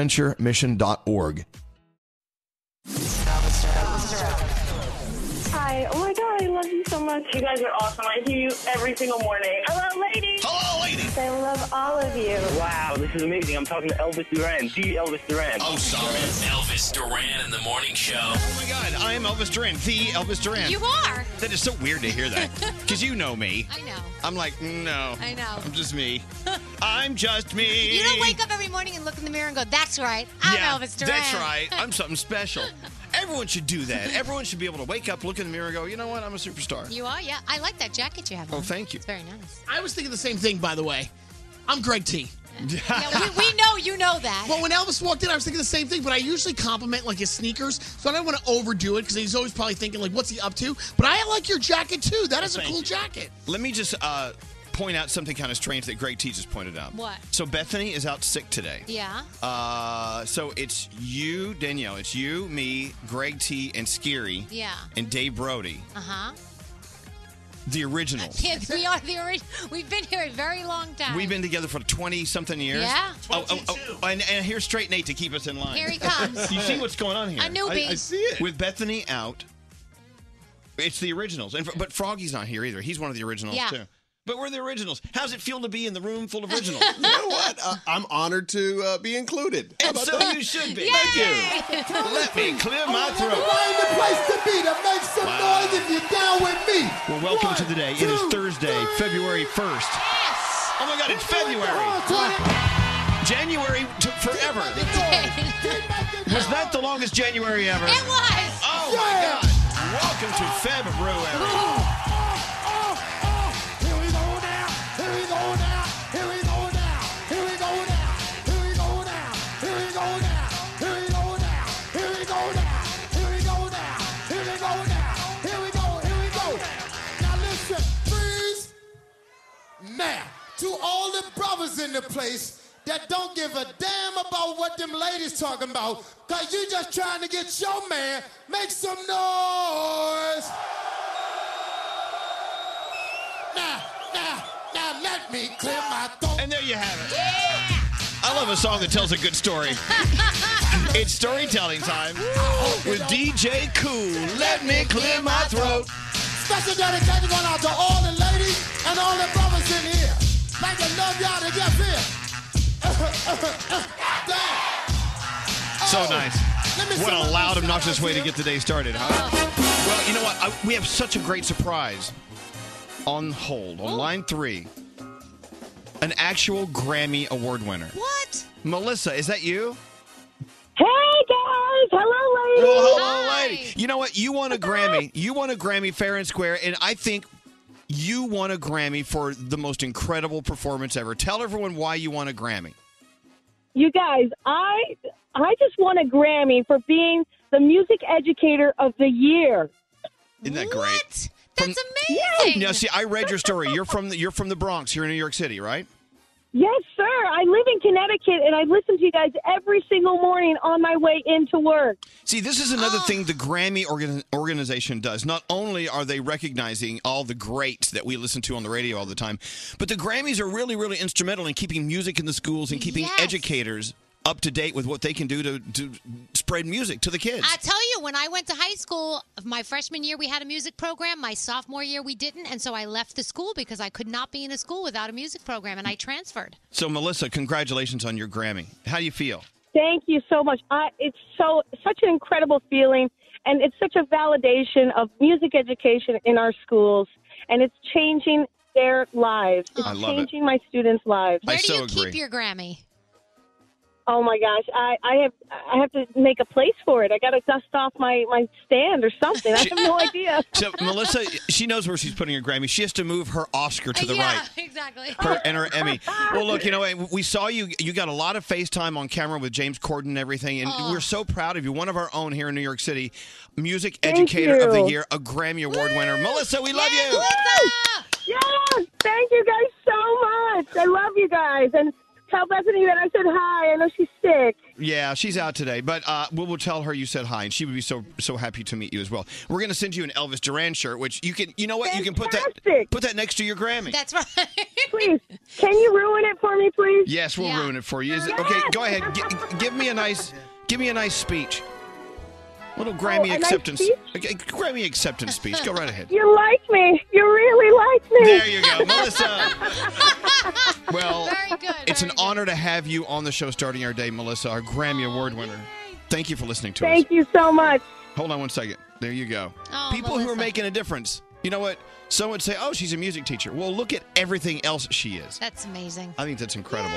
adventuremission.org. Hi. Oh my god, I love you so much. You guys are awesome. I hear you every single morning. Hello, ladies. Hello, ladies. I love all of you. Wow, this is amazing. I'm talking to Elvis Duran, the Elvis Duran. Oh, sorry. Elvis Duran in the morning show. Oh my God, I am Elvis Duran, the Elvis Duran. You are. That is so weird to hear that because you know me. I know. I'm like, no. I know. I'm just me. I'm just me. You don't wake up every morning and look in the mirror and go, "That's right, I'm yeah, Elvis Duran." That's right. I'm something special. Everyone should do that. Everyone should be able to wake up, look in the mirror, and go, you know what? I'm a superstar. You are, yeah. I like that jacket you have. Oh, on. thank you. It's very nice. I was thinking the same thing, by the way. I'm Greg T. Yeah, we, we know you know that. Well, when Elvis walked in, I was thinking the same thing, but I usually compliment like his sneakers, so I don't want to overdo it because he's always probably thinking like, "What's he up to?" But I like your jacket too. That is a Thank cool you. jacket. Let me just uh, point out something kind of strange that Greg T just pointed out. What? So Bethany is out sick today. yeah. Uh, so it's you, Danielle. It's you, me, Greg T, and Scary. Yeah. And Dave Brody, Uh huh. the originals. Yeah, we are the original. We've been here a very long time. We've been together for 20 something years. Yeah. Oh, oh, oh, and, and here's Straight Nate to keep us in line. Here he comes. you see what's going on here? A newbie. I- I see it. With Bethany out, it's the originals. And But Froggy's not here either. He's one of the originals, Yeah. Uh, too. But we're the originals. How's it feel to be in the room full of originals? You know what? Uh, I'm honored to uh, be included. How and about so that? you Oh, should be. Thank you. Let me clear my throat. Find the place to be to make some Wow. noise if you're down with me. Well, welcome One, to the day. It is two, Thursday, three. February 1st. yes. Oh my God, it's February. Come on, Tony. January took forever. Was that the longest January ever? It was. Oh my Yeah. God. Welcome to February. Here we go now. Here we go now. Here we go now. Here we go now. Here we go now. Here we go now. Here we go now. Here we go now. Here we go now. Here we go now. Here we go. Here we go. Now listen, freeze. Now, to all the brothers in the place that don't give a damn about what them ladies talking about, cause you just trying to get your man, make some noise. Let me clear my throat. And there you have it. I love a song that tells a good story. it's storytelling time with DJ Cool. Let me clear my throat. Special dedication going out to all the ladies and all the brothers in here. Like to love y'all to get here. Damn. So nice. Oh, Let me see What a my loud, little obnoxious shout-outs way to here. get the day started, huh? Uh-huh. Well, you know what? I, we have such a great surprise on hold on line three. An actual Grammy Award winner. What? Melissa, is that you? Hey guys, hello ladies. Oh, hello Hi. lady. You know what? You won a Grammy. You won a Grammy fair and square, and I think you won a Grammy for the most incredible performance ever. Tell everyone why you won a Grammy. You guys, I I just won a Grammy for being the music educator of the year. Isn't that great? That's amazing. Now, see, I read your story. You're from the, you're from the Bronx. You're in New York City, right? Yes, sir. I live in Connecticut and I listen to you guys every single morning on my way into work. See, this is another thing the Grammy organ- organization does. Not only are they recognizing all the greats that we listen to on the radio all the time, but the Grammys are really, really instrumental in keeping music in the schools and keeping educators up to date with what they can do to, to spread music to the kids. I tell you, when I went to high school, of my freshman year we had a music program. My sophomore year we didn't, and so I left the school because I could not be in a school without a music program, and I transferred. so, Melissa, congratulations on your Grammy. How do you feel? Thank you so much. I, it's so such an incredible feeling, and it's such a validation of music education in our schools, and it's changing their lives. It's I love it. changing my students' lives. I so agree. Keep your Grammy. Oh my gosh, I, I have I have to make a place for it. I got to dust off my my stand or something. I have no idea. so, Melissa, she knows where she's putting her Grammy. She has to move her Oscar to the right. Uh, exactly. her and her Emmy. Well, look, you know, eh, we saw you. You got a lot of FaceTime on camera with James Corden and everything, and Oh. we're so proud of you. One of our own here in New York City, Music Thank Educator of the you. Year, a Grammy Award winner, Melissa. We love you. Yes, thank you guys so much. I love you guys, and tell Bethany that I said hi. I know she's sick. Yeah, she's out today, but uh, we will tell her you said hi, and she would be so so happy to meet you as well. We're gonna send you an Elvis Duran shirt, which you can, you know what, you can put that put that next to your Grammy. That's right. please, can you ruin it for me, please? Yes, we'll ruin it for you. Is it- okay, go ahead. G- give me a nice, give me a nice speech. Little Grammy a nice acceptance, speech? okay, Grammy acceptance speech. Go right ahead. You like me. You really like me. There you go, Melissa. Well, it's an honor to have you on the show, starting our day, Melissa, our Grammy Award winner. Thank you for listening to us. Thank you so much. Hold on one second. There you go. People who are making a difference. You know what? Some would say, "Oh, she's a music teacher." Well, look at everything else she is. That's amazing. I think that's incredible.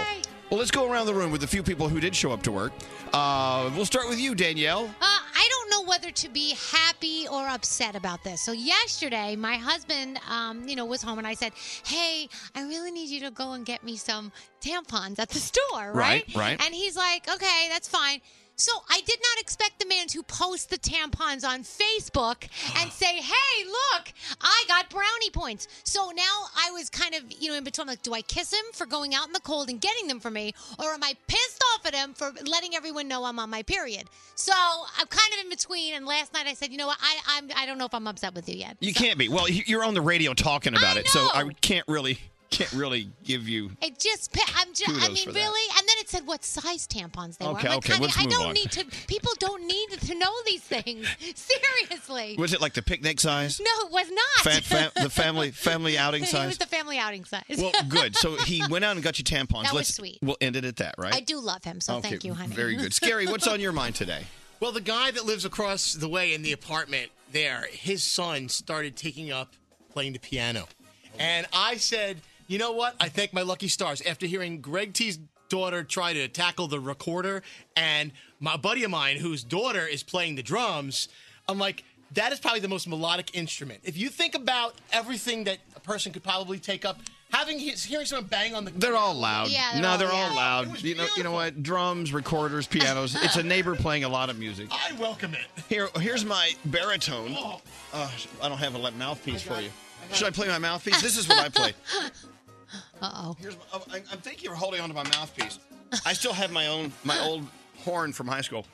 Well, let's go around the room with the few people who did show up to work. Uh, we'll start with you, Danielle. Uh, I don't know whether to be happy or upset about this. So yesterday, my husband, um, you know, was home, and I said, "Hey, I really need you to go and get me some tampons at the store, right?" Right, right. And he's like, "Okay, that's fine." So I did not expect the man to post the tampons on Facebook and say, "Hey, look, I got brownie points." So now I was kind of, you know, in between. like, do I kiss him for going out in the cold and getting them for me, or am I pissed off at him for letting everyone know I'm on my period? So I'm kind of in between. And last night I said, you know what, I I'm, I don't know if I'm upset with you yet. You can't be. Well, you- you're on the radio talking about it, so I can't really can't really give you. It just, pa- I'm just, I Kudos mean, for really? that. And then it said what size tampons they were. Okay, I'm like, okay, honey, let's I move don't on. need to, people don't need to know these things. Seriously. Was it like the picnic size? No, it was not. Fa- fa- the family family outing It was size. the family outing size. Well, good. So he went out and got you tampons. That was Let's, sweet. We'll end it at that, right? I do love him, so Okay, thank you, honey. Very good. Scary. What's on your mind today? Well, the guy that lives across the way in the apartment there, his son started taking up playing the piano. And I said, you know what? I thank my lucky stars. After hearing Greg T's daughter try to tackle the recorder and my buddy of mine whose daughter is playing the drums, I'm like, that is probably the most melodic instrument. If you think about everything that a person could probably take up, having his, hearing someone bang on the They're all loud. Yeah, they're no, all- they're all yeah. loud. You know, you know what? Drums, recorders, pianos. it's a neighbor playing a lot of music. I welcome it. Here, here's my baritone. Uh, I don't have a le- mouthpiece for you. Should I play my mouthpiece? This is what I play. Uh-oh. Here's my, oh, I, I think you're holding onto my mouthpiece. I still have my own, my old horn from high school.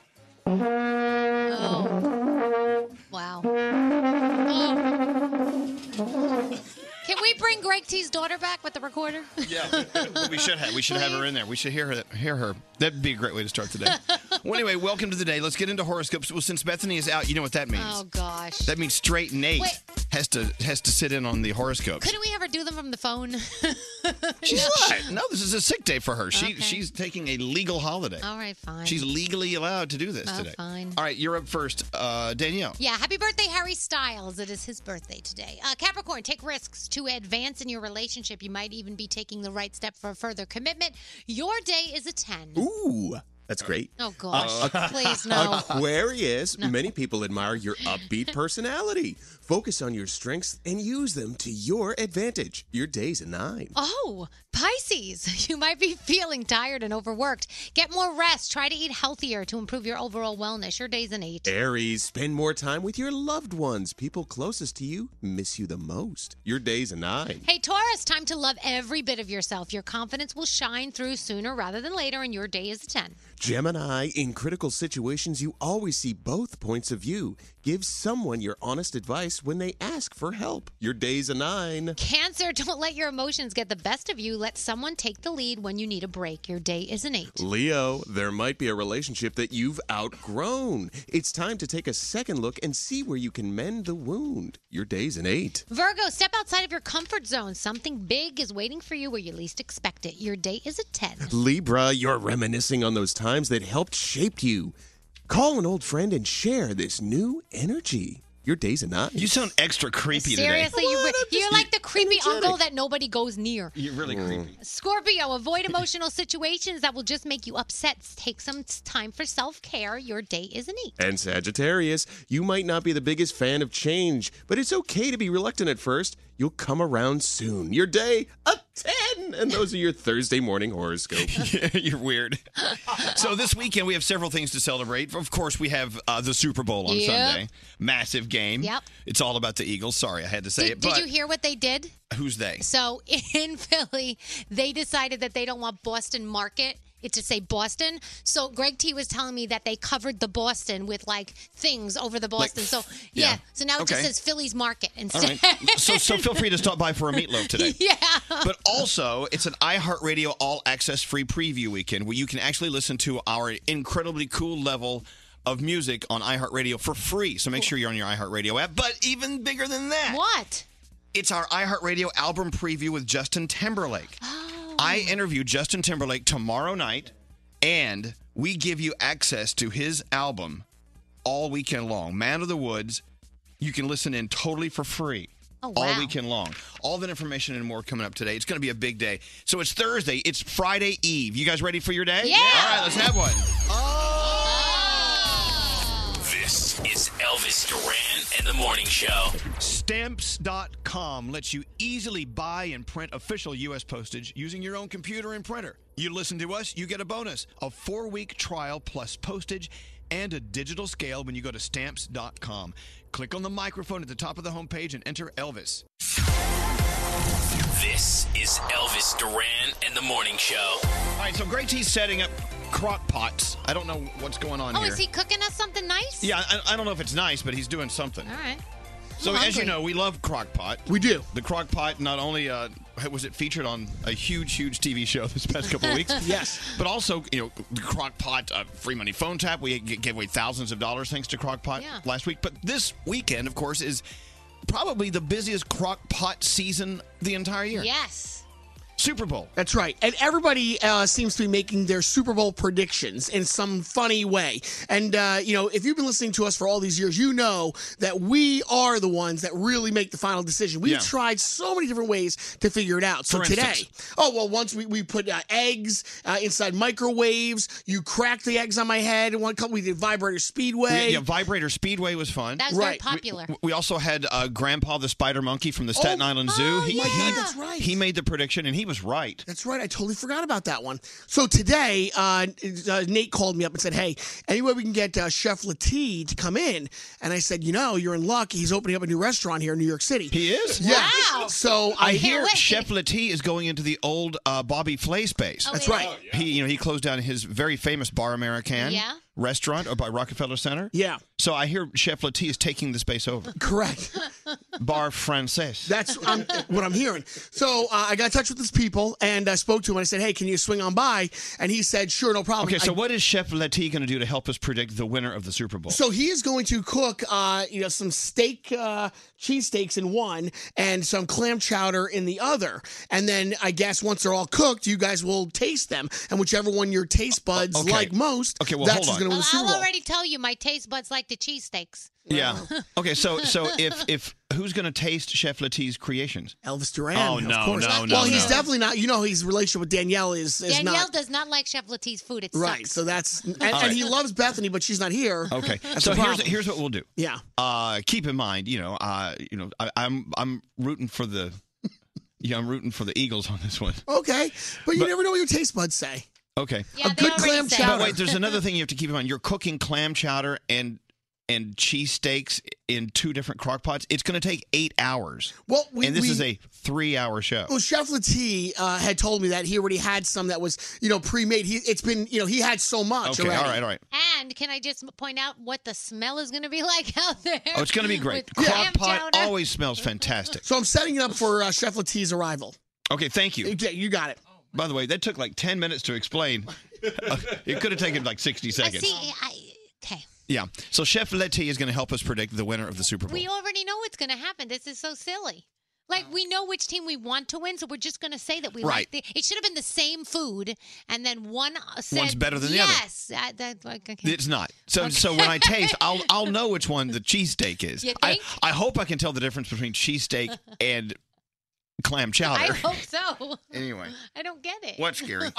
Oh. Wow. Oh. Can we we bring Greg T's daughter back with the recorder? Yeah. we should have. We should have her in there. We should hear her. Hear her. That'd be a great way to start today. well, anyway, welcome to the day. Let's get into horoscopes. Well, since Bethany is out, you know what that means. oh gosh. That means straight Nate Wait. has to has to sit in on the horoscopes. Couldn't we ever do them from the phone? She's not. No, this is a sick day for her. She she's taking a legal holiday. All right, fine. She's legally allowed to do this Oh, today. fine. All right, you're up first, uh, Danielle. Yeah, happy birthday, Harry Styles. It is his birthday today. Uh, Capricorn, take risks to advance in your relationship. You might even be taking the right step for a further commitment. Your day is a 10. Ooh, that's great. Oh, gosh. Uh, Please, no. Aquarius, No. many people admire your upbeat personality. Focus on your strengths and use them to your advantage. Your day's a nine. Oh, Pisces, you might be feeling tired and overworked. Get more rest. Try to eat healthier to improve your overall wellness. Your day's an 8. Aries, spend more time with your loved ones. People closest to you miss you the most. Your day's a nine. Hey, Taurus, time to love every bit of yourself. Your confidence will shine through sooner rather than later, and your day is a 10. Gemini, in critical situations, you always see both points of view. Give someone your honest advice when they ask for help. Your day's a nine. Cancer, don't let your emotions get the best of you. Let someone take the lead when you need a break. Your day is an 8. Leo, there might be a relationship that you've outgrown. It's time to take a second look and see where you can mend the wound. Your day's an eight. Virgo, step outside of your comfort zone. Something big is waiting for you where you least expect it. Your day is a 10. Libra, you're reminiscing on those times that helped shape you. Call an old friend and share this new energy. Your day's a nine. You sound extra creepy Seriously, you, you're like the creepy uncle that nobody goes near. You're really creepy. Scorpio, avoid emotional situations that will just make you upset. Take some time for self care. Your day is an 8. And Sagittarius, you might not be the biggest fan of change, but it's okay to be reluctant at first. You'll come around soon. Your day, a 10. And those are your Thursday morning horoscopes. You're weird. so this weekend we have several things to celebrate. Of course, we have uh, the Super Bowl on Yep. Sunday. Massive game. Yep. It's all about the Eagles. Sorry, I had to say Did, it. did But you hear what they did? who's they? So in Philly, they decided that they don't want Boston Market. It to say Boston. So Greg T was telling me that they covered the Boston with like things over the Like, Boston. so yeah. yeah. So now it just Okay. says Philly's Market All instead. right. So, so feel free to stop by for a meatloaf today. yeah. But also, it's an iHeartRadio all access free preview weekend where you can actually listen to our incredibly cool level of music on iHeartRadio for free. So make sure you're on your iHeartRadio app. But even bigger than that, what? It's our iHeartRadio album preview with Justin Timberlake. Oh. I interview Justin Timberlake tomorrow night, and we give you access to his album all weekend long, Man of the Woods. You can listen in totally for free. Oh, wow. All weekend long. All that information and more coming up today. It's going to be a big day. So it's Thursday. It's Friday Eve. You guys ready for your day? Yeah. All right, let's have one. This is Elvis Duran and the Morning Show. Stamps.com lets you easily buy and print official U.S. postage using your own computer and printer. You listen to us, you get a bonus a four week trial plus postage and a digital scale when you go to stamps.com. Click on the microphone at the top of the homepage and enter Elvis. This is Elvis Duran and the Morning Show. All right, so Great T's setting up crock pots. I don't know what's going on Oh, here. is he cooking us something nice? yeah, I, I don't know if it's nice, but he's doing something. All right. So, I'm as you hungry. know, we love Crock-Pot. We do. The Crock-Pot not only uh, was it featured on a huge, huge TV show this past couple of weeks, Yes. but also you know the Crock-Pot uh, free money phone tap. We g- gave away thousands of dollars thanks to Crock-Pot Yeah. last week. But this weekend, of course, is probably the busiest Crock-Pot season the entire year. Yes. Super Bowl. That's right. And everybody uh, seems to be making their Super Bowl predictions in some funny way. And, uh, you know, if you've been listening to us for all these years, you know that we are the ones that really make the final decision. We've Yeah. tried so many different ways to figure it out. So For today, instance. oh, well, once we, we put uh, eggs uh, inside microwaves, you cracked the eggs on my head. One couple, we did Vibrator Speedway. We- yeah, Vibrator Speedway was fun. That was very Right. popular. We, we also had uh, Grandpa the Spider Monkey from the Staten Island Zoo. oh, yeah, he, that's right. He made the prediction, and he was right. That's right. I totally forgot about that one. So today, uh, uh, Nate called me up and said, "Hey, any way we can get uh, Chef Latie to come in?" And I said, "You know, you're in luck. He's opening up a new restaurant here in New York City. He is. Yeah. So Oh, I, I hear Chef Latie is going into the old uh, Bobby Flay space. Oh, That's really? right. He, you know, he closed down his very famous Bar American Yeah. restaurant by Rockefeller Center. Yeah. So I hear Chef Latie is taking the space over. Correct. Bar Frances. That's um, what I'm hearing. So uh, I got in touch with these people and I spoke to him. And I said, "Hey, can you swing on by?" And he said, "Sure, no problem." Okay, so Oh, I- what is Chef Letty going to do to help us predict the winner of the Super Bowl? So he is going to cook, uh, you know, some steak, uh, cheesesteaks in one, and some clam chowder in the other. And then I guess once they're all cooked, you guys will taste them, and whichever one your taste buds okay. like most, Okay, well, hold that's who's on. going to win the Super I'll Bowl. already tell you, my taste buds like the cheesesteaks. yeah. Okay, so so if if who's going to taste Chef Letty's creations? Elvis Duran. Oh of no, course. no, no. Well, he's no. definitely not. You know, his relationship with Danielle is is Danielle not. does not like Chef Latisse food. It Right, sucks. so that's and, All and he right. loves Bethany, but she's not here. Okay. That's so the here's problem. here's what we'll do. Yeah. Uh, keep in mind, you know, uh, you know, I, I'm I'm rooting for the, yeah, I'm rooting for the Eagles on this one. okay, but you never know what your taste buds say. Okay. a good clam chowder. But wait, there's another thing you have to keep in mind. You're cooking clam chowder and and cheesesteaks in two different crock pots. It's going to take eight hours. Well, we- and this we- is a three hour show. Oh, Well, Chef Latee uh, had told me that he already had some that was, you know, pre-made. He, it's been, you know, he had so much. okay. already. All right. All right. And can I just point out what the smell is going to be like out there? Oh, it's going to be great. With Crock clam pot chowder. always smells fantastic. So I'm setting it up for uh, Chef Latee's arrival. Okay. Thank you. Yeah, you got it. By the way, that took like ten minutes to explain. Uh, it could have taken like sixty Uh, seconds. see, I, okay. Yeah. So Chef Letty is going to help us predict the winner of the Super Bowl. We already know what's going to happen. This is so silly. Like we know which team we want to win, so we're just going to say that we Oh. Right. like the. It should have been the same food, and then one uh, said, One's better than the other. yes, the other. Yes, that, like, okay. It's not. So so when I taste, I'll I'll know which one the cheesesteak is. You I think? I hope I can tell the difference between cheesesteak and clam I chowder. hope so. Anyway. I don't get it. What's scary? Um,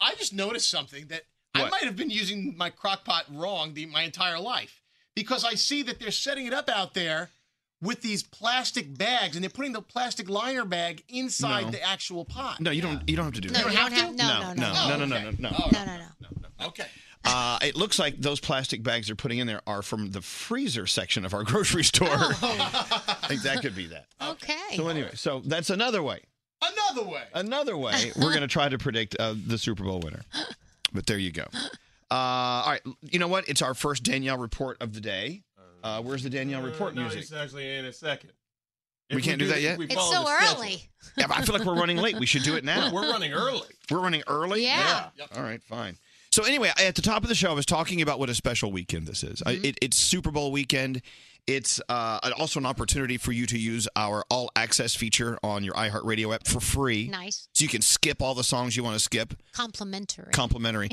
I just noticed something that I What? might have been using my crock pot wrong the, my entire life because I see that they're setting it up out there with these plastic bags and they're putting the plastic liner bag inside No. the actual pot. No, you don't you don't have to do No, that. you don't have- no, no, no, no, no, no. no, no, no, Okay. no. Oh, no, no. Okay. Uh, it looks like those plastic bags they're putting in there are from the freezer section of our grocery store. Oh. I think that could be that. Okay. So anyway, so that's another way. Another way. Another way we're going to try to predict uh, the Super Bowl winner. But there you go. Uh, all right, you know what? It's our first Danielle report of the day. Uh, where's the Danielle report no, music? It's actually in a second. We If can't do that this, yet? we It's follow so the schedule. early. Yeah, but I feel like we're running late. We should do it now. We're running early. We're running early. Yeah. All right, fine. So anyway, at the top of the show, I was talking about what a special weekend this is. Mm-hmm. I It, it's Super Bowl weekend. It's uh, also an opportunity for you to use our all access feature on your iHeartRadio app for free. Nice. So you can skip all the songs you want to skip. Complimentary. complimentary.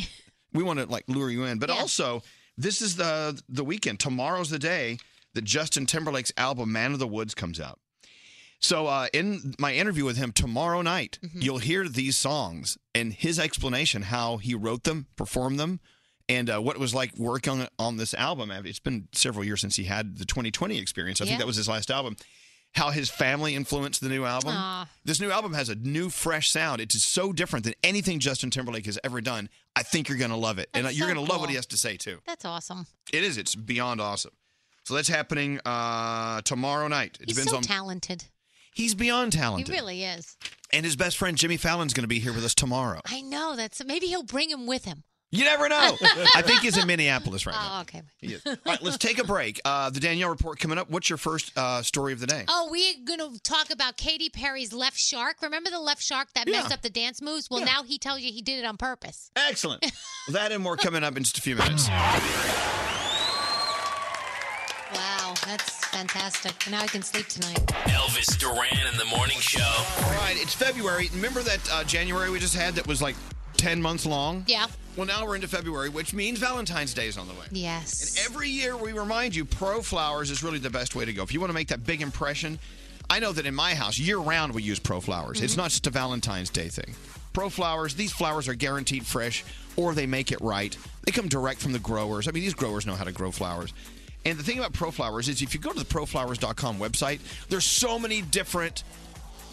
we want to like lure you in, but also this is the the weekend. Tomorrow's the day that Justin Timberlake's album Man of the Woods comes out. So uh, in my interview with him tomorrow night, you'll hear these songs and his explanation how he wrote them, performed them, and uh, what it was like working on, on this album. I mean, It's been several years since he had the 2020 experience. I think Yeah. that was his last album. How his family influenced the new album. Aw. This new album has a new, fresh sound. It's so different than anything Justin Timberlake has ever done. I think you're going to love it, and That's you're so going to love what cool. he has to say too. That's awesome. It is. It's beyond awesome. So that's happening uh, tomorrow night. It He's depends so on. talented. he's beyond talented, He really is. and his best friend Jimmy Fallon's going to be here with us tomorrow. I know. That's maybe he'll bring him with him. You never know. I think he's in Minneapolis right now. Oh, okay. He is. All right, let's take a break. Uh, the Danielle report coming up. What's your first uh, story of the day? Oh, we're going to talk about Katy Perry's left shark. Remember the left shark that messed Yeah. up the dance moves? Well, now he tells you he did it on purpose. Excellent. that and more coming up in just a few minutes. Wow, that's fantastic. And now I can sleep tonight. Elvis Duran in the morning show. All right, it's February. Remember that uh, January we just had that was like 10 months long? Yeah. Well, now we're into February, which means Valentine's Day is on the way. Yes. And every year we remind you, pro flowers is really the best way to go. If you want to make that big impression, I know that in my house, year round we use pro flowers. Mm-hmm. It's not just a Valentine's Day thing. Pro flowers, these flowers are guaranteed fresh or they make it right. They come direct from the growers. I mean, these growers know how to grow flowers. And the thing about pro flowers is if you go to the proflowers.com website, there's so many different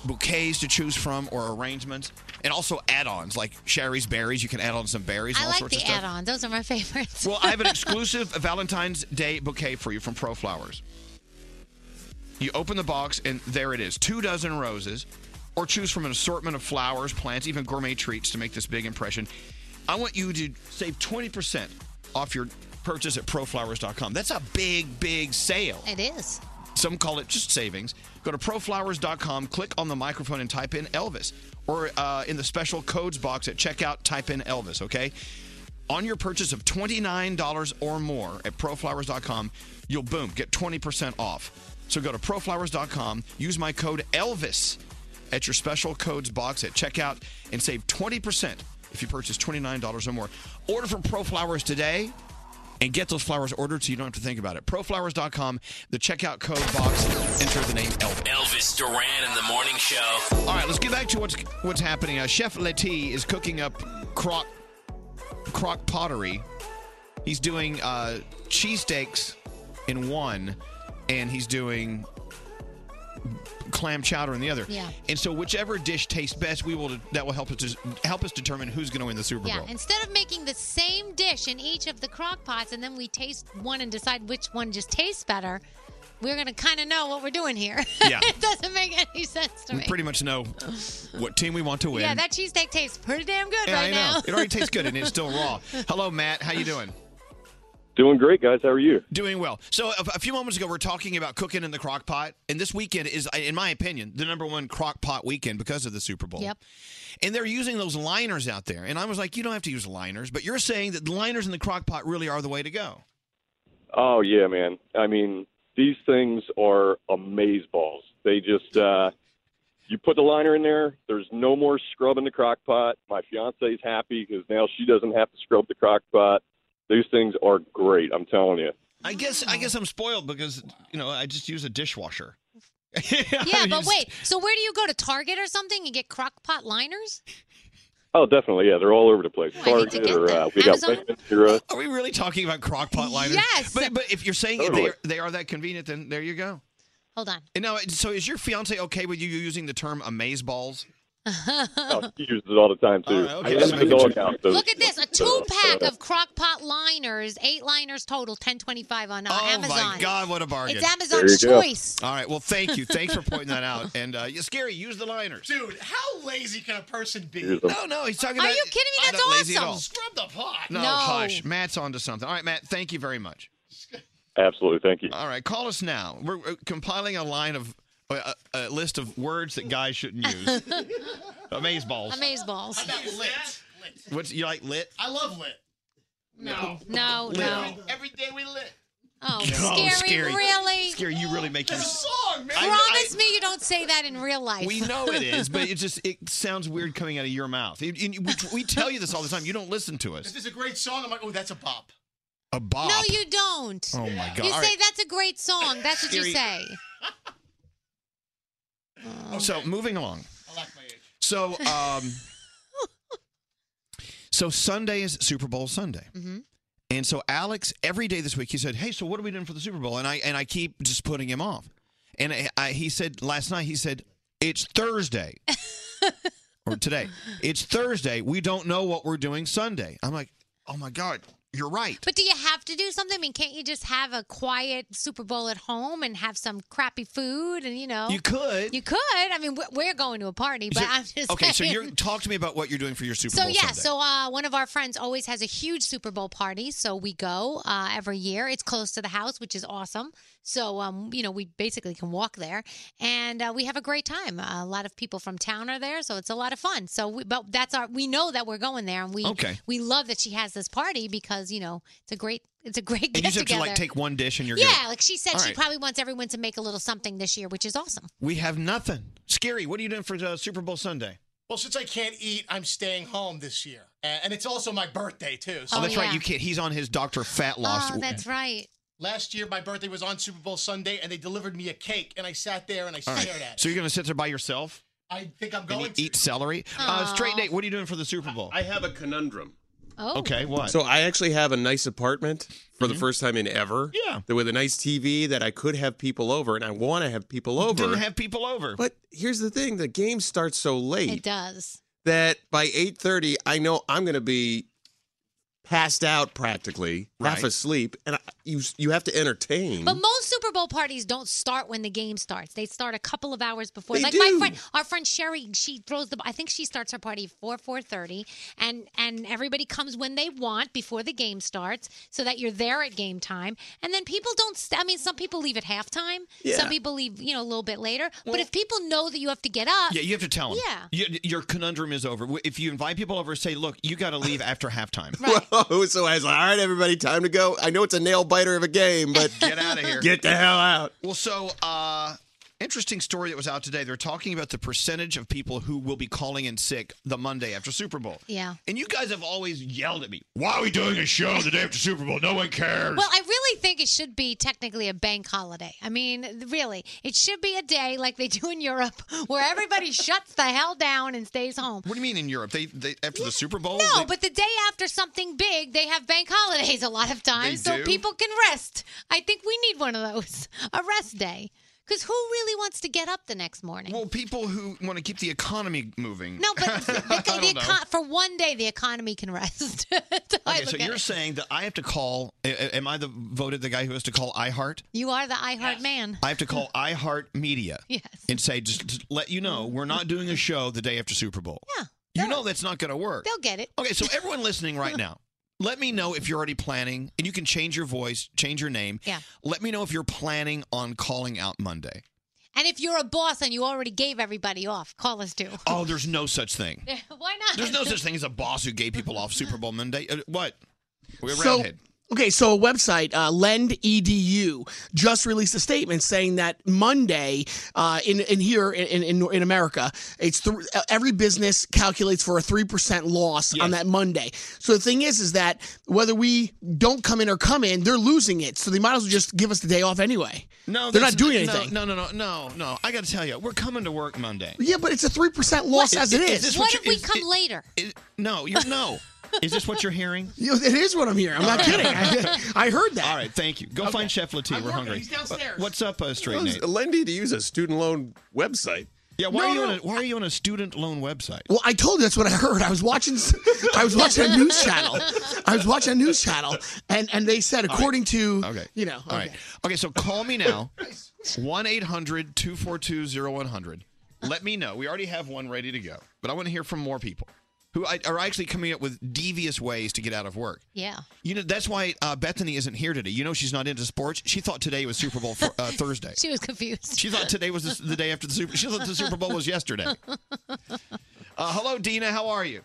bouquets to choose from or arrangements and also add-ons like Sherry's berries. You can add on some berries and I all like sorts the of stuff. add-on. Those are my favorites. Well, I have an exclusive Valentine's Day bouquet for you from Pro Flowers. You open the box, and there it is two dozen roses, or choose from an assortment of flowers, plants, even gourmet treats to make this big impression. I want you to save 20% off your purchase at proflowers.com. That's a big, big sale. it is. Some call it just savings. Go to proflowers.com, click on the microphone, and type in Elvis. Or uh, in the special codes box at checkout, type in Elvis, okay? On your purchase of $29 or more at proflowers.com, you'll boom, get 20% off. So go to proflowers.com, use my code Elvis at your special codes box at checkout, and save 20% if you purchase $29 or more. Order from ProFlowers today and get those flowers ordered so you don't have to think about it. Proflowers.com, the checkout code box, enter the name Elvis. Elvis Duran in the morning show. All right, let's get back to what's what's happening. Uh, Chef Leti is cooking up crock crock pottery. He's doing uh, cheesesteaks in one, and he's doing clam chowder in the other. Yeah. And so, whichever dish tastes best, we will that will help us to, help us determine who's going to win the Super Yeah, Bowl. instead of making the same dish in each of the crock pots and then we taste one and decide which one just tastes better, we're going to kind of know what we're doing here. Yeah. it doesn't make any sense to we me. pretty much know what team we want to win. yeah, that cheesesteak tastes pretty damn good Yeah, right I know. now. It already tastes good and it's still raw. Hello, Matt. How you doing? Doing great, guys. How are you? Doing well. So a, a few moments ago, we are talking about cooking in the crock pot, and this weekend is, in my opinion, the number one crock pot weekend because of the Super Bowl. Yep. And they're using those liners out there, and I was like, you don't have to use liners, but you're saying that the liners in the crock pot really are the way to go. Oh yeah, man. I mean, these things are amaze balls. They just uh, you put the liner in there. There's no more scrubbing the crock pot. My fiance's happy because now she doesn't have to scrub the crock pot. These things are great. I'm telling you. I guess I guess I'm spoiled because you know I just use a dishwasher. yeah, but wait. So where do you go to Target or something and get crock pot liners? Oh, definitely. Yeah, they're all over the place. I need to Target get or uh, we got Amazon. Wegmans here, uh, Are we really talking about crock pot liners? Yes. But, but if you're saying Totally. they, are, they are that convenient, then there you go. Hold on. And now, so is your fiance okay with you using the term amaze balls? Oh, she uses it all the time too. All right, okay. I let the dog out. so- Look at this, a two pack of crock pot liners, eight liners total, ten twenty five on uh, Amazon. Oh My God, what a bargain! It's Amazon's There you go. choice. All right. Well, thank you. Thanks for pointing that out. And uh, yeah, scary. Use the liners, dude. How lazy can a person be? Use them. No, no, he's talking Are about- you kidding me? I'm That's not awesome. lazy at all. Scrub the pot. No, hush. Matt's onto something. All right, Matt. Thank you very much. Absolutely, thank you. All right. Call us now. We're, uh, compiling a line of uh, a, a list of words that guys shouldn't use. amaze balls. Amaze balls. lit? What's you like lit? I love lit. No. No, Lit. no. Every day we lit. Oh, Oh, scary, really? Scary. You really make your. song, man. Promise me you don't say that in real life. We know it is, but it just it sounds weird coming out of your mouth. It- it- we, we tell you this all the time. You don't listen to If us. there's a great song, I'm like, oh, that's a bop. A bop. No, you don't. Oh my God! You All say right. that's a great song. That's what you Scary. say. Oh, So moving along. So um, so Sunday is Super Bowl Sunday. Mm-hmm. And so Alex, every day this week, he said, "Hey, so what are we doing for the Super Bowl?" And I and I keep just putting him off. And I, I, he said last night, he said, "It's Thursday." or today. It's Thursday. We don't know what we're doing Sunday. I'm like, "Oh my god, you're right." But do you have to do something? I mean, can't you just have a quiet Super Bowl at home and have some crappy food and you know? You could. Oh, You could. I mean, we're- we're going to a party, but So- I'm just okay, so saying. you're talk to me about what you're doing for your Super So Bowl yeah, Sunday. so uh, one of our friends always has a huge Super Bowl party, so we go uh, every year. It's close to the house, which is awesome. So um, you know, we basically can walk there, and uh, we have a great time. a lot of people from town are there, so it's a lot of fun. So, we, but that's our we know that we're going there, and we Okay. we love that she has this party because you know it's a great it's a great and you get just have to together. like take one dish and you're yeah, good. like she said, All she right. probably wants everyone to make a little something this year, which is awesome. We have nothing. Scary. What are you doing for uh, Super Bowl Sunday? Well, since I can't eat, I'm staying home this year, and, and it's also my birthday too. Oh, that's right. You can't. He's on his doctor fat loss. Oh, right. Last year, my birthday was on Super Bowl Sunday, and they delivered me a cake, and I sat there and I All stared right. at it. So you're going to sit there by yourself I think I'm and going. eat, eat celery? Uh, Aw. straight Nate, what are you doing for the Super Bowl? I have a conundrum. Oh. Okay, what? So I actually have a nice apartment for the first time in ever. Mm-hmm. Yeah. That with a nice TV that I could have people over, and I want to have people over. didn't have people over. but here's the thing: the game starts so late It does. that by eight thirty, I know I'm going to be passed out practically, half asleep, and I, you you have to entertain. Mm-hmm. But most Super Bowl parties don't start when the game starts. They start a couple of hours before. They like my do. friend, our friend Sherry, she throws the. I think she starts her party four four thirty, and and everybody comes when they want before the game starts, so that you're there at game time. And then people don't. st- I mean, some people leave at halftime. Yeah. Some people leave, you know, a little bit later. but if people know that you have to get up, Yeah, you have to tell them. Uh, Yeah. your conundrum is over. If you invite people over, say, "Look, you got to leave after halftime." Whoa, so I was like, all right, everybody, time to go. I know it's a nail biter of a game, but Get out of here. Get the hell out. Well, so uh interesting story that was out today. They're talking about the percentage of people who will be calling in sick the Monday after Super Bowl. Yeah. And you guys have always yelled at me. Why are we doing a show the day after Super Bowl? No one cares. Well, I really think it should be technically a bank holiday. I mean, really, it should be a day like they do in Europe where everybody shuts the hell down and stays home. what do you mean in Europe? They, they after the Super Bowl? No, Oh, They- but the day after something big, they have bank holidays a lot of times, They so do? people can rest. I think we need one of those a rest day. Because who really wants to get up the next morning? well, people who want to keep the economy moving. No, but I don't the know. econ- for one day, the economy can rest. That's how I Okay, so look at you're it. saying that I have to call? a- a- Am I the voted the guy who has to call iHeart? You are the iHeart man. I have to call iHeart Media Yes. and say, just to let you know, we're not doing a show the day after Super Bowl. Yeah. You know that's not going to work. They'll get it. Okay, so everyone listening right now, let me know if you're already planning, and you can change your voice, change your name. Yeah. Let me know if you're planning on calling out Monday. And if you're a boss and you already gave everybody off, call us too. Oh, there's no such thing. Why not? There's no such thing as a boss who gave people off Super Bowl Monday. Uh, what? We're So- roundhead. Okay, so a website, uh, Lend Edu, just released a statement saying that Monday uh, in, in here in, in, in America, it's th- uh, every business calculates for a three percent loss on that Monday. So the thing is, is that whether we don't come in or come in, they're losing it. So they might as well just give us the day off anyway. No, they're that's- not doing no, anything. No, no, no, no, no. I got to tell you, we're coming to work Monday. Yeah, but it's a three percent loss as it is. this what you- if we is- come later? No, you no. Is this what you're hearing? You know, it is what I'm hearing. I'm not kidding. I, I heard that. All right, thank you. Go find Chef Latif. We're hungry. downstairs. What's up, uh, Straight Nate? Lendy to use a student loan website. Yeah, why are No, you no. on a, why are you on a student loan website? Well, I told you that's what I heard. I was watching, I was watching a news channel. I was watching a news channel, and and they said according to Okay. you know. All right. Okay, so call me now. 1-800-242-0100. Let me know. We already have one ready to go, but I want to hear from more people who I- are actually coming up with devious ways to get out of work. Yeah. You know, that's why uh, Bethany isn't here today. You know she's not into sports. She thought today was Super Bowl for, uh, Thursday. She was confused. She thought today was the, the day after the Super. She thought the Super Bowl was yesterday. Uh, hello, Dina. How are you?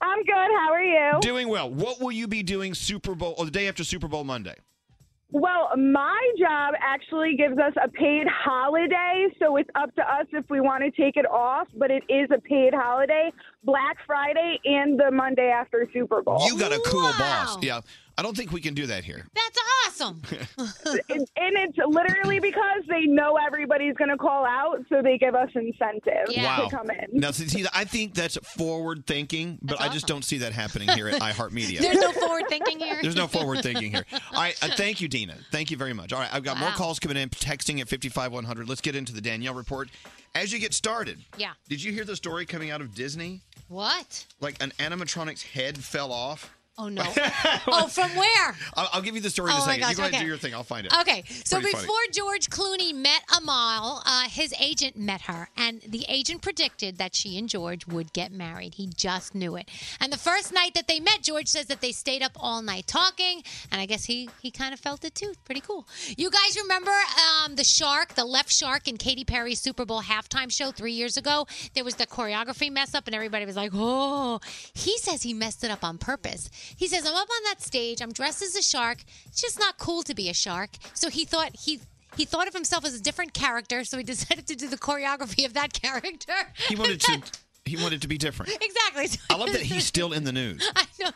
I'm good. How are you? Doing well. What will you be doing Super Bowl or the day after Super Bowl Monday? Well, my job actually gives us a paid holiday, so it's up to us if we want to take it off, but it is a paid holiday, Black Friday and the Monday after Super Bowl. You got a cool boss. Yeah. I don't think we can do that here. That's awesome. and it's literally because they know everybody's going to call out, so they give us incentive Wow. to come in. Now, see, see, I think that's forward thinking, but I just don't see that happening here at iHeartMedia. There's no forward thinking here. There's no forward thinking here. All right. Uh, thank you, Dina. Thank you very much. All right. I've got more Wow. calls coming in, texting at 55100. Let's get into the Danielle report. As you get started, Yeah. did you hear the story coming out of Disney? What? Like an animatronic's head fell off? Oh no. oh, from where? I'll, I'll give you the story in a Oh, my second. you gosh, go ahead okay. and do your thing. I'll find it. Okay, It's so pretty before funny. George Clooney met Amal, uh, his agent met her, and the agent predicted that she and George would get married. He just knew it. And the first night that they met, George says that they stayed up all night talking, and I guess he he kind of felt it too. Pretty cool. You guys remember um, the shark, the left shark, in Katy Perry's Super Bowl halftime show three years ago? There was the choreography mess up, and everybody was like, "Oh." He says he messed it up on purpose. He says, "I'm up on that stage. I'm dressed as a shark. It's just not cool to be a shark." So he thought he. He thought of himself as a different character, so he decided to do the choreography of that character. He wanted to. He wanted to be different. Exactly. So I love that he's still in the news. I know.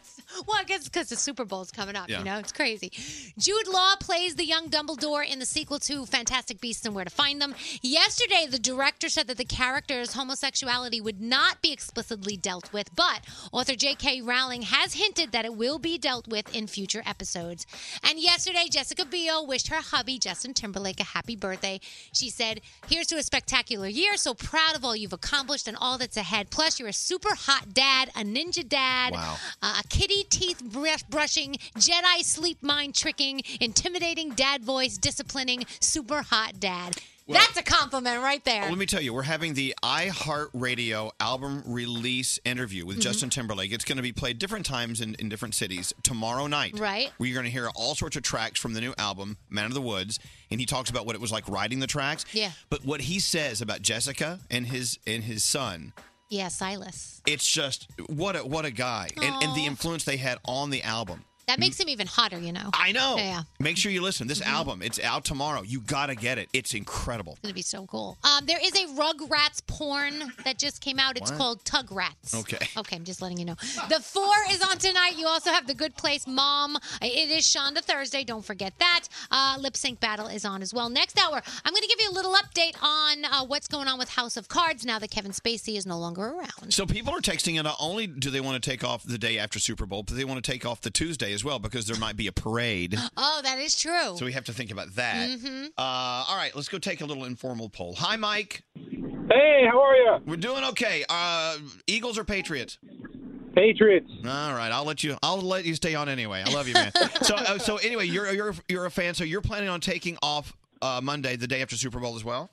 Well, I guess because the Super Bowl's coming up, Yeah. you know, it's crazy. Jude Law plays the young Dumbledore in the sequel to Fantastic Beasts and Where to Find Them. Yesterday, the director said that the character's homosexuality would not be explicitly dealt with, but author J.K. Rowling has hinted that it will be dealt with in future episodes. And yesterday, Jessica Biel wished her hubby, Justin Timberlake, a happy birthday. She said, Here's to a spectacular year. So proud of all you've accomplished and all that's ahead. Plus, you're a super hot dad, a ninja dad, Wow. uh, a kitty teeth brush- brushing, Jedi sleep mind tricking, intimidating dad voice, disciplining, super hot dad. Well- That's a compliment right there. Let me tell you, we're having the iHeartRadio album release interview with Mhm. Justin Timberlake. It's going to be played different times in, in different cities tomorrow night. Right. We're going to hear all sorts of tracks from the new album, Man of the Woods, and he talks about what it was like writing the tracks. Yeah. But what he says about Jessica and his and his son, Yeah, Silas. it's just what a what a guy. And and the Aw. influence they had on the album. That makes him even hotter, you know. Hmm. I know. Yeah. Make sure you listen. Mm-hmm. This album, it's out tomorrow. You got to get it. It's incredible. It's gonna be so cool. Um, there is a Rugrats porn that just came out. It's What? called Tugrats. Okay. Okay, I'm just letting you know. The four is on tonight. You also have The Good Place Mom. It is Shonda Thursday. Don't forget that. Uh, Lip Sync Battle is on as well. Next hour, I'm going to give you a little update on uh, what's going on with House of Cards now that Kevin Spacey is no longer around. So people are texting, and not only do they want to take off the day after Super Bowl, but they want to take off the Tuesday as well because there might be a parade. Oh, that is true. So we have to think about that. Mhm. Uh, all right, let's go take a little informal poll. Hi, Mike. Hey, how are you? We're doing okay. Uh, Eagles or Patriots? Patriots. All right, I'll let you. I'll let you stay on anyway. I love you, man. so, uh, so anyway, you're you're you're a fan. So you're planning on taking off uh, Monday, the day after Super Bowl, as well.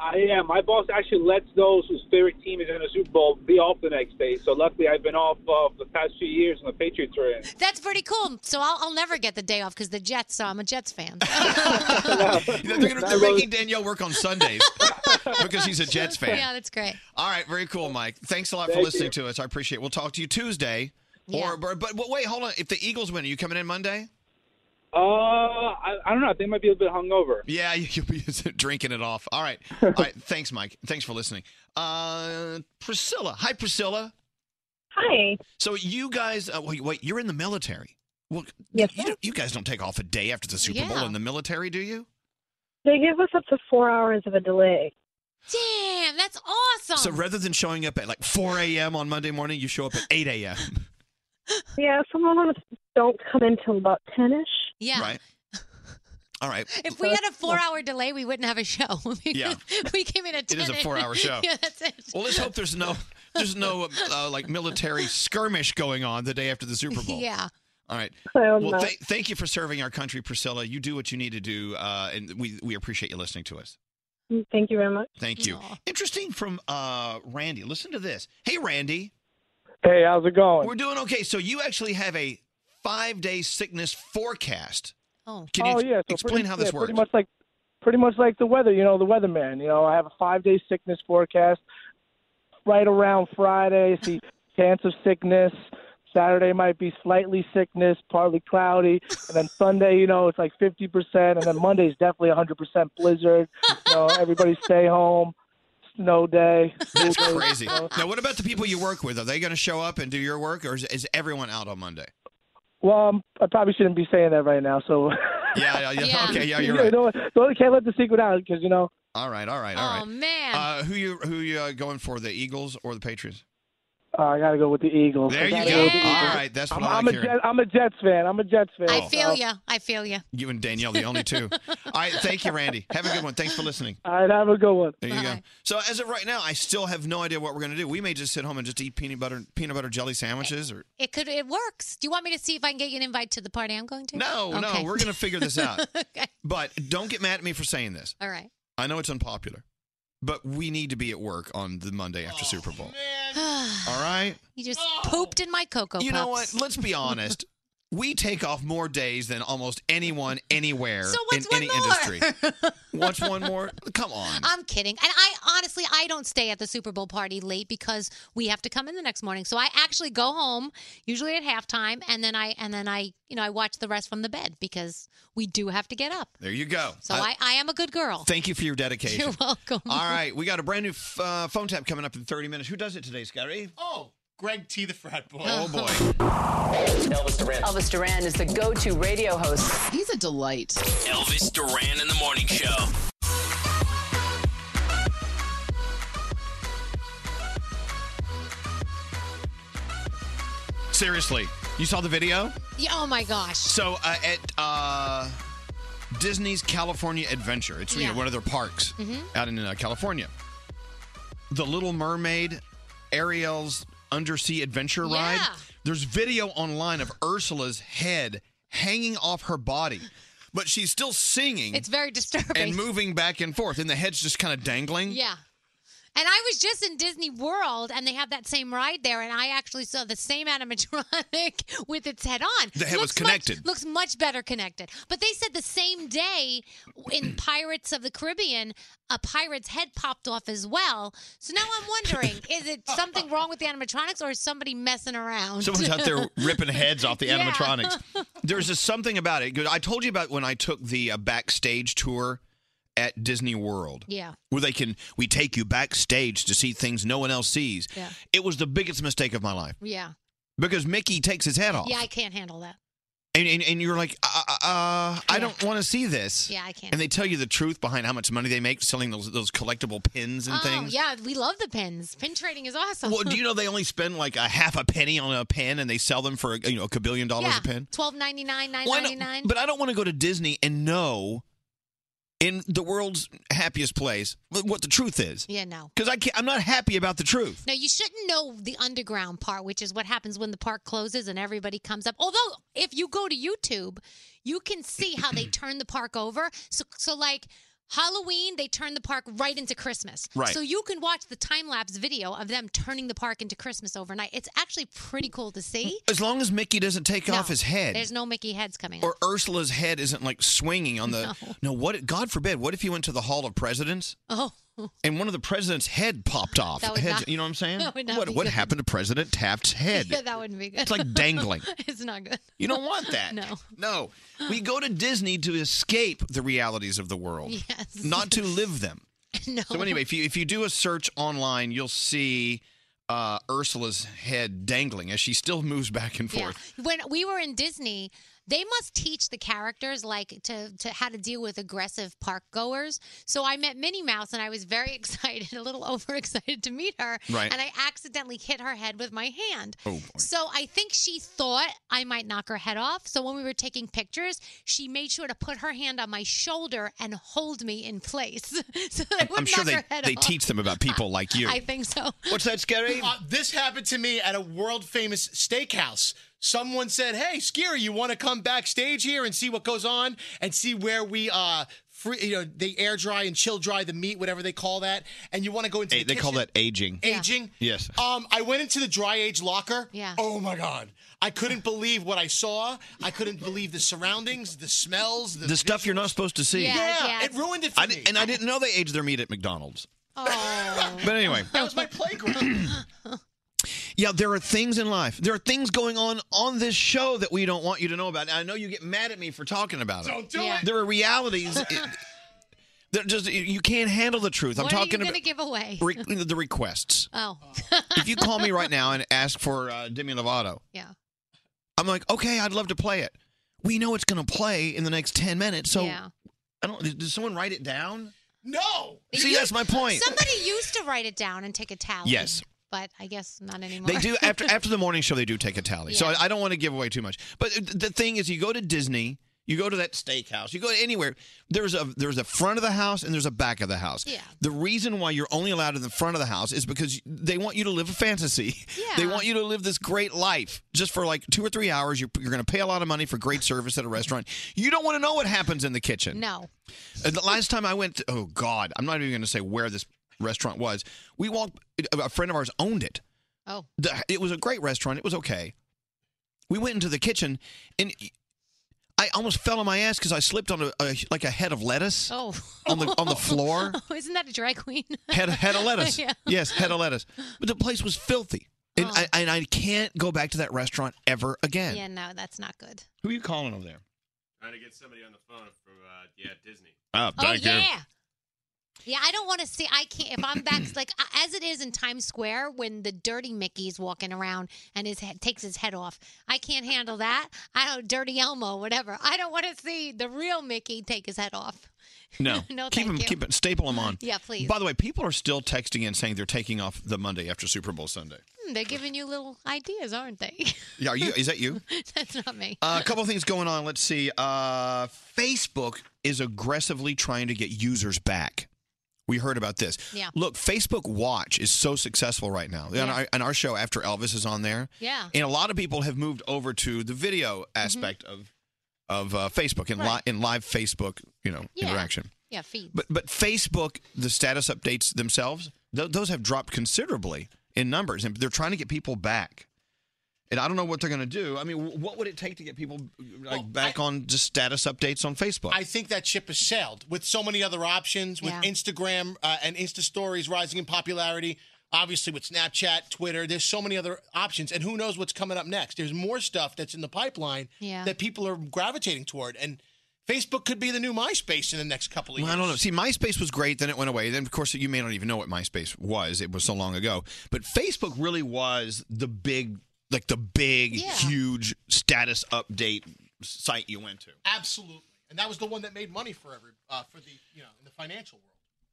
I am. My boss actually lets those whose favorite team is in the Super Bowl be off the next day. So luckily, I've been off uh, for the past few years, and the Patriots are in. That's pretty cool. So I'll, I'll never get the day off because the Jets. So I'm a Jets fan. They're, gonna- they're making Danielle work on Sundays because he's a Jets fan. Yeah, that's great. All right, very cool, Mike. Thanks a lot for Thank listening to us. I appreciate. it. We'll talk to you Tuesday. Yeah. Or, but, but but wait, hold on. If the Eagles win, are you coming in Monday? Uh, I, I don't know. They might be a little bit hungover. Yeah, you- you'll be drinking it off. All right, all right. Thanks, Mike. Thanks for listening. Uh, Priscilla, hi, Priscilla. Hi. So you guys, uh, wait, wait, you're in the military. Well, you, don't- you guys don't take off a day after the Super Bowl Yeah. in the military, do you? They give us up to four hours of a delay. Damn, that's awesome. So rather than showing up at like 4 a.m. on Monday morning, you show up at 8 a.m. Yeah, some of them don't come in till about 10 ish. Yeah. Right. All right. If we had a four-hour delay, we wouldn't have a show. because Yeah. we came in at It 10 is a four-hour show. yeah, that's it. Well, let's hope there's no there's no uh, like military skirmish going on the day after the Super Bowl. Yeah. All right. Well, Well, no. th- thank you for serving our country, Priscilla. You do what you need to do, uh, and we we appreciate you listening to us. Thank you very much. Thank you. Interesting from uh, Randy. Listen to this. Hey, Randy. Hey, how's it going? We're doing okay. So you actually have a five day sickness forecast. Oh. Can you oh ex- yeah. So explain pretty, how this yeah, works? Pretty much like, pretty much like the weather. You know, the weatherman. You know, I have a five-day sickness forecast. Right around Friday, see chance of sickness. Saturday might be slightly sickness, partly cloudy, and then Sunday, you know, it's like 50%, and then Monday's definitely 100% blizzard. You know, everybody stay home, snow day. That's cool days, crazy. you know. Now, what about the people you work with? Are they going to show up and do your work, or is, is everyone out on Monday? Well, um, I probably shouldn't be saying that right now. So Yeah, yeah, yeah. Okay, yeah, you you're right. know, don't- can't let the secret out because you know. All right, all right, all right. Oh man. Uh, who you who you uh, going for? The Eagles or the Patriots? Uh, I gotta go with the Eagles. There I you gotta go. with the All Eagles. right, that's what I'm, I I'm like a hearing. Jet, I'm a Jets fan. I'm a Jets fan. I feel so- ya. I feel ya. You and Danielle, the only two. All right, thank you, Randy. Have a good one. Thanks for listening. All right, have a good one. There you go. So as of right now, I still have no idea what we're going to do. We may just sit home and just eat peanut butter peanut butter jelly sandwiches, or It could. It works. Do you want me to see if I can get you an invite to the party I'm going to? no, Okay. no, we're going to figure this out. But don't get mad at me for saying this. All right. I know it's unpopular, but we need to be at work on the Monday after Super Bowl. All right. you just pooped in my cocoa. Oh. You know what? puffs. Let's be honest. We take off more days than almost anyone anywhere So what's in one any more? industry. What's one more? Come on. I'm kidding. And I honestly, I don't stay at the Super Bowl party late because we have to come in the next morning. So I actually go home usually at halftime, and then I and then I you know I watch the rest from the bed because we do have to get up. There you go. So I, I am a good girl. Thank you for your dedication. You're welcome. All right, we got a brand new f- uh, phone tap coming up in 30 minutes. Who does it today, Scotty? Oh, Greg T, the frat boy. Oh boy. Elvis Duran. Elvis Duran is the go to radio host. He's a delight. Elvis Duran in the morning show. Seriously, you saw the video? Yeah, oh my gosh. So uh, at uh, Disney's California Adventure, it's you know, Yeah. one of their parks Mhm. out in uh, California. The Little Mermaid, Ariel's undersea adventure Yeah. ride There's video online of Ursula's head hanging off her body, but she's still singing It's very disturbing. and moving back and forth, and the head's just kind of dangling. Yeah. And I was just in Disney World, and they have that same ride there, and I actually saw the same animatronic with its head on. The head was much- connected. looks much better connected. But they said the same day in Pirates of the Caribbean, a pirate's head popped off as well. So now I'm wondering, is it something wrong with the animatronics, or is somebody messing around? Someone's out there ripping heads off the Yeah. animatronics. There's just something about it. 'Cause I told you about when I took the uh, backstage tour at Disney World. Yeah. Where they can, we take you backstage to see things no one else sees. Yeah. It was the biggest mistake of my life Yeah. because Mickey takes his head off. Yeah, I can't handle that. And, and, and you're like, uh, uh, uh, I don't want to see this. Yeah, I can't. And they tell you the truth behind how much money they make selling those those collectible pins and oh, things. yeah, we love the pins. Pin trading is awesome. Well, do you know they only spend like a half a penny on a pen, and they sell them for you know a kabillion dollars a pen? Twelve ninety nine, nine Why ninety not- nine. But I don't want to go to Disney and know in the world's happiest place wh- what the truth is. Yeah, no. Because I can't, I'm not happy about the truth. No, you shouldn't know the underground part, which is what happens when the park closes and everybody comes up. Although, if you go to YouTube, you can see how they turn the park over. So, so like Halloween, they turn the park right into Christmas. Right. So you can watch the time lapse video of them turning the park into Christmas overnight. It's actually pretty cool to see. As long as Mickey doesn't take off his head. There's no Mickey heads coming. or Ursula's head isn't like swinging on the. No. No. what? God forbid. What if you went to the Hall of Presidents up. Oh. and one of the presidents' head popped off? That would Heads- not- you know what I'm saying? that would not what be what good. happened to President Taft's head? Yeah, that wouldn't be good. It's like dangling. it's not good. You don't want that. No. No. We go to Disney to escape the realities of the world, Yes. not to live them. No. So anyway, if you if you do a search online, you'll see uh, Ursula's head dangling as she still moves back and forth. When we were in Disney, they must teach the characters like to, to how to deal with aggressive park goers. So I met Minnie Mouse and I was very excited, a little overexcited to meet her. Right. And I accidentally hit her head with my hand. Oh, boy. So I think she thought I might knock her head off. So when we were taking pictures, she made sure to put her hand on my shoulder and hold me in place. so that I would I'm sure knock they, her head they off. teach them about people like you. I think so. What's that, Scary? Uh, this happened to me at a world famous steakhouse. Someone said, "Hey, Scary, you want to come backstage here and see what goes on and see where we uh." Free, you know, they air dry and chill dry the meat, whatever they call that, and you want to go into Hey, they the call kitchen- that aging. Aging. Yes. Um, I went into the dry age locker. Yeah. Oh my god, I couldn't believe what I saw. I couldn't believe the surroundings, the smells, the, The stuff you're not supposed to see. Yeah, yeah. it ruined it for I me. di- and I didn't know they aged their meat at McDonald's. But anyway, that was my playground. yeah, there are things in life. There are things going on on this show that we don't want you to know about. And I know you get mad at me for talking about it. Don't do Yeah. it. There are realities. it, they're just you can't handle the truth. what I'm are you talking going about to give away? re- the requests. oh. If you call me right now and ask for uh, Demi Lovato, yeah. I'm like, okay, I'd love to play it. We know it's going to play in the next ten minutes, so Yeah. I don't. Did did someone write it down? No. See, that's my point. Somebody used to write it down and take a tally. Yes. But I guess not anymore. They do after after the morning show. They do take a tally. So Yeah. I, I don't want to give away too much. But th- the thing is, you go to Disney, you go to that steakhouse, you go anywhere. There's a there's a front of the house and there's a back of the house. Yeah. The reason why you're only allowed in the front of the house is because they want you to live a fantasy. Yeah. They want you to live this great life just for like two or three hours. You're, you're going to pay a lot of money for great service at a restaurant. You don't want to know what happens in the kitchen. No. Uh, The last time I went, to- oh God, I'm not even going to say where this restaurant was. We walked. A friend of ours owned it. Oh. The, it was a great restaurant. It was okay. We went into the kitchen, and I almost fell on my ass because I slipped on a, a like a head of lettuce. Oh. On the on the floor, Oh, isn't that a drag queen? head head of lettuce. Yeah. Yes, head of lettuce. But the place was filthy, and I and I can't go back to that restaurant ever again. Yeah, no, that's not good. Who are you calling over there? Trying to get somebody on the phone from uh, yeah Disney. Oh, Oh yeah. Yeah, I don't want to see. I can't. If I'm back, like I- as it is in Times Square, when the dirty Mickey's walking around and his head takes his head off, I can't handle that. I don't dirty Elmo, whatever. I don't want to see the real Mickey take his head off. No, No, keep thank them, you. keep it, staple them on. Yeah, please. By the way, people are still texting in saying they're taking off the Monday after Super Bowl Sunday. Hmm, they're giving you little ideas, aren't they? Yeah, are you? Is that you? that's not me. Uh, a couple of things going on. Let's see. Uh, Facebook is aggressively trying to get users back. we heard about this. Yeah. Look, Facebook Watch is so successful right now. Yeah. And, our, and our show after Elvis is on there. Yeah. Mm-hmm. And a lot of people have moved over to the video aspect of of uh, Facebook and Right. li- and live Facebook, you know, Yeah. interaction. Yeah, feed. But but Facebook, the status updates themselves, th- those have dropped considerably in numbers, and they're trying to get people back. And I don't know what they're going to do. I mean, wh- what would it take to get people like back on just status updates on Facebook? I think that ship has sailed with so many other options, with Instagram uh, and Insta Stories rising in popularity. Obviously, with Snapchat, Twitter, there's so many other options, and who knows what's coming up next? There's more stuff that's in the pipeline Yeah. that people are gravitating toward, and Facebook could be the new MySpace in the next couple of Well, years. I don't know. See, MySpace was great, then it went away. Then, of course, you may not even know what MySpace was. It was so long ago. But Facebook really was the big, like the big, huge status update site you went to. Absolutely, and that was the one that made money for every uh, for the you know in the financial world.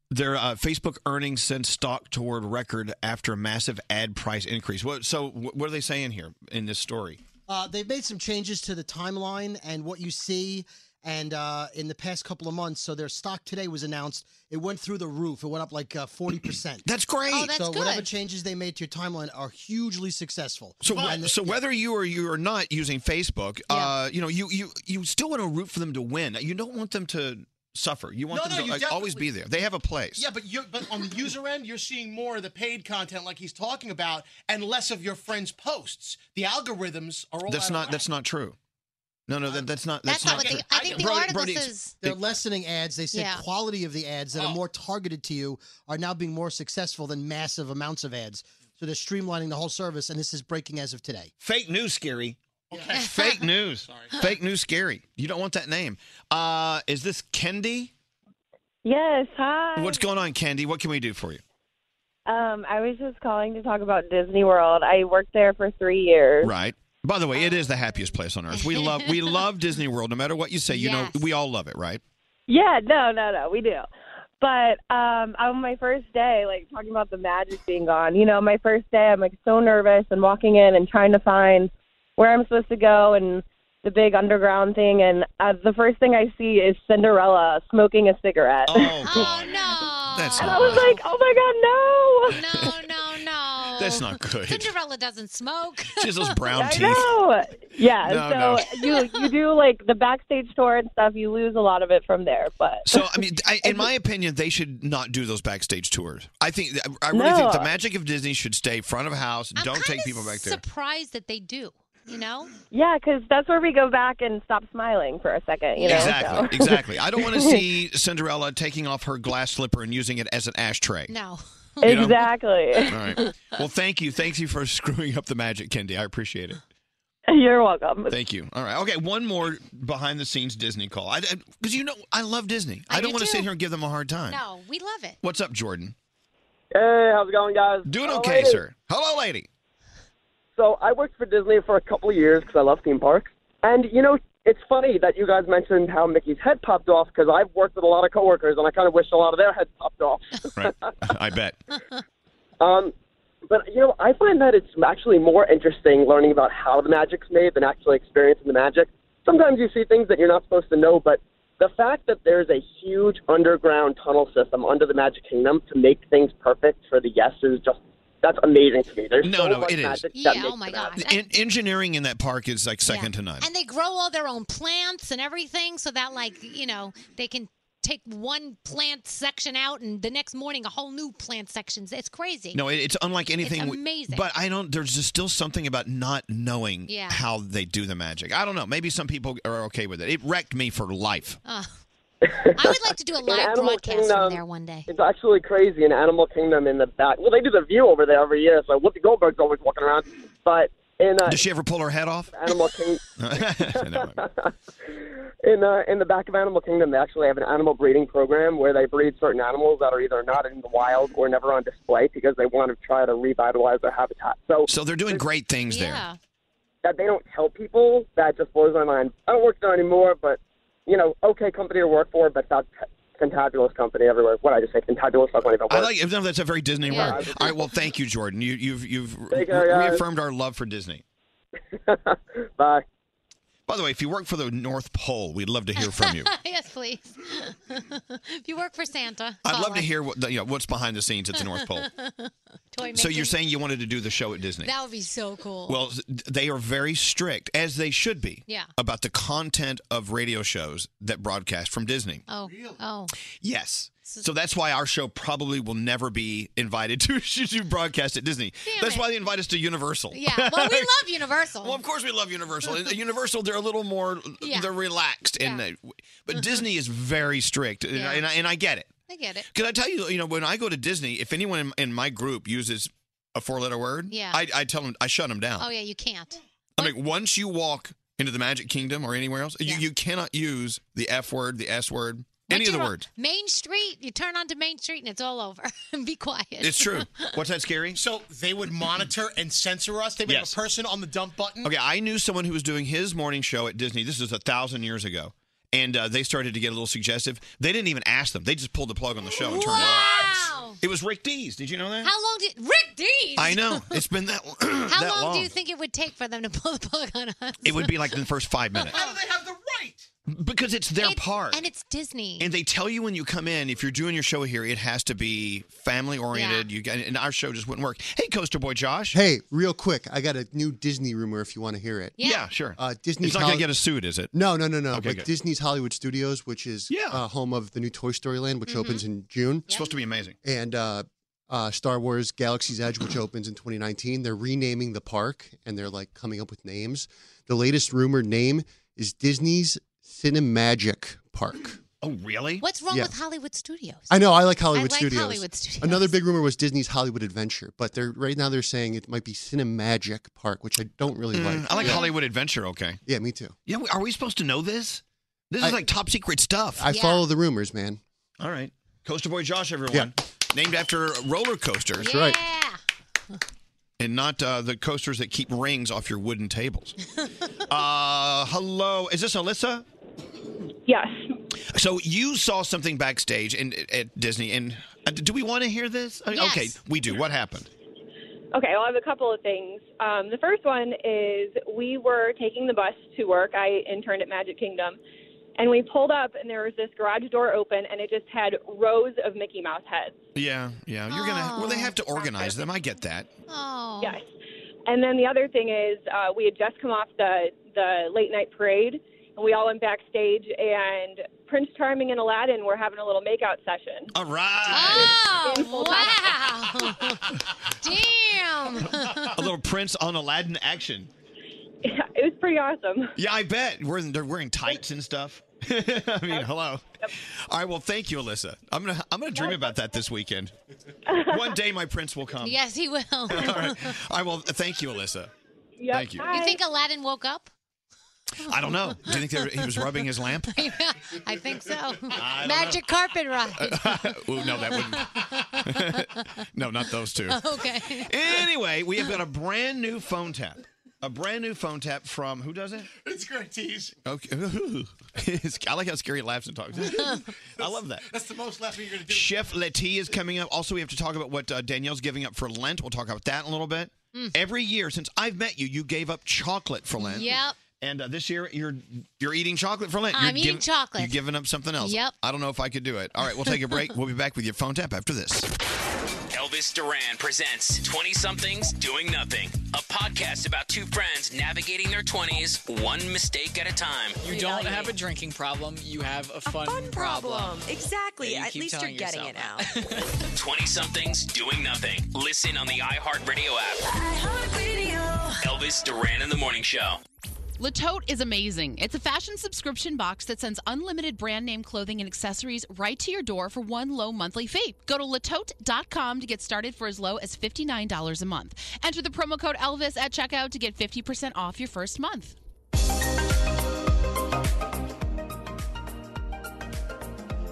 Their uh, Facebook earnings sent stock toward record after massive ad price increase. What, so, wh- what are they saying here in this story? Uh, they've made some changes to the timeline and what you see, and uh, in the past couple of months. So their stock today was announced. It went through the roof. It went up like uh, forty percent. That's great. Oh, that's so whatever good. changes they made to your timeline are hugely successful. So, wh- And the- so whether you are you are not using Facebook, uh, you know, you you you still want to root for them to win. You don't want them to suffer. You want No, no, them you to uh, always definitely- be there. They have a place. Yeah, but you but on the user end, you're seeing more of the paid content like he's talking about, and less of your friends' posts. The algorithms are all That's out of not. That's not true. No, no, that, that's not. That's, That's not what true. they- I think the Brody- article Brody, ex- Oh. says- They're lessening ads. They said Yeah. quality of the ads that are more targeted to you are now being more successful than massive amounts of ads. So they're streamlining the whole service, and this is breaking as of today. Fake news, scary. Fake news. Fake news, scary. You don't want that name. Uh, is this Kendi? Yes, hi. What's going on, Kendi? What can we do for you? Um, I was just calling to talk about Disney World. I worked there for three years. Right. By the way, it is the happiest place on earth. Oh. We love we love Disney World. No matter what you say, you know we all love it, right? Yeah, no, no, no, we do. But um, on my first day, like talking about the magic being gone, you know, my first day, I'm like so nervous and walking in and trying to find where I'm supposed to go and the big underground thing. And uh, the first thing I see is Cinderella smoking a cigarette. That's and I was like, oh my God, no. that's not good. Cinderella doesn't smoke. She has those brown I teeth. know. Yeah. No, so you you do like the backstage tour and stuff. You lose a lot of it from there, but So I mean, I, in my opinion, they should not do those backstage tours. I think I really think the No. magic of Disney should stay front of house. don't take people back there. surprised that they do. You know. Yeah, because that's where we go back and stop smiling for a second. You know. exactly, so. exactly. I don't want to see Cinderella taking off her glass slipper and using it as an ashtray. No. You know? Exactly. All right. Well, thank you. Thank you for screwing up the magic, Kendi. I appreciate it. You're welcome. Thank you. All right. Okay. One more behind the scenes Disney call. Because you know, I love Disney. I, don't want to sit here and give them a hard time. No, we love it. What's up, Jordan? Hey, how's it going, guys? Doing Hello, okay, lady. sir. Hello, lady. So I worked for Disney for a couple of years because I love theme parks. And you know, it's funny that you guys mentioned how Mickey's head popped off because I've worked with a lot of coworkers and I kind of wish a lot of their heads popped off. Right. I bet. Um, but you know, I find that it's actually more interesting learning about how the magic's made than actually experiencing the magic. Sometimes you see things that you're not supposed to know, but the fact that there's a huge underground tunnel system under the Magic Kingdom to make things perfect for the yes is just that's amazing to me. There's No, so no, much it is. magic that Yeah, makes oh my the gosh. En- engineering in that park is like second to none. And they grow all their own plants and everything so that like, you know, they can take one plant section out and the next morning a whole new plant sections. It's crazy. No, it- it's unlike anything. we- amazing. But I don't. There's just still something about not knowing Yeah. how they do the magic. I don't know. Maybe some people are okay with it. It wrecked me for life. Uh, I would like to do a In live Animal broadcast Kingdom, from there one day. It's actually crazy in Animal Kingdom in the back. Well, they do the view over there every year, so Whoopi Goldberg's always walking around. But in uh, Does she ever pull her head off? Animal King, Never mind. in uh, in the back of Animal Kingdom, they actually have an animal breeding program where they breed certain animals that are either not in the wild or never on display because they want to try to revitalize their habitat. So, so they're doing great things there. that they don't tell people that just blows my mind. I don't work there anymore, but you know, okay company to work for, but that's fantabulous company everywhere. What I just say, fantabulous. I don't even I work. like. No, that's a very Disney Yeah. word. All right. Well, thank you, Jordan. You, you've you've Take care, guys. reaffirmed our love for Disney. Bye. By the way, if you work for the North Pole, we'd love to hear from you. yes, please. if you work for Santa, I'd call love to us. hear what the, you know, what's behind the scenes at the North Pole. Toy so you're making? saying you wanted to do the show at Disney? that would be so cool. Well, th- they are very strict, as they should be, Yeah. about the content of radio shows that broadcast from Disney. oh, oh, Yes. So that's why our show probably will never be invited to, to broadcast at Disney. that's why they invite us to Universal. yeah. Well, we love Universal. Well, of course we love Universal. At Universal, they're a little more, Yeah. they're relaxed, and they- Mm-hmm. but Disney is very strict, and, I, and, I, and I get it. I get it. Because I tell you, you know, when I go to Disney, if anyone in, in my group uses a four-letter word, Yeah. I, I tell them, I shut them down. Oh yeah, you can't. I mean, once you walk into the Magic Kingdom or anywhere else, you, you cannot use the F word, the S word, any Once of the you're on words. Main Street. You turn onto Main Street and it's all over. be quiet. It's true. What's that scary? So they would monitor and censor us. They would have a person on the dump button. Okay, I knew someone who was doing his morning show at Disney. This was a thousand years ago. And uh, they started to get a little suggestive. They didn't even ask them. They just pulled the plug on the show and turned it off. It was Rick Dees. Did you know that? How long did Rick Dees? I know. It's been that, How that long, long. do you think it would take for them to pull the plug on us? It would be like in the first five minutes. do they have the right? Because it's their part. And it's Disney. And they tell you when you come in, if you're doing your show here, it has to be family oriented. You You and our show just wouldn't work. Hey, Coaster Boy Josh. Hey, real quick, I got a new Disney rumor if you want to hear it. Yeah, sure. Uh, Disney's It's not gonna Hol- get us sued, is it? No, no, no, no. Okay, but good. Disney's Hollywood Studios, which is uh, home of the new Toy Story Land, which Mm-hmm. Mhm. opens in June. It's supposed to be amazing. And uh, uh, Star Wars Galaxy's Edge, which opens in 2019. They're renaming the park and they're like coming up with names. The latest rumored name is Disney's Cinemagic Park. Oh, really? What's wrong Yeah. with Hollywood Studios? I know. I like Hollywood I like Studios. Hollywood Studios. Another big rumor was Disney's Hollywood Adventure, but they're right now they're saying it might be Cinemagic Park, which I don't really Mm, like. I like yeah. Hollywood Adventure. Okay. Yeah, me too. Yeah, we- are we supposed to know this? This I- is like top secret stuff. I follow the rumors, man. All right, Coaster Boy Josh, everyone. Named after roller coasters. That's right. And not uh, the coasters that keep rings off your wooden tables. uh, hello, is this Alyssa? Yes. So you saw something backstage in, at Disney, and uh, do we want to hear this? I mean, Yes. Okay, we do. What happened? Okay, well, I have a couple of things. Um, the first one is we were taking the bus to work. I interned at Magic Kingdom, and we pulled up, and there was this garage door open, and it just had rows of Mickey Mouse heads. Yeah, yeah. You're gonna. Well, they have to organize them. I get that. Oh. Yes. And then the other thing is uh, we had just come off the, the late night parade, and we all went backstage, and Prince Charming and Aladdin were having a little makeout session. All right. Oh, wow. Damn. A little Prince on Aladdin action. Yeah, it was pretty awesome. Yeah, I bet. We're they're wearing tights and stuff. I mean, hello. All right, well, thank you, Alyssa. I'm gonna I'm gonna dream about that this weekend. One day, my prince will come. yes, he will. Um, All right. I will. Thank you, Alyssa. Thank you. You think Aladdin woke up? I don't know. Do you think they were- he was rubbing his lamp? I think so. don't Magic carpet ride. Ooh, no, that wouldn't. no, not those two. okay. Anyway, we have got a brand new phone tap. A brand new phone tap from who does it? It's great tease. Okay. I like how scary laughs and talks. I love that. That's the most laughing you're gonna do. Chef Letty is coming up. Also, we have to talk about what uh, Danielle's giving up for Lent. We'll talk about that in a little bit. Mm. Every year since I've met you, you gave up chocolate for Lent. Yep. And uh, this year, you're you're eating chocolate for Lent. I'm you're eating chocolate. You're giving up something else. Yep. I don't know if I could do it. All right, we'll take a break. we'll be back with your phone tap after this. Elvis Duran presents 20 somethings doing nothing, a podcast about two friends navigating their 20s one mistake at a time. You don't have a drinking problem. You have a fun, problem. Exactly. Yeah, you At keep least you're telling getting it yourself now. 20 somethings doing nothing. Listen on the iHeartRadio app. Elvis Duran in the Morning Show. Latote is amazing. It's a fashion subscription box that sends unlimited brand name clothing and accessories right to your door for one low monthly fee. Go to latote.com to get started for as low as $59 a month. Enter the promo code Elvis at checkout to get 50% off your first month.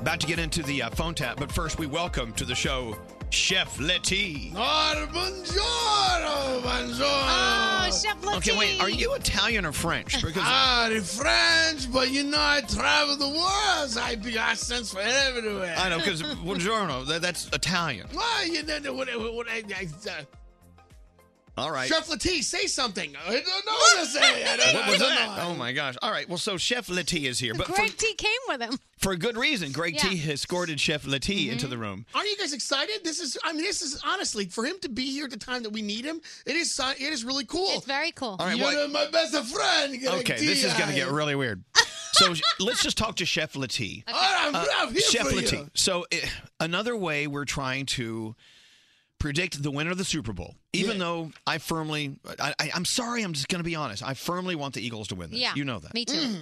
About to get into the uh, phone tap, but first we welcome to the show Chef Letty. Oh, buongiorno, buongiorno. Oh, Chef Okay, wait. Are you Italian or French? Because Ah, the French, but you know I travel the world. so I be accents for everywhere. I know because buongiorno that, that's Italian. Well, you know, when, when I, I, uh, All right. Chef Latisse, say something. I don't know what to say. I don't What know. was that? Oh my gosh! All right, well, so Chef Lattie is here, but for, Greg T came with him. for a good reason. Greg T Yeah. has escorted Chef Mm-hmm. Lattie into the room. Are you guys excited? This is, I mean, this is honestly for him to be here at the time that we need him. It is, si- it is really cool. It's very cool. All right, You're what- my best friend. Greg Okay, this is going to T. get really weird. So let's just talk to Chef Lattie. All right, I'm- I'm here Uh, Chef for you. Lattie. So eh, another way we're trying to predict the winner of the Super Bowl, even though I firmly, I, I, I'm sorry, I'm just going to be honest. I firmly want the Eagles to win this. Yeah. you know that. Me too.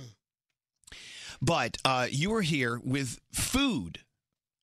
But uh, you are here with food,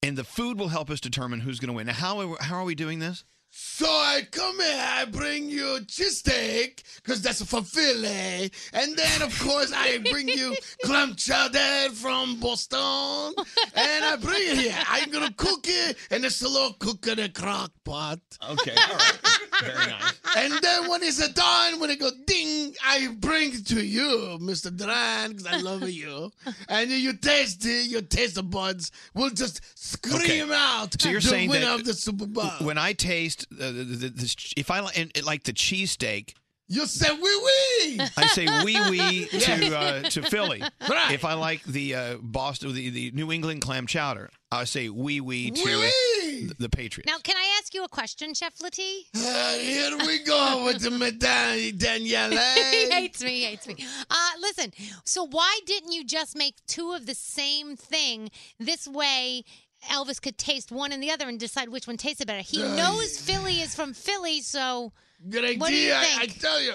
and the food will help us determine who's going to win. Now, how are we, how are we doing this? So I come here, I bring you cheesesteak, because that's for Philly. And then, of course, I bring you clam chowder from Boston. And I bring it here. I'm going to cook it, and it's a little cook in a crock pot. Okay, all right. Very nice. And then when it's done, when it go ding, I bring it to you, Mr. Duran, because I love you. And you taste it, your taste buds will just scream Okay. out So you're the saying winner that- of the Super Bowl. When I taste, uh, the, the, the, if I li- and, and like the cheesesteak, You say wee wee. I say wee wee to uh, to Philly. Right. If I like the uh, Boston, the, the New England clam chowder, I say wee wee to Wee-wee. the, the Patriots. Now, can I ask you a question, Chef Lattie? Uh, here we go with the Madame Danielle. he hates me. He hates me. Uh, listen. So why didn't you just make two of the same thing? This way, Elvis could taste one and the other and decide which one tasted better. He Uh, knows Philly is from Philly, so Good idea. What do you I, I think? tell you.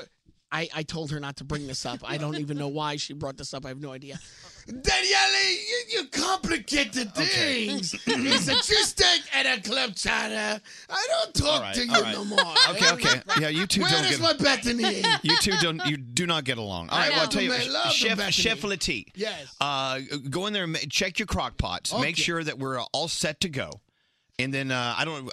I, I told her not to bring this up. I don't even know why she brought this up. I have no idea. Daniele, you, you complicated things. it's a cheesesteak and a club chowder. I don't All talk right, to you all right. no more. Okay, okay. Yeah, you two Where don't is get my Bethany? You two don't you do not get along. All I right, well, I'll know. tell you, Man, love the Chef Bethany. Chef Latie. Yes. Uh, go in there and ma- check your crock pots. Make Okay. sure that we're all set to go. And then uh, I don't.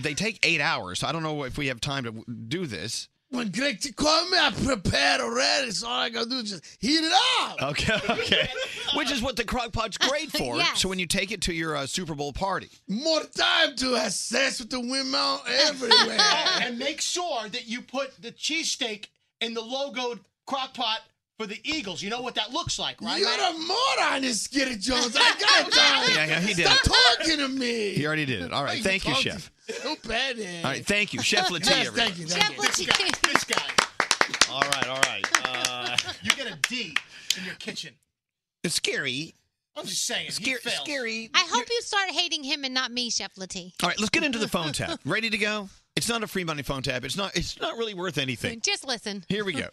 They take eight hours, so I don't know if we have time to do this. When Greg T called me, I prepared already. So all I gotta do is just heat it up. Okay, okay. Which is what the crock pot's great for. Yes. So when you take it to your uh, Super Bowl party, More time to have sex with the women everywhere. and make sure that you put the cheesesteak in the logoed crock pot for the Eagles. You know what that looks like, right? You're a moron, is Skinny Jones. I got that. Yeah, yeah, he did Stop it. talking to me. he already did it. All right, Why thank you, talking? Chef. So bad. eh? All right, thank you, Chef Latie. Yes, thank you. everybody. Thank This you. guy. This guy. All right, all right. Uh, You get a D in your kitchen. it's scary. I'm just saying. Scary- scary. I hope you start hating him and not me, Chef Lattie. All right, let's get into the phone tap. Ready to go? It's not a free money phone tap. It's not. It's not really worth anything. Just listen. Here we go.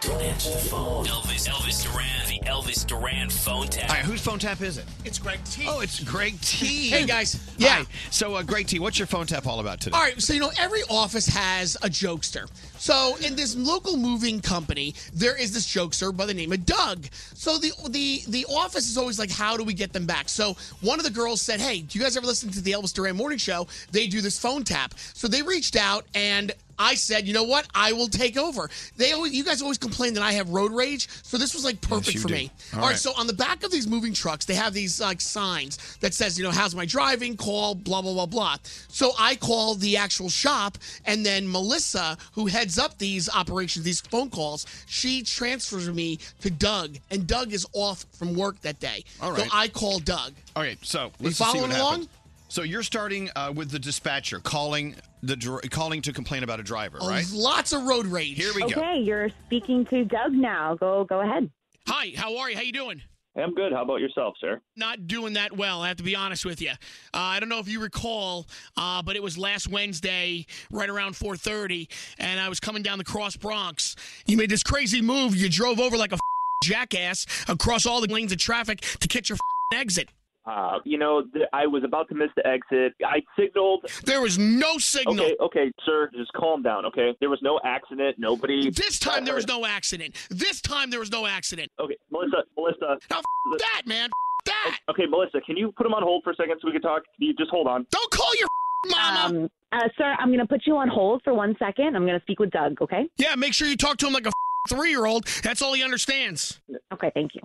Don't answer the phone. Elvis, Elvis Duran, the Elvis Duran phone tap. All right, whose phone tap is it? It's Greg T. Oh, it's Greg T. Hey, guys. Yeah. Hi. So, uh, Greg T, what's your phone tap all about today? All right, so you know every office has a jokester. So in this local moving company, there is this jokester by the name of Doug. So the the the office is always like, how do we get them back? So one of the girls said, hey, do you guys ever listen to the Elvis Duran Morning Show? They do this phone tap. So they reached out and. I said, you know what? I will take over. They always, you guys always complain that I have road rage, so this was like perfect you for do. me. All All right, right. so on the back of these moving trucks, they have these like signs that says, you know, how's my driving? Call blah blah blah blah. So I call the actual shop, and then Melissa, who heads up these operations, these phone calls, she transfers me to Doug, and Doug is off from work that day. All So right. I call Doug. All right, so You let's just see following what along? happens. So you're starting uh, with the dispatcher calling the dr- calling to complain about a driver, Oh, right? Lots of road rage. Here we go. Okay, you're speaking to Doug now. Go go ahead. Hi, how are you? How you doing? Hey, I'm good. How about yourself, sir? not doing that well. I have to be honest with you. Uh, I don't know if you recall, uh, but it was last Wednesday, right around 4:30, and I was coming down the Cross Bronx. You made this crazy move. You drove over like a jackass across all the lanes of traffic to catch your exit. Uh, you know, th- I was about to miss the exit. I signaled. There was no signal. Okay, okay, sir, just calm down, okay? There was no accident. Nobody. This time there was no accident. This time there was no accident. Okay, Melissa, Melissa. Now, f- that, man. F- that. Okay, Melissa, can you put him on hold for a second so we can talk? Can You just hold on. Don't call your mama. Um, uh, sir, I'm going to put you on hold for one second. I'm going to speak with Doug. Okay. Yeah, make sure you talk to him like a three-year-old. That's all he understands. Okay. Thank you.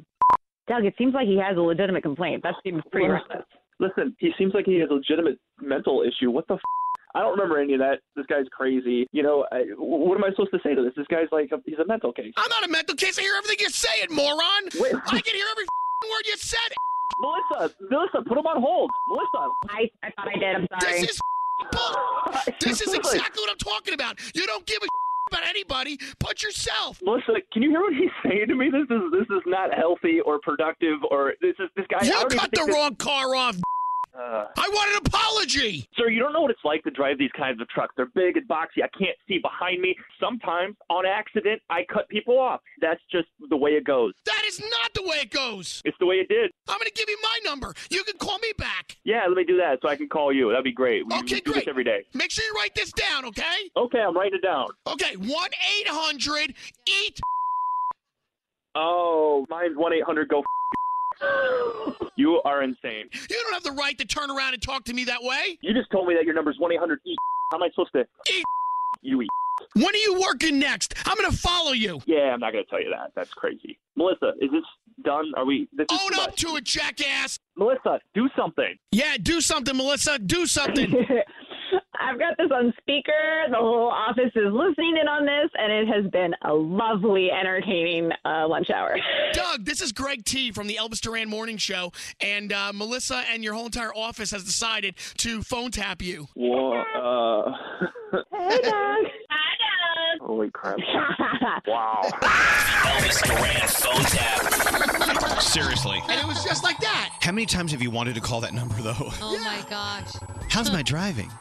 Doug, it seems like he has a legitimate complaint. That seems pretty reckless. Listen, he seems like he has a legitimate mental issue. What the f? I don't remember any of that. This guy's crazy. You know, I, what am I supposed to say to this? This guy's like, a, he's a mental case. I'm not a mental case. I hear everything you're saying, moron. I can hear every f***ing word you said. Melissa, Melissa, put him on hold. Melissa. I, I thought I did. I'm sorry. This is bull. This is exactly what I'm talking about. You don't give a about anybody but yourself. Melissa, can you hear what he's saying to me? This is this is not healthy or productive or this is this guy. I You don't even cut think the this- wrong car off. Uh, I want an apology. Sir, you don't know what it's like to drive these kinds of trucks. They're big and boxy. I can't see behind me. Sometimes, on accident, I cut people off. That's just the way it goes. That is not the way it goes. It's the way it did. I'm going to give you my number. You can call me back. Yeah, let me do that so I can call you. That'd be great. We Okay, we do this great. every day. Make sure you write this down, okay? Okay, I'm writing it down. Okay, 1 800 EAT. Oh, mine's one eight hundred. Go. f- you are insane. You don't have the right to turn around and talk to me that way. You just told me that your number's one eight hundred. How am I supposed to? You eat. When are you working next? I'm going to follow you. Yeah, I'm not going to tell you that. That's crazy. Melissa, is this done? Are we? This is Own up to it, jackass. Melissa, do something. Yeah, do something, Melissa. Do something. I've got this on speaker. The whole office is listening in on this, and it has been a lovely, entertaining uh, lunch hour. Doug, this is Greg T from the Elvis Duran Morning Show, and uh, Melissa and your whole entire office has decided to phone tap you. Whoa, uh, Hey, Doug. holy crap. wow. Elvis Duran phone tap. Seriously. And it was just like that. How many times have you wanted to call that number, though? Oh my gosh. How's my driving?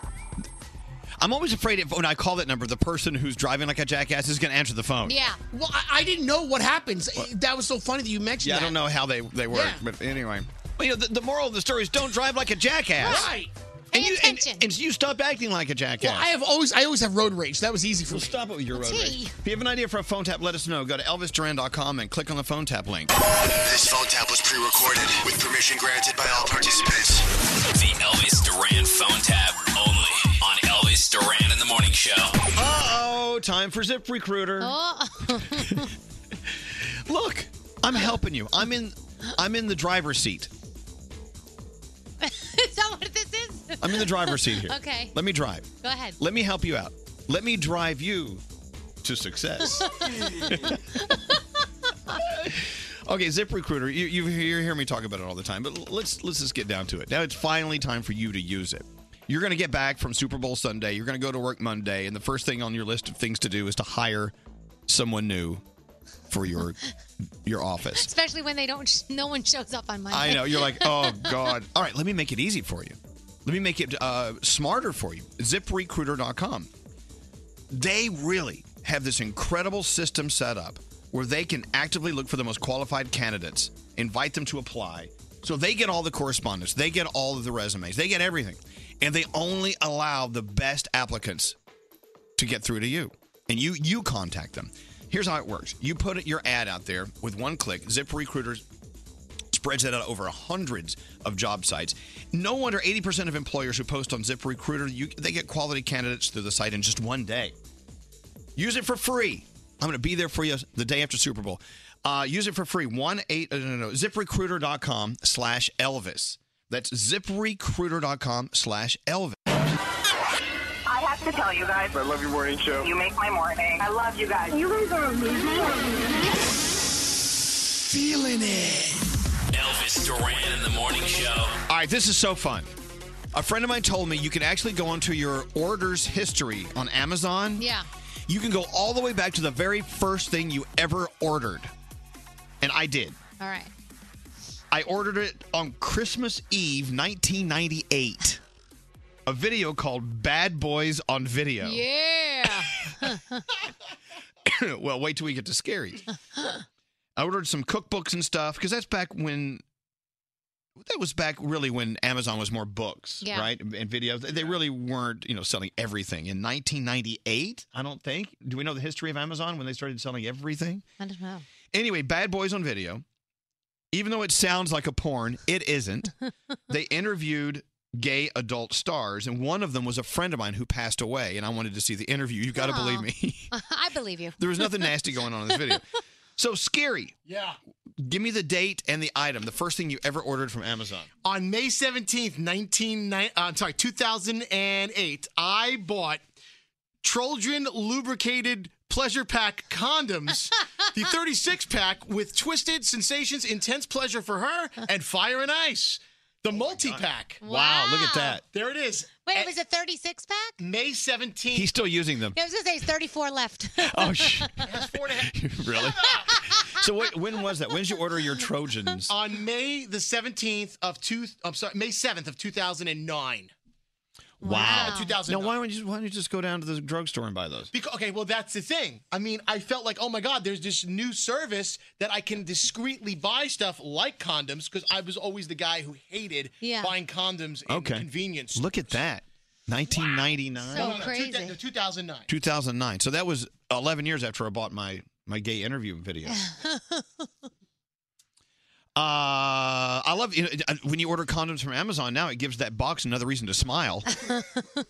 I'm always afraid if when I call that number, the person who's driving like a jackass is going to answer the phone. Yeah. Well, I, I didn't know what happens. That was so funny that you mentioned Yeah, I that. don't know how they, they work, Yeah. but anyway. Well, you know, the, the moral of the story is don't drive like a jackass. Right. And you, and, and you stop acting like a jackass. Well, I have always I always have road rage. That was easy for me. Stop it with your road rage. If you have an idea for a phone tap, let us know. Go to elvisduran.com and click on the phone tap link. This phone tap was pre-recorded with permission granted by all participants. The Elvis Duran phone tap only on Elvis Duran in the Morning Show. Uh-oh, time for Zip Recruiter. Oh, Look, I'm helping you. I'm in I'm in the driver's seat. is that what this is? I'm in the driver's seat here. Okay. Let me drive. Go ahead. Let me help you out. Let me drive you to success. Okay, ZipRecruiter, you, you, you hear me talk about it all the time, but l- let's let's just get down to it. Now it's finally time for you to use it. You're going to get back from Super Bowl Sunday. You're going to go to work Monday, and the first thing on your list of things to do is to hire someone new for your your office. Especially when they don't, sh- no one shows up on Monday. I know you're like, oh god. All right, let me make it easy for you. Let me make it uh, smarter for you. ZipRecruiter.com. They really have this incredible system set up where they can actively look for the most qualified candidates, invite them to apply. So they get all the correspondence, they get all of the resumes, they get everything, and they only allow the best applicants to get through to you and you you contact them here's how it works you put your ad out there with one click ziprecruiter spreads that out over hundreds of job sites no wonder 80% of employers who post on ziprecruiter you, they get quality candidates through the site in just one day use it for free i'm going to be there for you the day after super bowl uh, use it for free 1 8 no no no ziprecruiter.com slash elvis that's ziprecruiter.com slash elvis I have to tell you guys. I love your morning show. You make my morning. I love you guys. You guys are amazing. Feeling it. Elvis Duran in the Morning Show. All right, this is so fun. A friend of mine told me you can actually go onto your orders history on Amazon. Yeah. You can go all the way back to the very first thing you ever ordered. And I did. All right. I ordered it on Christmas Eve, 1998. A video called Bad Boys on Video. Yeah. well, wait till we get to Scaries. I ordered some cookbooks and stuff because that's back when that was back really when Amazon was more books, Yeah. right? And videos. They really weren't, you know, selling everything. In 1998, I don't think. Do we know the history of Amazon when they started selling everything? I don't know. Anyway, Bad Boys on Video. Even though it sounds like a porn, it isn't. they interviewed gay adult stars, and one of them was a friend of mine who passed away, and I wanted to see the interview. You've got to Aw. believe me. I believe you. There was nothing nasty going on in this video. So scary. Yeah. Give me the date and the item. The first thing you ever ordered from Amazon. On May 17th, 19, uh, I'm sorry, 2008, I bought Trojan lubricated pleasure pack condoms, the 36 pack with twisted sensations, intense pleasure for her, and fire and ice. The multi pack. Oh Wow, look at that. There it is. Wait, it was a 36 pack? May 17th. He's still using them. I was going to say, it's 34 left. Oh, sh- really? so what, when was that? When did you order your Trojans? On May the 17th of two, I'm sorry, May 7th of 2009. Wow. Uh, 2009. Now, why don't you why don't you just go down to the drugstore and buy those? Because, okay, well, that's the thing. I mean, I felt like, oh my God, there's this new service that I can discreetly buy stuff like condoms because I was always the guy who hated Yeah. buying condoms in Okay. convenience. Look at that. 1999. No, no, no, two- no, 2009. 2009. So that was 11 years after I bought my my gay interview video. Uh, I love you know, uh, when you order condoms from Amazon now. It gives that box another reason to smile. the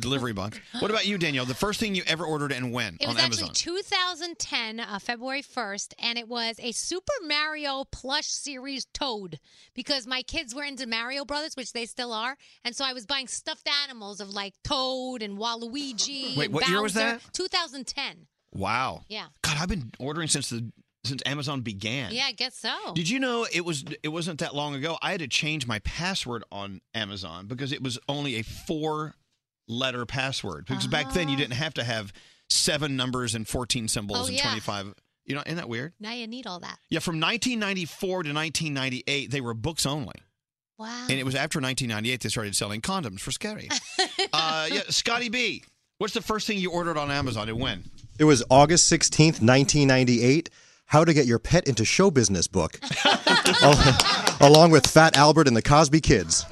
delivery box. What about you, Danielle? The first thing you ever ordered and when It on was actually Amazon? 2010, uh, February 1st, and it was a Super Mario plush series toad because my kids were into Mario Brothers, which they still are. And so I was buying stuffed animals of like Toad and Waluigi. Wait, and what year was Bowser. that? 2010. wow. Yeah. God, I've been ordering since the since Amazon began. Yeah, I guess so. Did you know it was it wasn't that long ago? I had to change my password on Amazon because it was only a four letter password. Because back then you didn't have to have seven numbers and fourteen symbols Uh-huh. Oh, and yeah. twenty five. You know, isn't that weird? Now you need all that. Yeah, from 1994 to 1998, they were books only. Wow. And it was after 1998 they started selling condoms for scary. uh, yeah, Scotty B, what's the first thing you ordered on Amazon and when? It was August 16th, 1998. How to Get Your Pet into Show Business book, Al- along with Fat Albert and the Cosby Kids.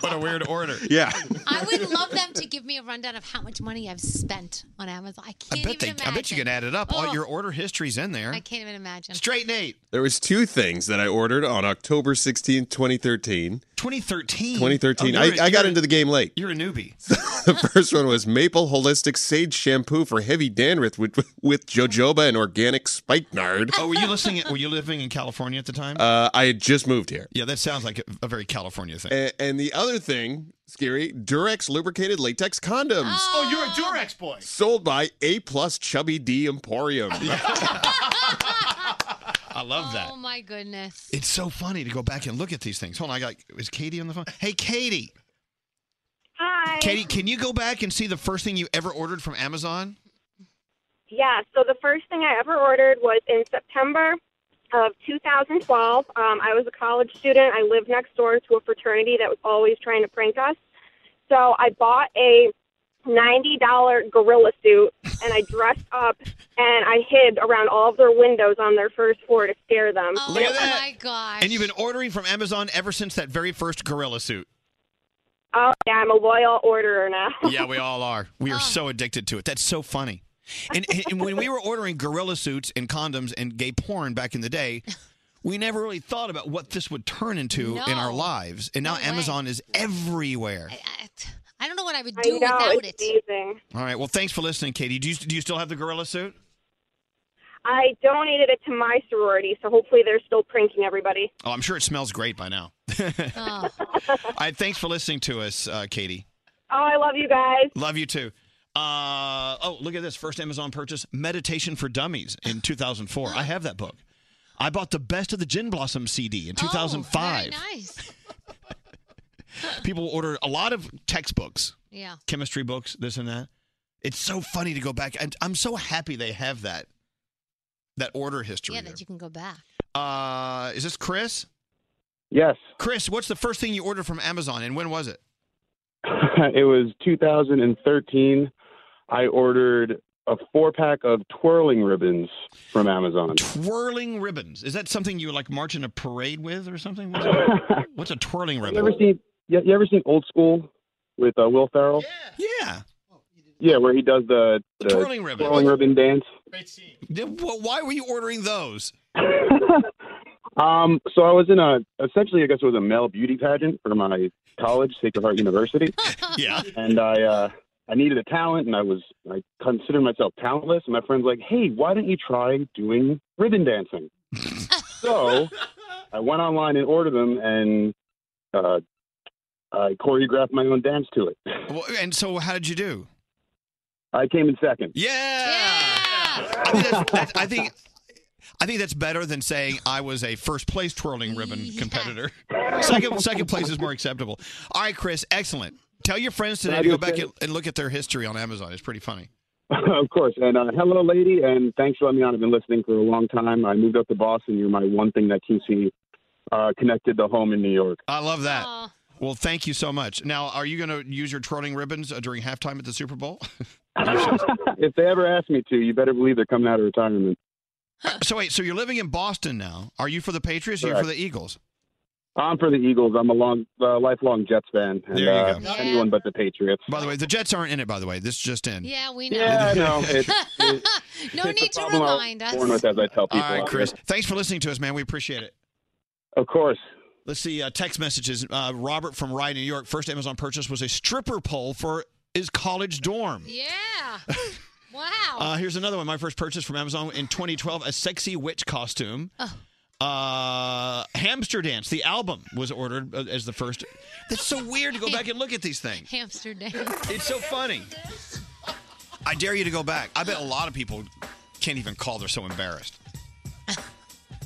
What a weird order. yeah. I would love them to give me a rundown of how much money I've spent on Amazon. I I can't bet they. even I imagine. bet you can add it up. Oh. All your order history's in there. I can't even imagine. Straight Nate. There was two things that I ordered on October 16, 2013. 2013. 2013. Oh, I, you're a- I got you're a- into the game late. You're a newbie. the first one was Maple Holistic Sage Shampoo for Heavy Dandruff with, with jojoba and organic spikenard. Oh, were you listening? Were you living in California at the time? Uh, I had just moved here. yeah, that sounds like a, a very California thing. And, and the other thing, scary, Durex lubricated latex condoms. Oh, you're a Durex boy. Sold by A plus Chubby D Emporium. I love that. Oh my goodness. It's so funny to go back and look at these things. Hold on, I got is Katie on the phone? Hey, Katie. Hi. Katie, can you go back and see the first thing you ever ordered from Amazon? Yeah, so the first thing I ever ordered was in September of 2012. Um, I was a college student. I lived next door to a fraternity that was always trying to prank us. So I bought a $90 gorilla suit and I dressed up and I hid around all of their windows on their first floor to scare them. Oh, Look at that. my gosh. And you've been ordering from Amazon ever since that very first gorilla suit. Oh, yeah, I'm a loyal orderer now. Yeah, we all are. We are so addicted to it. That's so funny. And, and- and when we were ordering gorilla suits and condoms and gay porn back in the day, we never really thought about what this would turn into in our No. lives. And now No way. Amazon is everywhere. I don't know what I would I do know, without it's it. amazing. All right. Well, thanks for listening, Katie. Do you, do you still have the gorilla suit? I donated it to my sorority, so hopefully they're still pranking everybody. Oh, I'm sure it smells great by now. Oh. All right. Thanks for listening to us, uh, Katie. Oh, I love you guys. Love you too. Uh, oh, look at this. First Amazon purchase Meditation for Dummies in 2004. I have that book. I bought the Best of the Gin Blossom CD in Oh, 2005. nice. People order a lot of textbooks, Yeah. chemistry books, this and that. It's so funny to go back. I'm, I'm so happy they have that that order history. Yeah, that you can go back. Uh, is this Chris? Yes, Chris, what's the first thing you ordered from Amazon and when was it? it was 2013. I ordered a four pack of twirling ribbons from Amazon. Twirling ribbons. Is that something you like march in a parade with or something? What's a, what's a twirling ribbon? You ever seen? You, you ever seen Old School with uh, Will Ferrell? Yeah. Yeah, where he does the, the twirling ribbon. twirling ribbon dance. Then wh- Why were you ordering those? Um, so I was in a essentially, I guess it was a male beauty pageant for my college, Sacred Heart University. yeah. And I uh, I needed a talent, and I was I considered myself talentless. And my friend's like, "Hey, why don't you try doing ribbon dancing?" so I went online and ordered them, and uh, I choreographed my own dance to it. Well, and so, how did you do? I came in second. Yeah. I, mean, that's, that's, I think I think that's better than saying I was a first place twirling ribbon competitor. Second second place is more acceptable. All right, Chris, excellent. Tell your friends Can today to I do go a back thing? and, and look at their history on Amazon. It's pretty funny. of course. And uh, hello, lady, and thanks for letting me on. I've been listening for a long time. I moved up to Boston. You're my one thing that keeps me uh, connected to home in New York. I love that. Well, thank you so much. Now, are you going to use your twirling ribbons uh, during halftime at the Super Bowl? if they ever ask me to, you better believe they're coming out of retirement. so wait, so you're living in Boston now. Are you for the Patriots or you're for Correct. the Eagles? I'm for the Eagles. I'm a long, uh, lifelong Jets fan. And, There you uh, go. Anyone but the Patriots. By the way, the Jets aren't in it. By the way, this just in. Yeah, we know. Yeah, I know. It's- no need to problem I was remind us. born with, as I tell people All right, out Chris. there. Thanks for listening to us, man. We appreciate it. Of course. Let's see uh, text messages. Uh, Robert from Rye, New York. First Amazon purchase was a stripper pole for his college dorm. Yeah. Wow. Uh, here's another one. My first purchase from Amazon in 2012: a sexy witch costume. Uh, hamster dance. The album was ordered uh, as the first. That's so weird to go back and look at these things. Hamster dance. It's so funny. I dare you to go back. I bet a lot of people can't even call. They're so embarrassed.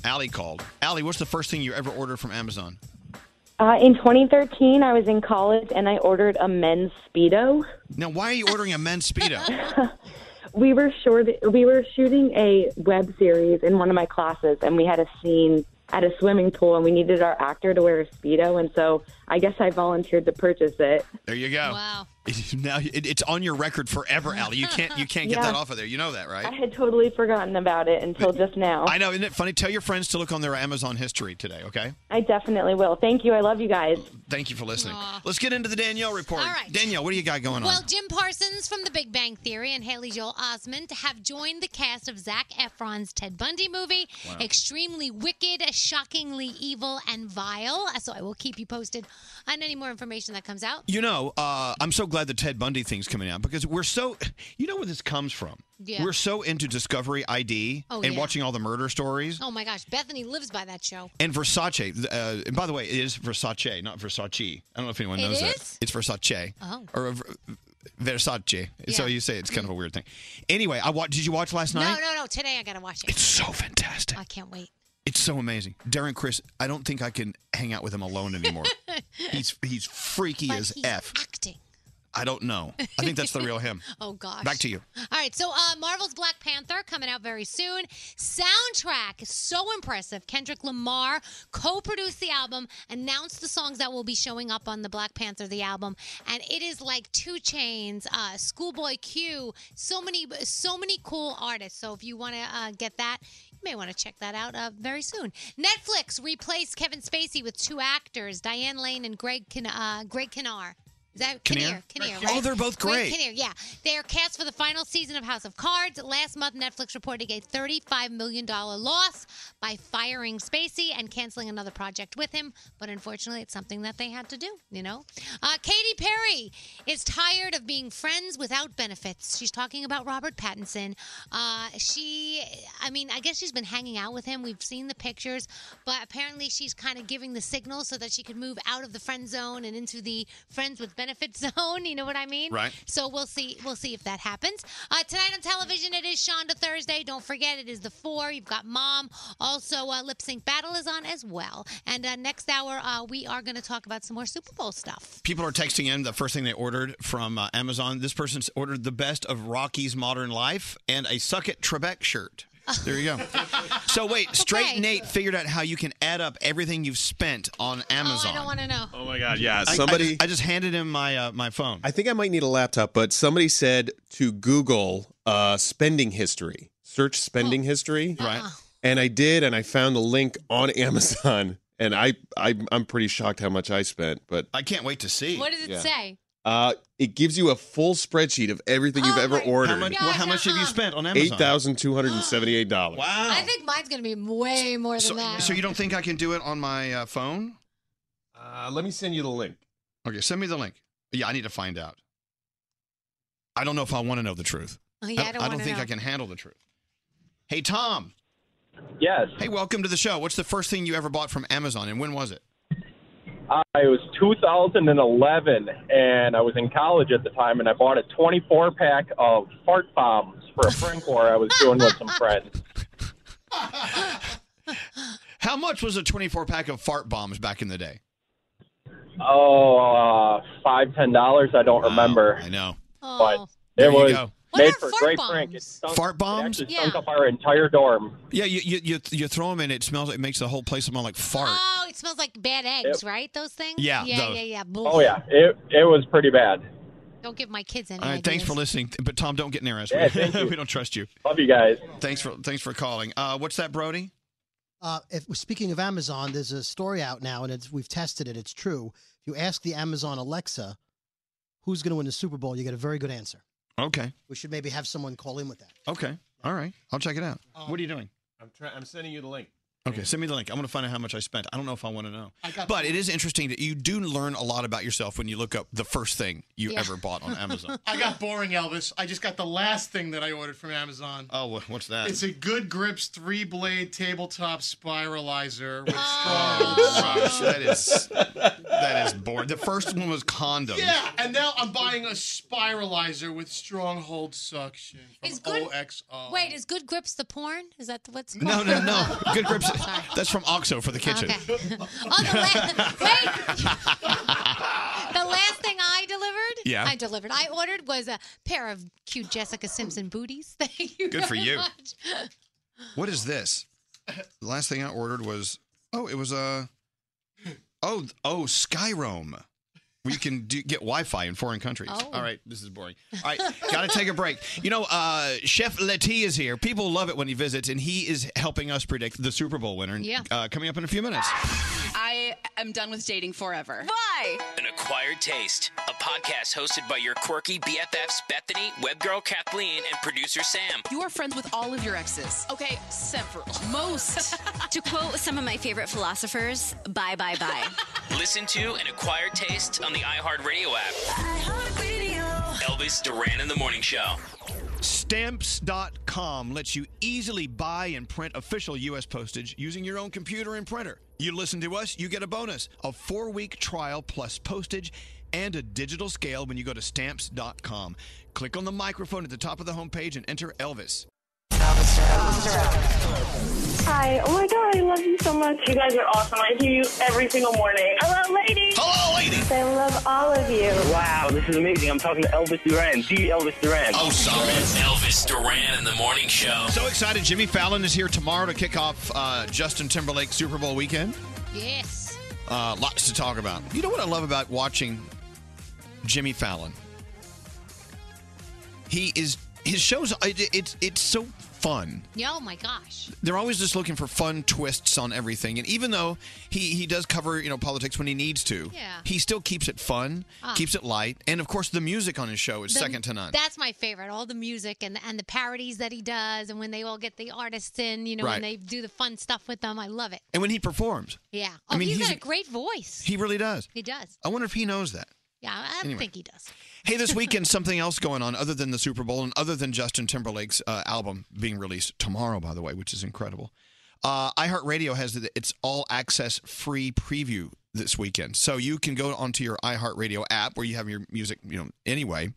Allie called. Allie, what's the first thing you ever ordered from Amazon? Uh, in 2013, I was in college and I ordered a men's speedo. Now, why are you ordering a men's speedo? We were short, we were shooting a web series in one of my classes, and we had a scene at a swimming pool, and we needed our actor to wear a speedo, and so I guess I volunteered to purchase it. There you go. Wow. now it, it's on your record forever, Allie. You can't you can't get Yeah. that off of there. You know that, right? I had totally forgotten about it until just Oh. now. I know, isn't it funny? Tell your friends to look on their Amazon history today, okay? I definitely will. Thank you. I love you guys. Thank you for listening. Let's get into the Danielle report. Danielle, what do you got going Well, on? Jim Parsons from The Big Bang Theory and Haley Joel Osment have joined the cast of Zach Efron's Ted Bundy movie, Wow. Extremely Wicked, Shockingly Evil, and Vile. So I will keep you posted on any more information that comes out. You know, uh, I'm so glad the Ted Bundy thing's coming out because we're so, you know where this comes from. Yeah. We're so into Discovery ID Oh, and yeah. watching all the murder stories. Oh my gosh, Bethany lives by that show. And Versace, uh, and by the way, it is Versace, not Versace. I don't know if anyone It knows is? that. It's Versace. Oh. Or uh, Versace. So Yeah. you say it's kind of a weird thing. Anyway, I wa- did you watch last night? No, no, no. Today I gotta watch it. It's so fantastic. I can't wait. It's so amazing. Darren Chris, I don't think I can hang out with him alone anymore. he's he's freaky But as he's F. Acting. I don't know. I think that's the real him. Oh gosh. Back to you. All right, so uh, Marvel's Black Panther coming out very soon. Soundtrack is so impressive. Kendrick Lamar co-produced the album, announced the songs that will be showing up on the Black Panther the album, and it is like Two Chains, uh, Schoolboy Q, so many, so many cool artists. So if you want to uh, get that, you may want to check that out uh, very soon. Netflix replaced Kevin Spacey with two actors, Diane Lane and Greg Kin- uh, Greg Kinnear. Is that Kinnear? Kinnear? Kinnear, Oh, right? they're both Greg great. Kinnear, yeah. They are cast for the final season of House of Cards. Last month, Netflix reported a $35 million loss by firing Spacey and canceling another project with him. But unfortunately, it's something that they had to do, you know? Uh, Katy Perry is tired of being friends without benefits. She's talking about Robert Pattinson. Uh, she, I mean, I guess she's been hanging out with him. We've seen the pictures, but apparently she's kind of giving the signal so that she could move out of the friend zone and into the friends with benefits zone. You know what I mean? Right. So we'll see. We'll see if that happens. Uh, tonight on television, it is Shonda Thursday. Don't forget, it is the four. You've got Mom. Also, uh, Lip Sync Battle is on as well. And uh, next hour, uh, we are going to talk about some more Super Bowl stuff. People are texting in the first thing they ordered from uh, Amazon. This person's ordered the best of Rocky's Modern Life and a Suck It Trebek shirt. There you go. so wait, straight Nate figured out how you can add up everything you've spent on Amazon. Oh, I don't want to know. Oh my God, I- yeah, I just- I somebody- just, handed him my uh, my phone. I think I might need a laptop, but somebody said to Google uh, spending history, search spending history. Oh. Right. And I did, and I found the link on Amazon, and I, I I'm pretty shocked how much I spent, but I can't wait to see. What does it Yeah. say? Uh, it gives you a full spreadsheet of everything Oh you've ever ordered. How much, well, how much have you spent on Eight Amazon? thousand two hundred and seventy-eight dollars. Wow. I think mine's going to be way more than So, that. so you don't think I can do it on my uh, phone? Uh, let me send you the link. Okay, send me the link. Yeah, I need to find out. I don't know if I want to know the truth. Oh, yeah, I don't wanna think know. I can handle the truth. Hey, Tom. Yes. Hey, welcome to the show. What's the first thing you ever bought from Amazon, and when was it? Uh, it was 2011, and I was in college at the time, and I bought a 24 pack Oh, of fart bombs for a prank war I was doing with some friends. How much was a 24 pack of fart bombs back in the day? Oh, uh, five ten dollars. I don't remember. I know, but There it you was go. What made are for a fart great prank. It stunk, Fart bombs? It actually stunk up our entire dorm. Yeah, you you you, you throw them in. It smells. It makes the whole place smell like fart. Oh, it smells like bad eggs, right? Those things. Yeah, yeah, those. yeah, yeah. Oh yeah, it it was pretty bad. Don't give my kids any. All right, thanks for listening. But Tom, don't get near us. Yeah, thank you. we don't trust you. Love you guys. Thanks for thanks for calling. Uh, what's that, Brody? Uh, if, speaking of Amazon, there's a story out now, and it's, we've tested it. It's true. If you ask the Amazon Alexa, who's going to win the Super Bowl, you get a very good answer. Okay. We should maybe have someone call in with that. Um, Okay. All right. I'll check it out. what are you doing? I'm trying. I'm sending you the link. Okay, send me the link. I want to find out how much I spent. I don't know if I want to know. But it is interesting that you do learn a lot about yourself when you look up the first thing you Yeah. ever bought on Amazon. I got boring, Elvis. I just got the last thing that I ordered from Amazon. oh, wh- what's that? It's a Good Grips three blade tabletop spiralizer with Gosh, strong that is that is boring. The first one was condoms. Yeah, and now I'm buying a spiralizer with stronghold suction from Is good- OXO. Wait, is Good Grips the porn? Is that what's? No, no, no. Good grips. That's from Oxo for the kitchen. Okay. oh, the last, wait. the last thing I delivered, Yeah. I delivered. I ordered was a pair of cute Jessica Simpson booties. Thank you. Good for very you. much. What is this? The last thing I ordered was oh, it was a oh oh Skyrome, where you can do, get Wi-Fi in foreign countries. Oh. All right, this is boring. All right, got to take a break. You know, uh, Chef Leti is here. People love it when he visits, and he is helping us predict the Super Bowl winner. Yeah. uh, coming up in a few minutes. I am done with dating forever. Why? An Acquired Taste, a podcast hosted by your quirky BFFs Bethany, Webgirl Kathleen, and producer Sam. You are friends with all of your exes. Okay, several. Most. to quote some of my favorite philosophers, bye bye bye. Listen to An Acquired Taste on the iHeartRadio app. Elvis Duran in the Morning Show. Stamps.com lets you easily buy and print official U.S. postage using your own computer and printer. You listen to us, you get a bonus a four week trial plus postage and a digital scale when you go to stamps.com. Click on the microphone at the top of the homepage and enter Elvis. Hi. Oh my god, I love you so much. You guys are awesome. I hear you every single morning. Hello, ladies. Hello, ladies. I love all of you. Wow, this is amazing. I'm talking to Elvis Duran, the Elvis Duran. Oh, sorry. Elvis Duran in the Morning Show. So excited. Jimmy Fallon is here tomorrow to kick off uh, Justin Timberlake Super Bowl weekend. Yes. Uh, lots to talk about. You know what I love about watching Jimmy Fallon? He is his shows. It, it's it's so fun. Yeah, Oh my gosh. They're always just looking for fun twists on everything. And even though he he does cover you know politics when he needs to, Yeah. he still keeps it fun, Ah. keeps it light, and of course the music on his show is The- Oh, second to none. That's my favorite. All the music and and the parodies that he does, and when they all get the artists in, you know, Right. when they do the fun stuff with them, I love it. and when he performs, Yeah. I Oh, mean, he's got he's- a great voice. he really does. He does. I wonder if he knows that. Yeah, I don't Anyway. think he does. Hey, this weekend, something else going on other than the Super Bowl and other than Justin Timberlake's uh, album being released tomorrow, by the way, which is incredible. Uh, iHeartRadio has the- its all access free preview this weekend. So you can go onto your iHeartRadio app where you have your music, you know, anyway.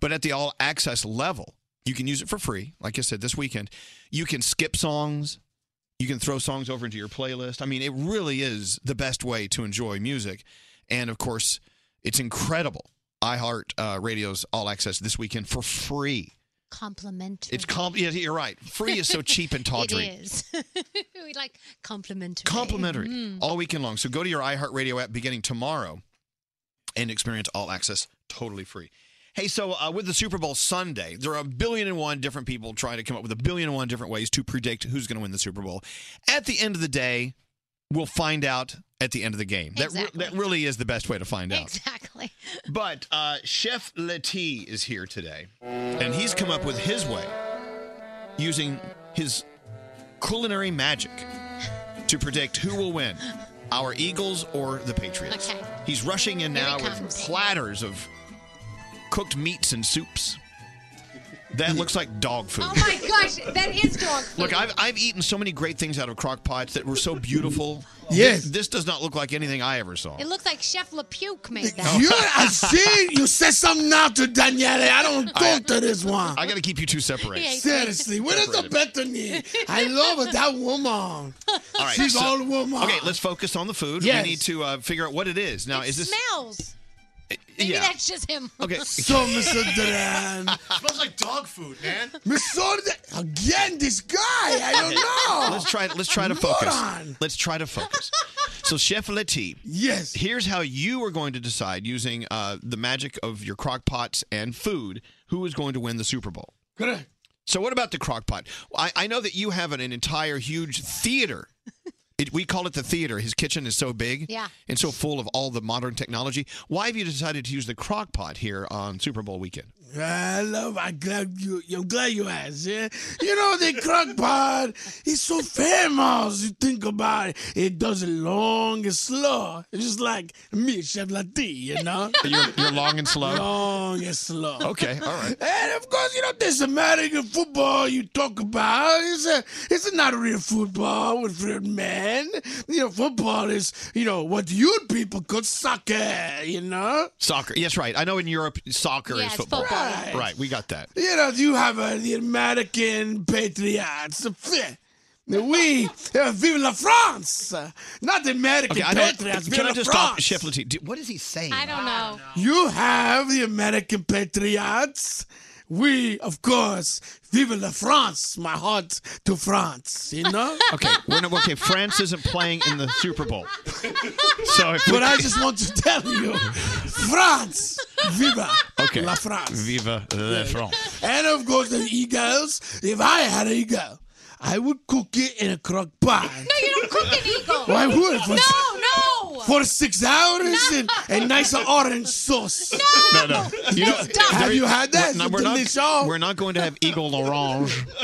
But at the all access level, you can use it for free. Like I said, this weekend, you can skip songs. You can throw songs over into your playlist. I mean, it really is the best way to enjoy music. And of course, it's incredible. iHeart uh, Radio's All Access this weekend for free. Complimentary. It's com- yeah, you're right. Free is so cheap and tawdry. It is. we like complimentary. Complimentary Mm. all weekend long. So go to your iHeartRadio app beginning tomorrow and experience all access totally free. Hey, so uh, with the Super Bowl Sunday, there are a billion and one different people trying to come up with a billion and one different ways to predict who's going to win the Super Bowl. At the end of the day, we'll find out at the end of the game. That, re- that really is the best way to find out. Exactly. But uh, Chef Leti is here today, and he's come up with his way using his culinary magic to predict who will win our Eagles or the Patriots. Okay. He's rushing in Here now he with comes. platters of cooked meats and soups. That looks like dog food. Oh my gosh, that is dog food. Look, I've, I've eaten so many great things out of crock pots that were so beautiful. Yes. This, this does not look like anything I ever saw. It looks like Chef LePuke made that. You, I see you said something now to Daniele. I don't talk to this one. I got to keep you two separate. Seriously, what is the Bethany? I love that woman. All right, She's so- all woman. Okay, let's focus on the food. Yes. We need to uh, figure out what it is. Now, is this smells. Maybe yeah? that's just him. Okay. So, Mr. Duran, smells like dog food, man. Mr. Duran- again, this guy. I don't know. Let's try. Let's try to focus. Moron. Let's try to focus. So, Chef Letty. Yes. Here's how you are going to decide using uh, the magic of your crock pots and food who is going to win the Super Bowl. Correct. So, what about the crock pot? I, I know that you have an, an entire huge theater. It, we call it the theater. His kitchen is so big Yeah. and so full of all the modern technology. Why have you decided to use the crock pot here on Super Bowl weekend? I love. I glad you. I'm glad you asked. Yeah? You know the crock pot is so famous. You think about it. It does it long and slow. It's just like me, Chef Lati. You know. You're, you're long and slow. Long and slow. Okay, all right. And of course, you know this American football you talk about is a, it's not real football with real men. You know, football is you know what you people call soccer. You know. Soccer. Yes, right. I know in Europe, soccer Yeah, is it's football. football, yeah. right, we got that. You know, you have uh, the American patriots. We uh, vive la France, uh, not the American Okay, I don't. patriots. Vive Can I la just France. stop, Chef Latif? Do- What is he saying? I don't know. You have the American patriots. We, of course, vive la France. My heart to France. You know. Okay, we're not, okay. France isn't playing in the Super Bowl, so if we- But I just want to tell you, France, viva okay. la France. Viva la France. And of course, the eagles. If I had an eagle, I would cook it in a crock pot. No, you don't cook an eagle. Why would? No, no. For six hours and a nice orange sauce. No, no. You know, Have you had that? No, we're, not, we're not going to have Eagle Orange.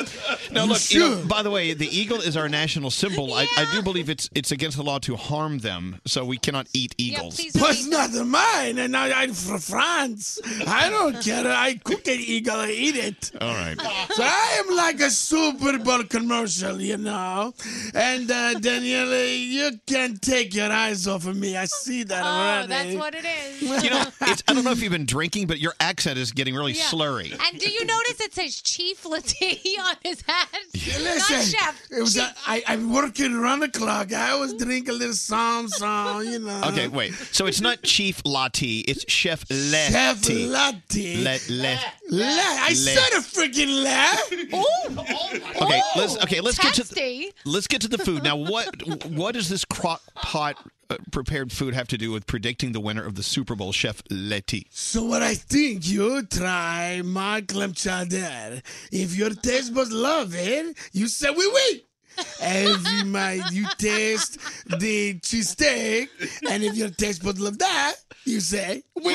No, You look. you know, should. by the way, the eagle is our national symbol. I, I do believe it's it's against the law to harm them, so we cannot eat eagles. But it's not mine, and I, I'm from France. I don't care. I cook an eagle, I eat it. All right. So I am like a Super Bowl commercial, you know. And uh, Daniele, you can't take your eyes off of me. I see that already. Oh, it is. You know, it's, I don't know if you've been drinking, but your accent is getting really Yeah. slurry. And do you notice it says Chief Lati on his hat? Listen, Not chef. Mm. it was a, I, I'm working around the clock. I always drink a little some, some, you know. Okay, wait. So it's not Chief Lati, it's Chef Letty. Chef Lati. Let, let. La- I said a freaking laugh. Oh, Okay, let's okay, let's get to Tasty. let's get to the food. Now, what what does this crock pot uh, prepared food have to do with predicting the winner of the Super Bowl, Chef Letty? So what I think you try my clam chowder. If your taste buds love it, you say we oui, oui. If you might you taste the cheesesteak, and if your taste buds love that, you say we oui,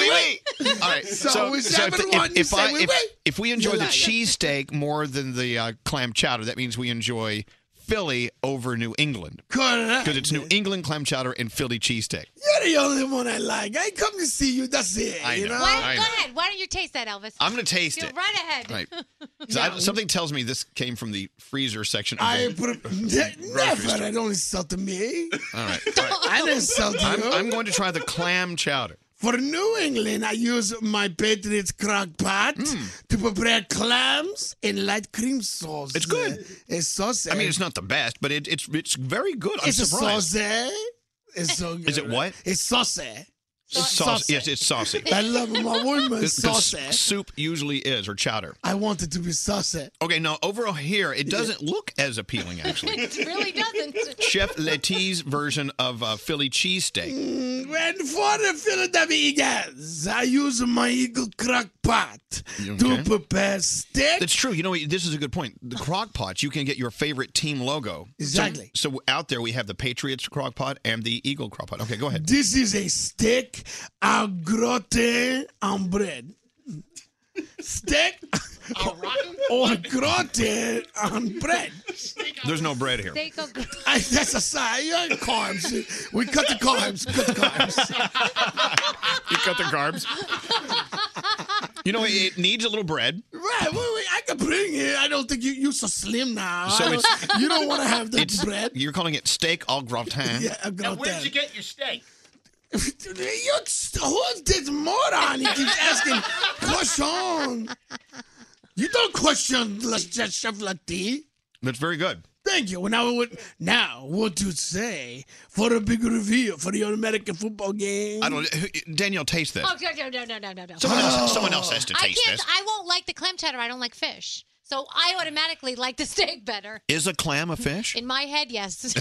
oui. All right. So, if- whichever if, one you if say I, oui, if, oui, if we enjoy you the like. cheesesteak more than the uh, clam chowder, that means we enjoy Philly over New England. Correct. Because it's New England clam chowder and Philly cheesesteak. You're the only one I like. I come to see you. That's it. I you know, know. Why, I go know. ahead. Why don't you taste that, Elvis? I'm gonna taste Go it. Right ahead. Right. 'Cause I- something tells me this came from the freezer section. Of I the put a, grocery store. never. I don't insult me. All right. I didn't insult you. I'm, I'm going to try the clam chowder. For New England, I use my Patriots crock pot Hmm. to prepare clams in light cream sauce. It's good. It's sausage. I mean, it's not the best, but it, it's it's very good. I'm it's a surprised. sausage. It's so good. Is it what? It's sausage. It's sauce. Yes, it's saucy. I love my woman This- because sausage. Soup usually is, or chowder. I want it to be sausage. Okay, now over here, it doesn't look as appealing, actually. it really doesn't. Chef Letty's version of uh, Philly cheesesteak. Mm, And for the Philadelphia Eagles, I use my Eagle crock pot to prepare steak. That's true. You know, this is a good point. The crock pots, you can get your favorite team logo. So- Exactly. So, out there, we have the Patriots crock pot and the Eagle crock pot. Okay, go ahead. This is a steak au gratin en bread. Steak au gratin en bread. There's no bread here. Steak au gratin. I, that's a sign. You ain't carbs. We cut the carbs. Cut the carbs. You cut the carbs. You know, it needs a little bread. Right, wait, wait, I can bring it. I don't think you you so slim now. So I don't- it's- you don't want to have that It's- bread. You're calling it steak au gratin. Yeah, I Now, got where'd that. you get your steak? You who's this moron? He keeps asking question. You don't question la chef chef Lati. That's very good. Thank you. Now, what, now, what do you say for the big reveal for the American football game? I don't. Daniel, taste this. Oh, no, no, no, no, no, no, no. Someone else. Someone else has to I taste can't. this. I won't like the clam chowder. I don't like fish, so I automatically like the steak better. Is a clam a fish? In my head, yes.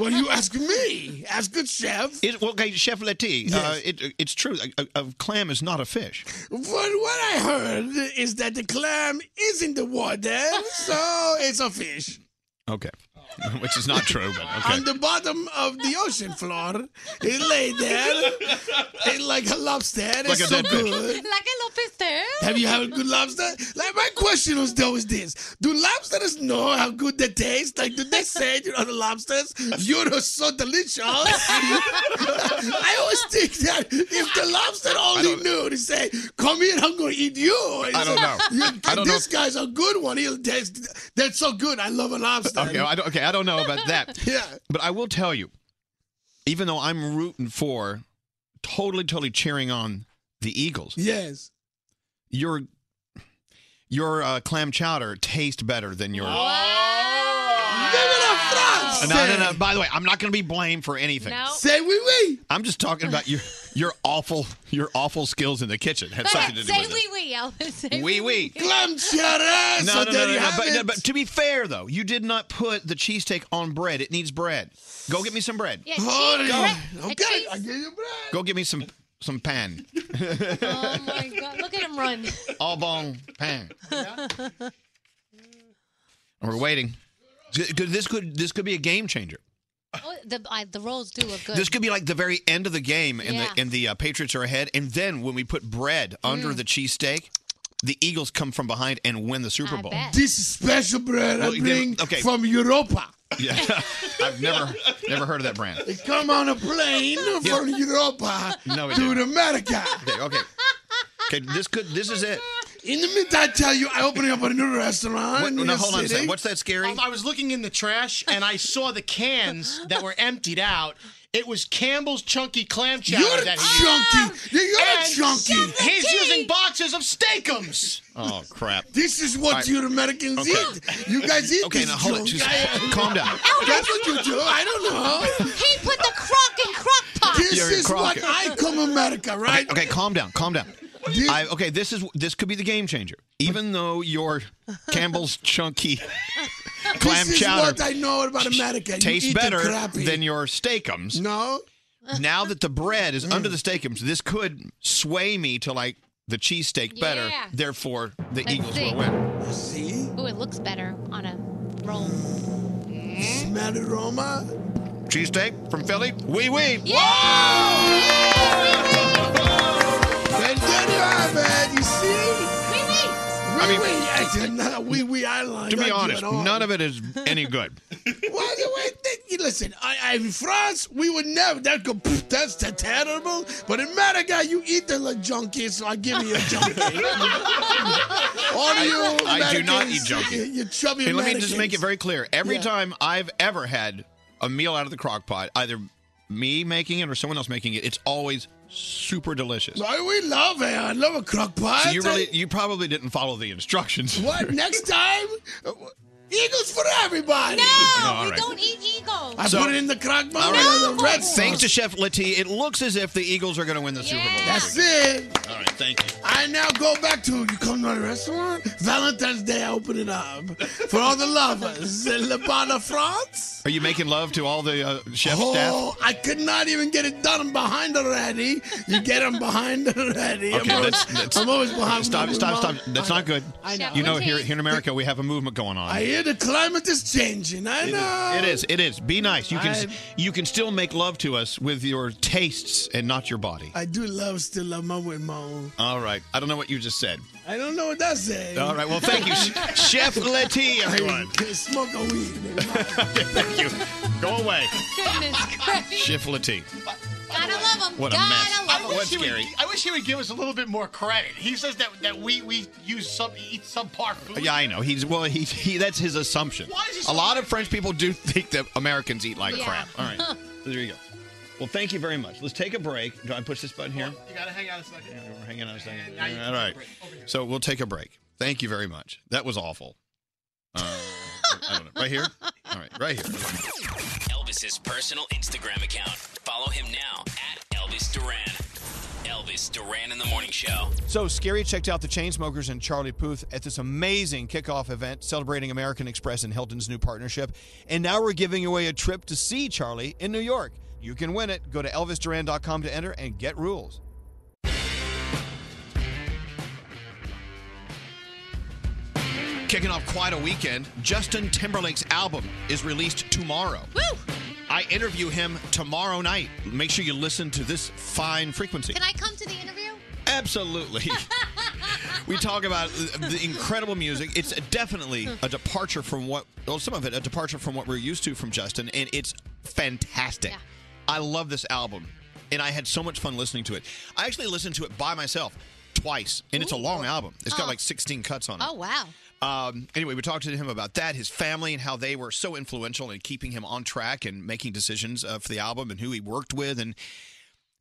well, you ask me. Ask good chef. It, well, okay, Chef Letty, uh, it, it's true. A, a- a clam is not a fish. But what I heard is that the clam is in the water, so it's a fish. Okay, which is not true, but okay. On the bottom of the ocean floor, it lay there, it like a lobster. It's Like a so dead fish. good. like a lobster. Have you had a good lobster? Like my question was though is this: Do lobsters know how good they taste? Like do they say to other lobsters, "You're so delicious"? I always think that if the lobster only knew to say, "Come here, I'm going to eat you," I don't know. You- I don't know this guy's a good one. He'll taste. That's so good. I love a lobster. Okay, I don't, okay, I don't know about that. Yeah. But I will tell you, even though I'm rooting for, totally, totally cheering on the Eagles. Yes. Your your uh, clam chowder tastes better than your. Oh. No, no, no. By the way, I'm not going to be blamed for anything. No. Say wee wee. I'm just talking about your your awful your awful skills in the kitchen had Go something to ahead, do uh, say with wee wee, Elvis. Say Wee wee. Clam chowder. it. so No, no, there no, no, you no, have but, it. no, but to be fair though, you did not put the cheesesteak on bread. It needs bread. Go get me some bread. Yeah, Holy- cheese, bread, a Okay, cheese. I give you bread. Go get me some some pan. Oh my God! Look at him run. All bong pan. We're waiting. This could- This could this could be a game changer. Oh, the I, the rolls do look good. This could be like the very end of the game, and Yeah. the and the uh, Patriots are ahead. And then when we put bread under Mm. the cheesesteak, the Eagles come from behind and win the Super Bowl. This is special bread Well, I they- bring okay. from Europa. Yeah, I've never never heard of that brand. They come on a plane from Europa No, we to didn't. America. Okay, okay, okay. This could this is it. In the meantime, I tell you, I opening up a new restaurant. What- in no, your hold on a city. second. What's that scary? Um, I was looking in the trash and I saw the cans that were emptied out. It was Campbell's chunky clam chowder. You're that chunky. You're and chunky. He's using boxes of steakums. Oh crap! This is what All right. you Americans Okay. eat. You guys eat Okay, this now hold it. junk. Just I- calm down. That's what you do. I don't know. He put the crock in crock pot. This You're a is what crocker. I come America, right? Okay, calm down, calm down. I, okay, this is this could be the game changer. Even though your Campbell's chunky clam this is chowder what I know about America. You tastes eat the better crappy. than your steakums. No. Mm. Now that the bread is under the steakums, this could sway me to like the cheesesteak better. Yeah. Therefore, the Let's Eagles see. will win. See? Ooh, it looks better on a roll. Smell the aroma. Cheesesteak from Philly? Wee wee. And there you have it. You see? Wee wee. I mean, wee wee. Not a wee wee island. To Not be you honest, at all. none of it is any good. Why do I think? you- Listen, I, I, in France, we would never. That go, pff, that's the terrible. But in America, you eat the la junkie, so I give you a junkie. All I- you I do not Americans, eat junkie. You, you chubby And let me just Americans. make it very clear. Every Yeah. time I've ever had a meal out of the crock pot, either me making it or someone else making it, it's always super delicious. Why we love it. I love a crock pot. So you really, you probably didn't follow the instructions. What next time? Uh, Eagles for everybody. No, all we right. don't eat eagles. I put it in the crock pot. All with right. the red Thanks sauce. to Chef Letty, it looks as if the Eagles are going to win the Super Bowl. That's it. All right, thank you. I now go back to you come to the restaurant. Valentine's Day, I open it up for all the lovers. Le Bon of France. Are you making love to all the uh, chef Oh, staff? I could not even get it done. I'm behind already. You get them behind already. I'm, Okay, always, that's, that's, I'm always behind. Stop, I'm stop, stop. behind. That's not good. I know. You know, here, here in America, we have a movement going on. I hear the climate is changing. I know. It is. It is. Be nice. You can I- you can still make love to us with your tastes and not your body. I do love still love mom with mom. All right. I don't know what you just said. I don't know what that says. All right. Well, thank you, Chef Letty, everyone. I smoke a weed. thank you. Go away, Goodness gracious. Chef Letty. Gotta love him. What a Gotta mess. love I him. wish, he would, I wish he would give us a little bit more credit. He says that, that we, we use sub, eat subpar food. Yeah, I know. He's well. He, he that's his assumption. Why is he so a lot of French people do think that Americans eat like Yeah. crap. All right, so there you go. Well, thank you very much. Let's take a break. Do I push this button here? You gotta hang out a second. We're hanging out a second. now you All right. So we'll take a break. Thank you very much. That was awful. Uh, I don't know. Right here. All right. Right here. Elvis's personal Instagram account. Follow him now at Elvis Duran. Elvis Duran in the Morning Show. So Scary checked out the Chainsmokers and Charlie Puth at this amazing kickoff event celebrating American Express and Hilton's new partnership. And now we're giving away a trip to see Charlie in New York. You can win it. Go to elvisduran.com to enter and get rules. Kicking off quite a weekend, Justin Timberlake's album is released tomorrow. Woo! I interview him tomorrow night. Make sure you listen to this fine frequency. Can I come to the interview? Absolutely. we talk about the incredible music. It's definitely a departure from what, well, some of it, a departure from what we're used to from Justin, and it's fantastic. I love this album, and I had so much fun listening to it. I actually listened to it by myself twice, and it's a long album. It's got Oh. like 16 cuts on it. Oh wow. Um, anyway, we talked to him about that, his family, and how they were so influential in keeping him on track and making decisions uh, for the album and who he worked with. And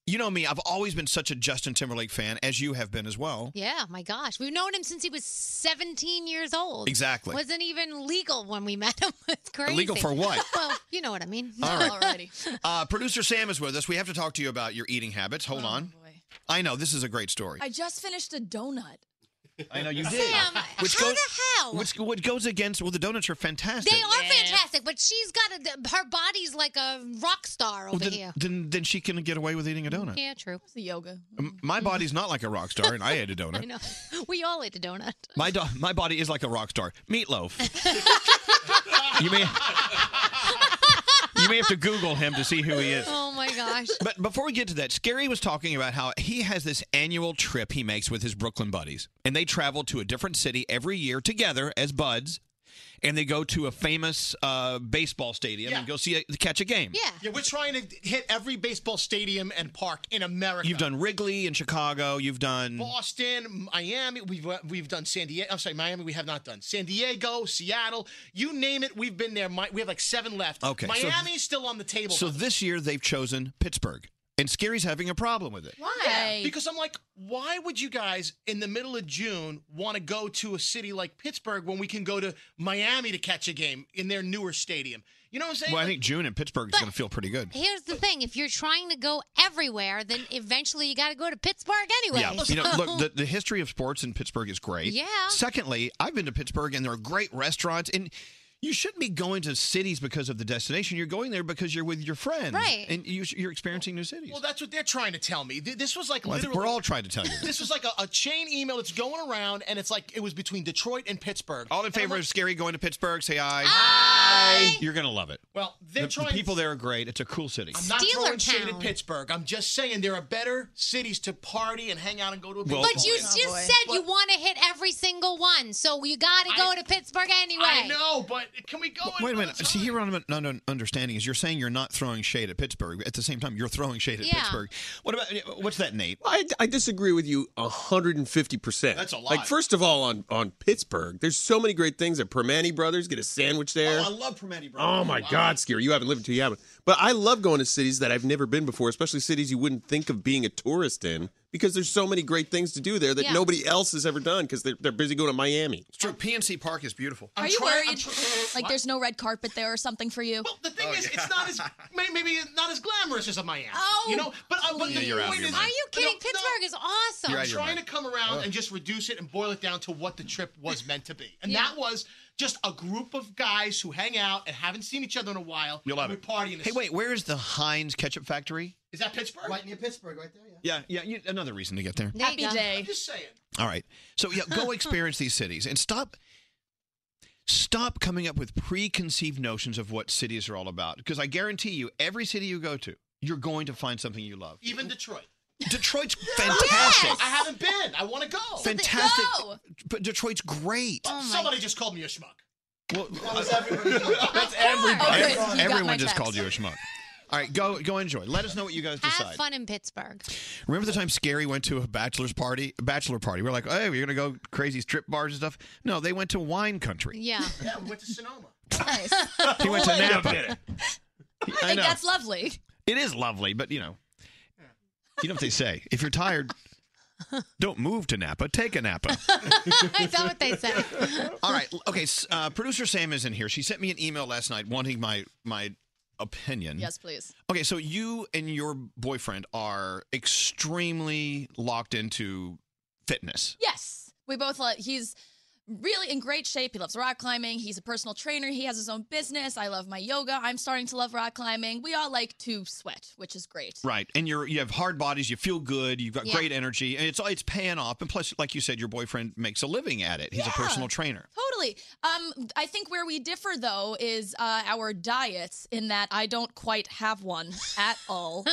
you know me, I've always been such a Justin Timberlake fan, as you have been as well. Yeah, my gosh. We've known him since he was 17 years old. Exactly. Wasn't even legal when we met him. It's crazy. Illegal for what? well, you know what I mean. All right. Already. Uh, Producer Sam is with us. We have to talk to you about your eating habits. Hold Oh, on. I know, this is a great story. I just finished a donut. I know you Sam, did. how goes- the hell? Which, what goes against, well, the donuts are fantastic. They are fantastic, but she's got a, her body's like a rock star over Well, then, here. then, then she can get away with eating a donut. Yeah, true. It's the yoga. M- My body's not like a rock star, and I ate a I donut. know. We all ate a donut. My do- my body is like a rock star. Meatloaf. you may you may have to Google him to see who he is. Oh my gosh. But before we get to that, Scary was talking about how he has this annual trip he makes with his Brooklyn buddies, and they travel to a different city every year together as buds, and they go to a famous uh, baseball stadium and go see a, catch a game. Yeah. Yeah, we're trying to hit every baseball stadium and park in America. You've done Wrigley in Chicago. You've done Boston, Miami, we've we've done San Diego. I'm sorry, Miami. We have not done San Diego, Seattle. You name it, we've been there. Mi- We have like seven left. Okay, so- Miami's still on the table. So this year they've chosen Pittsburgh, and Scary's having a problem with it. Why? because I'm like, why would you guys in the middle of June want to go to a city like Pittsburgh when we can go to Miami to catch a game in their newer stadium? You know what I'm saying? Well, I think June in Pittsburgh is going to feel pretty good. Here's the thing: if you're trying to go everywhere, then eventually you got to go to Pittsburgh anyway. Yeah, you know, So- look, the, the history of sports in Pittsburgh is great. Yeah. Secondly, I've been to Pittsburgh and there are great restaurants and you shouldn't be going to cities because of the destination. You're going there because you're with your friends, Right. And you, you're experiencing new cities. Well, that's what they're trying to tell me. Th- This was like Well, I think literally. we're all trying to tell you. that. This was like a, a chain email that's going around, and it's like it was between Detroit and Pittsburgh. All in favor of Scary going to Pittsburgh? Say aye. You're gonna love it. Well, they're the, the trying- people there are great. It's a cool city. I'm not throwing shade Town. at Pittsburgh. I'm just saying there are better cities to party and hang out and go to a Well- but you baseball just game. said you want to hit every single one, so you got to go to Pittsburgh anyway. I know, but can we go? Well, Wait a minute. See, here I'm not un- understanding is you're saying you're not throwing shade at Pittsburgh. At the same time, you're throwing shade at Yeah. Pittsburgh. What about what's that, Nate? I, I disagree with you 150%. That's a lot. Like, first of all, on, on Pittsburgh, there's so many great things at Permani Brothers. Get a sandwich there. love Permani Oh my God, Scary! You haven't lived until you haven't. But I love going to cities that I've never been before, especially cities you wouldn't think of being a tourist in, because there's so many great things to do there that Yeah. nobody else has ever done because they're, they're busy going to Miami. It's true. PNC Park is beautiful. Are you worried? like there's no red carpet there or something for you? The thing is, it's not as may- maybe it's not as glamorous as a Miami. Oh, you know, but, I but Yeah, the you're out of point your is, mind. Are you kidding? Pittsburgh is awesome. I'm trying to come around and just reduce it and boil it down to what the trip was meant to be, and Yeah. that was just a group of guys who hang out and haven't seen each other in a while. You'll love and it. We party in the Hey, wait, where is the Heinz ketchup factory? Is that Pittsburgh? Right near Pittsburgh, right there. Yeah, yeah, you, another reason to get there. Happy day. I'm just saying. All right. So yeah, go experience these cities and stop stop coming up with preconceived notions of what cities are all about because I guarantee you every city you go to, you're going to find something you love. Even Detroit. Detroit's fantastic. I haven't been. I want to go. Fantastic. But Detroit's great. Somebody just called me a schmuck. Well, That was everybody. That's everybody. Ev- You got my everyone just text. called you a schmuck. All right, go go enjoy. Let us know what you guys Have decide. fun in Pittsburgh. Remember the time Scary went to a bachelor's party? A bachelor party. We are like, hey, we're gonna go crazy strip bars and stuff. No, they went to wine country. Yeah. Yeah, we went to Sonoma. Nice. He went to Wait a Napa. minute. I I think know. that's lovely. It is lovely, but you know, you know what they say. If you're tired, don't move to Napa. Take a Napa. Is that what they say? All right. Okay. s- Uh, Producer Sam is in here. She sent me an email last night wanting my my opinion. Yes, please. Okay, so you and your boyfriend are extremely locked into fitness. Yes, we both. Love, he's really in great shape. He loves rock climbing. He's a personal trainer. He has his own business. I love my yoga. I'm starting to love rock climbing. We all like to sweat, which is great. Right, and you're you have hard bodies. You feel good. You've got Yeah. great energy, and it's it's paying off. And plus, like you said, your boyfriend makes a living at it. He's a personal trainer. Totally. Um, I think where we differ though is uh, our diets. In that I don't quite have one at all.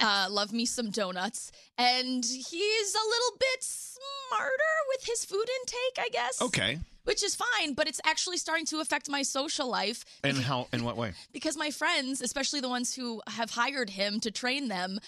uh, love me some donuts, and he's a little bit smarter with his food intake, I guess. Okay, Which is fine, but it's actually starting to affect my social life and how in what way? because my friends, especially the ones who have hired him to train them,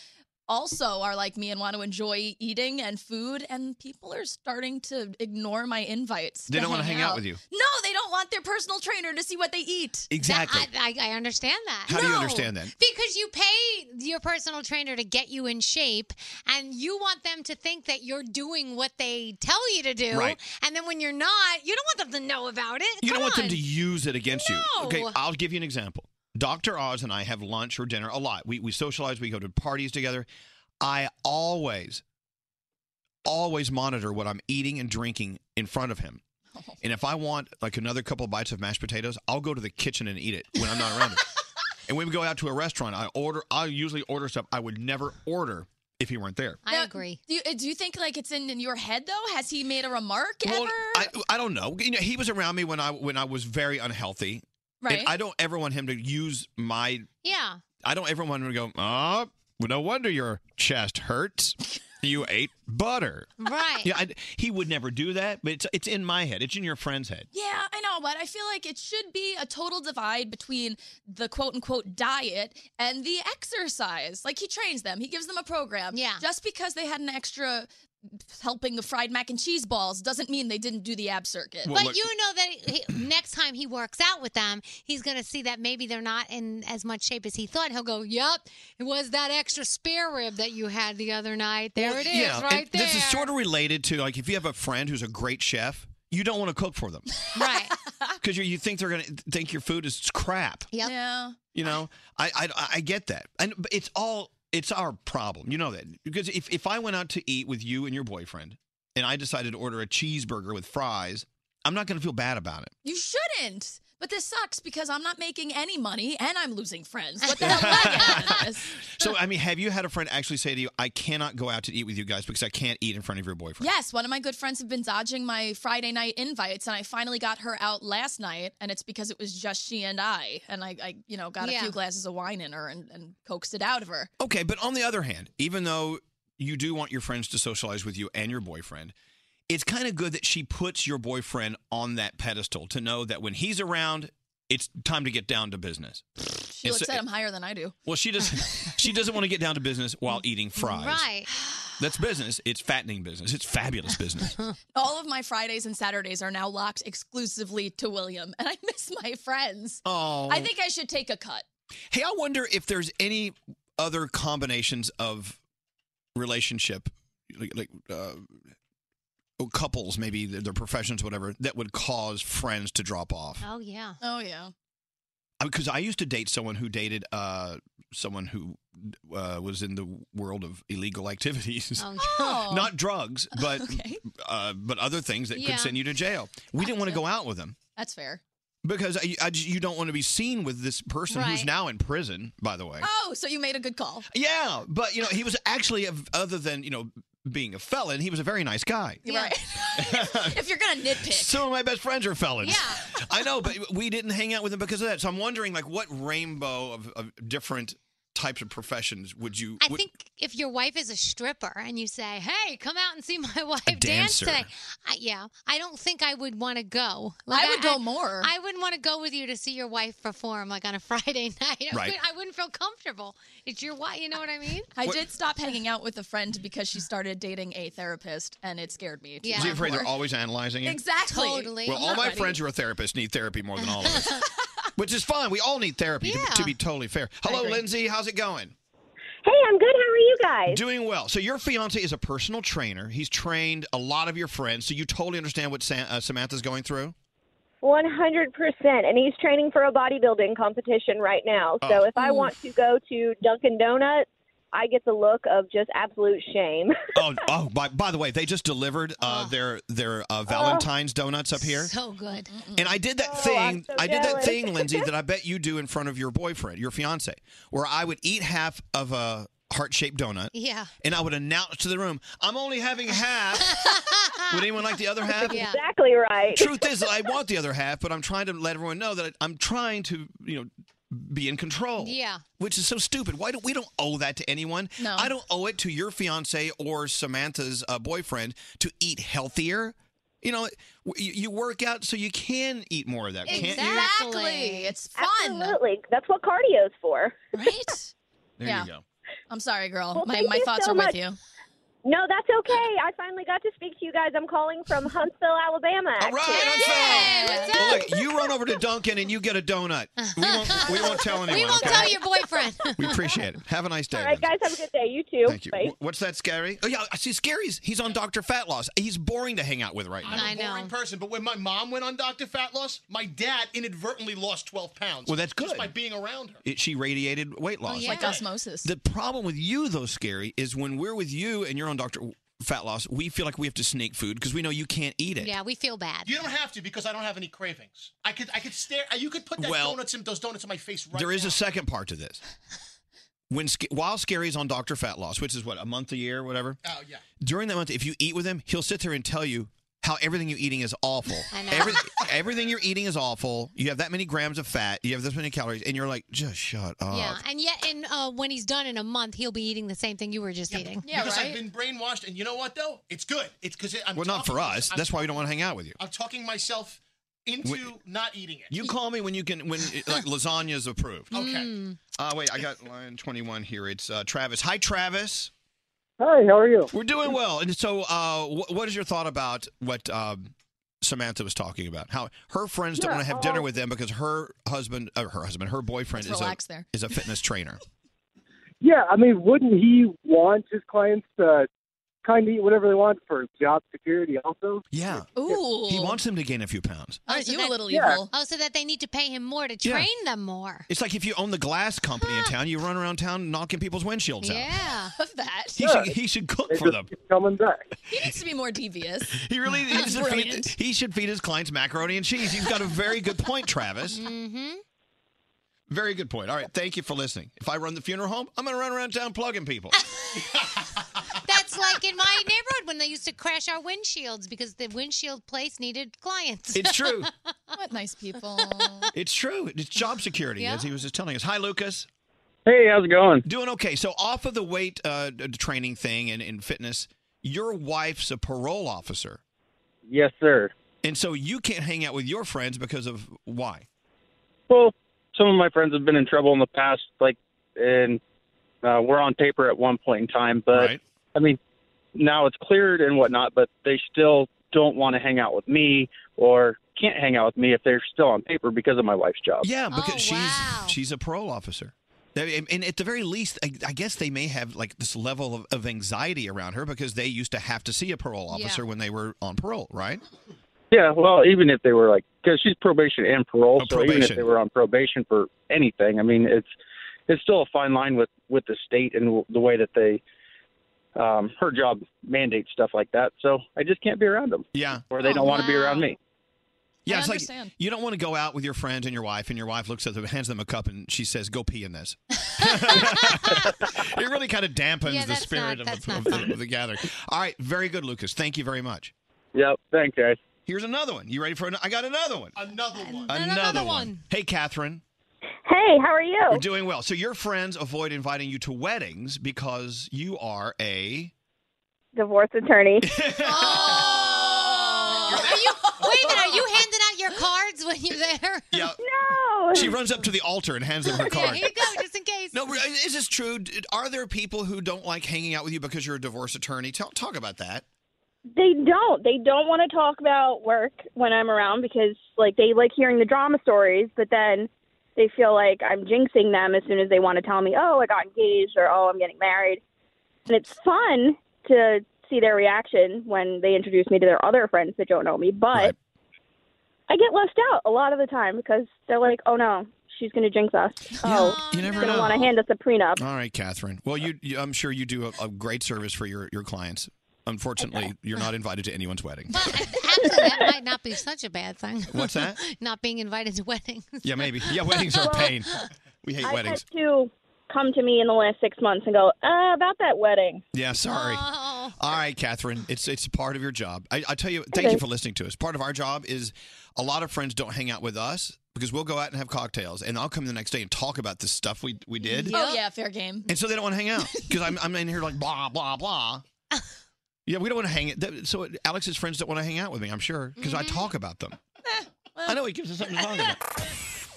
also are like me and want to enjoy eating and food. And people are starting to ignore my invites. They don't want wanna to hang out with you. No, they don't want their personal trainer to see what they eat. Exactly. I, I understand that. How do you understand that? Because you pay your personal trainer to get you in shape, and you want them to think that you're doing what they tell you to do. Right. And then when you're not, you don't want them to know about it. You Come don't want on. them to use it against you. No. Okay, I'll give you an example. Dr. Oz and I have lunch or dinner a lot. We, we socialize, we go to parties together. I always, always monitor what I'm eating and drinking in front of him. And if I want like another couple bites of mashed potatoes, I'll go to the kitchen and eat it when I'm not around him. And when we go out to a restaurant, I order, I usually order stuff I would never order if he weren't there. I agree. Do you, do you think like it's in, in your head though? Has he made a remark ever? I, I don't know. You know, he was around me when I when I was very unhealthy. Right. And I don't ever want him to use my. Yeah. I don't ever want him to go. Oh, well, no wonder your chest hurts. You ate butter. Right. Yeah, I, he would never do that, but it's it's in my head. It's in your friend's head. Yeah, I know, but I feel like it should be a total divide between the quote unquote diet and the exercise. Like he trains them, he gives them a program. Yeah. Just because they had an extra helping of fried mac and cheese balls doesn't mean they didn't do the ab circuit. but you know that he, next time he works out with them, he's going to see that maybe they're not in as much shape as he thought. He'll go, "Yep, it was that extra spare rib that you had the other night. There it is, Yeah, right and there." This is sort of related to like if you have a friend who's a great chef, you don't want to cook for them right? because you you think they're gonna think your food is crap. Yeah. You know, I, I I get that, and but it's all it's our problem. You know that because if if I went out to eat with you and your boyfriend, and I decided to order a cheeseburger with fries, I'm not going to feel bad about it. You shouldn't. But this sucks because I'm not making any money and I'm losing friends. What the hell am I getting out of this? So I mean, have you had a friend actually say to you, "I cannot go out to eat with you guys because I can't eat in front of your boyfriend"? Yes, one of my good friends have been dodging my Friday night invites, and I finally got her out last night, and it's because it was just she and I, and I, I you know, got a Yeah. few glasses of wine in her and, and coaxed it out of her. Okay, but on the other hand, even though you do want your friends to socialize with you and your boyfriend, it's kind of good that she puts your boyfriend on that pedestal to know that when he's around, it's time to get down to business. She And looks so- at him higher than I do. Well, she doesn't. she doesn't want to get down to business while eating fries. Right. That's business. It's fattening business. It's fabulous business. All of my Fridays and Saturdays are now locked exclusively to William, and I miss my friends. Oh. I think I should take a cut. Hey, I wonder if there's any other combinations of relationship, like, like uh, couples, maybe their, their professions, whatever, that would cause friends to drop off. Oh yeah. Oh yeah. Because I used to date someone who dated uh, someone who uh, was in the world of illegal activities. Oh, Oh. Not drugs, but Okay. uh, but other things that Yeah. could send you to jail. We didn't want to go out with them. That's fair. Because I, I just- you don't want to be seen with this person who's Right. now in prison, by the way. Oh, so you made a good call. Yeah, but you know, he was actually, a, other than you know being a felon, he was a very nice guy. You're right. if you're gonna nitpick, Some of my best friends are felons. Yeah, I know, but we didn't hang out with him because of that. So I'm wondering, like, what rainbow of, of different types of professions would you? I would- think if your wife is a stripper and you say, "Hey, come out and see my wife dance dancer. today," I, yeah, I don't think I would want to go. I would go more. I wouldn't want to go with you to see your wife perform like on a Friday night. I, Right. would, I wouldn't feel comfortable. It's your wife. You know what I mean? I did stop hanging out with a friend because she started dating a therapist, and it scared me. to Is he my afraid they're core. always analyzing it? Exactly. Totally. Well, I'm all not my ready. friends who are therapists need therapy more than all of us, which is fine. We all need therapy to, be- to be totally fair. Hello, Lindsay. How's it going? Hey, I'm good. How are you guys? Doing well. So your fiance is a personal trainer. He's trained a lot of your friends, so you totally understand what Sam- uh, Samantha's going through. 100%. And he's training for a bodybuilding competition right now. So Oh. if I want to go to Dunkin' Donuts, I get the look of just absolute shame. oh, oh! By, by the way, they just delivered uh, their their uh, Valentine's donuts up here. Ah. Oh. So good. And I did that Oh, thing. I'm so I did that jealous. thing, Lindsay, that I bet you do in front of your boyfriend, your fiance, where I would eat half of a heart shaped donut. Yeah. And I would announce to the room, "I'm only having half." would anyone like the other half? That's exactly right. Truth is, I want the other half, but I'm trying to let everyone know that I'm trying to, you know, be in control. Yeah. Which is so stupid. Why don't we don't owe that to anyone? No. I don't owe it to your fiance or Samantha's uh, boyfriend to eat healthier. You know, w- you, you work out so you can eat more of that, can't you? Exactly. It's fun. Absolutely. That's what cardio's for. Right? There Yeah. you go. I'm sorry, girl. Well, my thank my you thoughts so are much. with you. No, that's okay. I finally got to speak to you guys. I'm calling from Huntsville, Alabama. All right, Huntsville. Well, look, you run over to Duncan and you get a donut. We won't, we won't tell anyone. we won't okay? tell your boyfriend. We appreciate it. Have a nice day. All right, guys, have a good day. You too. Thank you. Wh- What's that, Scary? Oh yeah, I see, Scary's he's on Doctor Fat Loss. He's boring to hang out with right now. I'm a boring person, but when my mom went on Dr. Fat Loss, my dad inadvertently lost 12 pounds. Well, that's Just good. by being around her. It, she radiated Oh, weight loss. It's Like osmosis. The problem with you, though, Scary, is when we're with you and you're on Doctor Fat Loss, we feel like we have to sneak food because we know you can't eat it. Yeah, we feel bad. You don't have to because I don't have any cravings. I could I could stare. uh, You could put that Well, donuts in, those donuts in my face right there is now. a second part to this. When Sc- while Scary's on Doctor Fat Loss, which is what a month a year, whatever. Oh yeah. During that month, if you eat with him, he'll sit there and tell you how everything you're eating is awful. I know. Every- everything you're eating is awful. You have that many grams of fat. You have this many calories, and you're like, just shut up. Yeah, and yet, and uh, when he's done in a month, he'll be eating the same thing you were just eating. because I've been brainwashed, and you know what though? It's good. It's because it, I'm well, not talking for us. myself- That's why we don't want to hang out with you. I'm talking myself into Wait. not eating it. You call me when you can when like lasagna's approved. Okay. Mm. Uh, wait, I got line twenty one here. It's uh, Travis. Hi, Travis. Hi, how are you? We're doing well. And so, uh, wh- what is your thought about what um, Samantha was talking about? How her friends don't Yeah, want to have dinner uh, with them because her husband, uh, her husband, her boyfriend um, Let's is a, relax there. is a fitness trainer. Yeah, I mean, wouldn't he want his clients to kind of eat whatever they want for job security also? Yeah. Ooh. He wants them to gain a few pounds. Aren't you a little evil? Oh, so that they need to pay him more to Yeah. train them more. It's like if you own the glass company in town, you run around town knocking people's windshields out. Yeah. Of that. He should he should cook for them. Coming back. He needs to be more devious. He really he That's should, feed, brilliant. he should feed his clients macaroni and cheese. You've got a very good point, Travis. Mm-hmm. Very good point. All right, thank you for listening. If I run the funeral home, I'm going to run around town plugging people. That's like in my neighborhood when they used to crash our windshields because the windshield place needed clients. It's true. what nice people. It's true. It's job security, Yeah. as he was just telling us. Hi, Lucas. Hey, how's it going? Doing okay. So off of the weight uh, d- training thing and, and fitness, your wife's a parole officer, Yes, sir. and so you can't hang out with your friends because of why? Well, some of my friends have been in trouble in the past, like, and uh, we're on paper at one point in time, but I mean, now it's cleared and whatnot, but they still don't want to hang out with me or can't hang out with me if they're still on paper because of my wife's job. Yeah, because she's she's a parole officer. And and at the very least, I I guess they may have like this level of, of anxiety around her because they used to have to see a parole officer when they were on parole, right? Yeah, well, even if they were like, because she's probation and parole, so even Oh, probation. if they were on probation for anything, I mean, it's it's still a fine line with with the state and w- the way that they um her job mandates stuff like that. So I just can't be around them. Yeah, or they don't want to be around me. Yeah, it's understand. like you don't want to go out with your friends and your wife, and your wife looks at them, hands them a cup, and she says, "Go pee in this." it really kind of dampens Yeah, the that's spirit not- that's of, not of, the, fun. of the gathering. All right, very good, Lucas. Thank you very much. Yep, thanks, guys. Here's another one. You ready for? An- I got another one. Another one. Hey, Catherine. Hey, how are you? Oh. We're doing well. So your friends avoid inviting you to weddings because you are a Divorce attorney. Are you, wait a minute, are you handing out your cards when you're there? Yeah. No. She runs up to the altar and hands them her Oh. Yeah, card. here you go, just in case. No, but is this true? D- Are there people who don't like hanging out with you because you're a divorce attorney? Tell, talk about that. They don't. They don't want to talk about work when I'm around because like they like hearing the drama stories, but then they feel like I'm jinxing them as soon as they want to tell me, "Oh, I got engaged" or "Oh, I'm getting married." And it's fun to see their reaction when they introduce me to their other friends that don't know me, but I get left out a lot of the time because they're like, "Oh no, she's going to jinx us. oh, you never she's going know. to want to hand us a prenup." All right, Catherine. Well, you, you I'm sure you do a, a great service for your, your clients. Unfortunately, you're not invited to anyone's wedding. Actually, that might not be such a bad thing. What's that? Not being invited to weddings. Yeah, maybe. Yeah, weddings are a pain. We hate I've weddings. had two come to me in the last six months and go, uh, about that wedding. Yeah, sorry. Oh. All right, Catherine. It's it's part of your job. I, I tell you, thank you is. for listening to us. Part of our job is a lot of friends don't hang out with us because we'll go out and have cocktails, and I'll come the next day and talk about the stuff we we did. Oh yeah, fair game. And so they don't want to hang out because I'm, I'm in here like blah, blah, blah. Yeah, we don't want to hang it. that- So Alex's friends don't want to hang out with me, I'm sure, because Mm-hmm. I talk about them. I know he gives us something to talk about.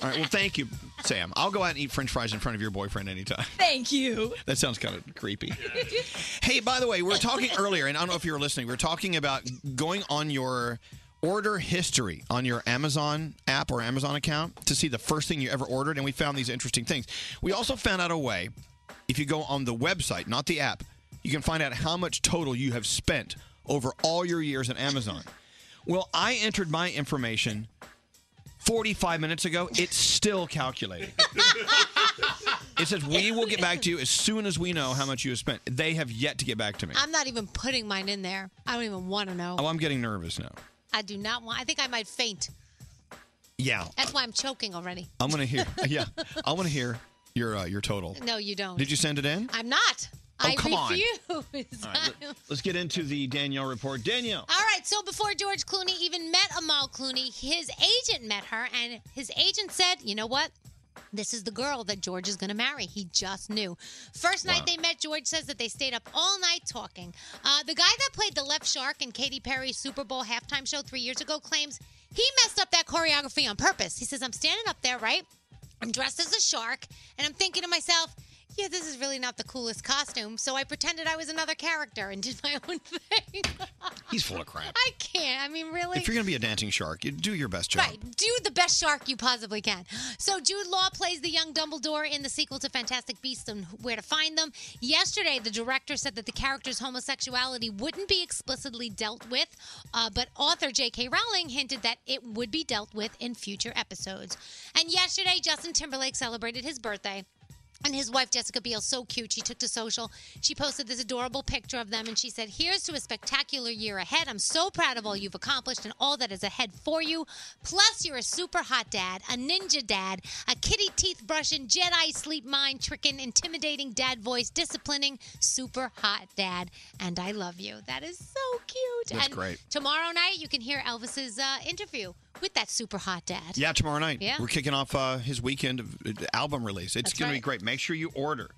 All right, well, thank you, Sam. I'll go out and eat french fries in front of your boyfriend anytime. Thank you. That sounds kind of creepy. Hey, by the way, we were talking earlier, and I don't know if you were listening. We were talking about going on your order history on your Amazon app or Amazon account to see the first thing you ever ordered, and we found these interesting things. We also found out a way, if you go on the website, not the app, you can find out how much total you have spent over all your years at Amazon. Well, I entered my information 45 minutes ago. It's still calculating. It says we will get back to you as soon as we know how much you have spent. They have yet to get back to me. I'm not even putting mine in there. I don't even want to know. Oh, I'm getting nervous now. I do not want. I think I might faint. Yeah, That's why I'm choking already. I'm gonna hear. Yeah, I want to hear your uh, your total. No, you don't. Did you send it in? I'm not. I come on. refuse. Let's get into the Danielle report. Danielle. All right, so before George Clooney even met Amal Clooney, his agent met her, and his agent said, you know what? This is the girl that George is going to marry. He just knew. First night Wow. they met, George says that they stayed up all night talking. Uh, the guy that played the left shark in Katy Perry's Super Bowl halftime show three years ago claims he messed up that choreography on purpose. He says, I'm standing up there, right? I'm dressed as a shark, and I'm thinking to myself, yeah, this is really not the coolest costume. So I pretended I was another character and did my own thing. He's full of crap. I can't. I mean, really? If you're gonna be a dancing shark, you do your best job. Right. Do the best shark you possibly can. So Jude Law plays the young Dumbledore in the sequel to Fantastic Beasts and Where to Find Them. Yesterday, the director said that the character's homosexuality wouldn't be explicitly dealt with, uh, but author J.K. Rowling hinted that it would be dealt with in future episodes. And yesterday, Justin Timberlake celebrated his birthday. And his wife, Jessica Biel, so cute. She took to social. She posted this adorable picture of them and she said, Here's to a spectacular year ahead. I'm so proud of all you've accomplished and all that is ahead for you. Plus, you're a super hot dad, a ninja dad, a kitty teeth brushing, Jedi sleep mind tricking, intimidating dad voice, disciplining, super hot dad. And I love you. That is so cute. That's and great. Tomorrow night, you can hear Elvis's uh, interview with that super hot dad. Yeah, tomorrow night. Yeah. We're kicking off uh, his weekend of uh, album release. It's That's going right. to be great. Make sure you order.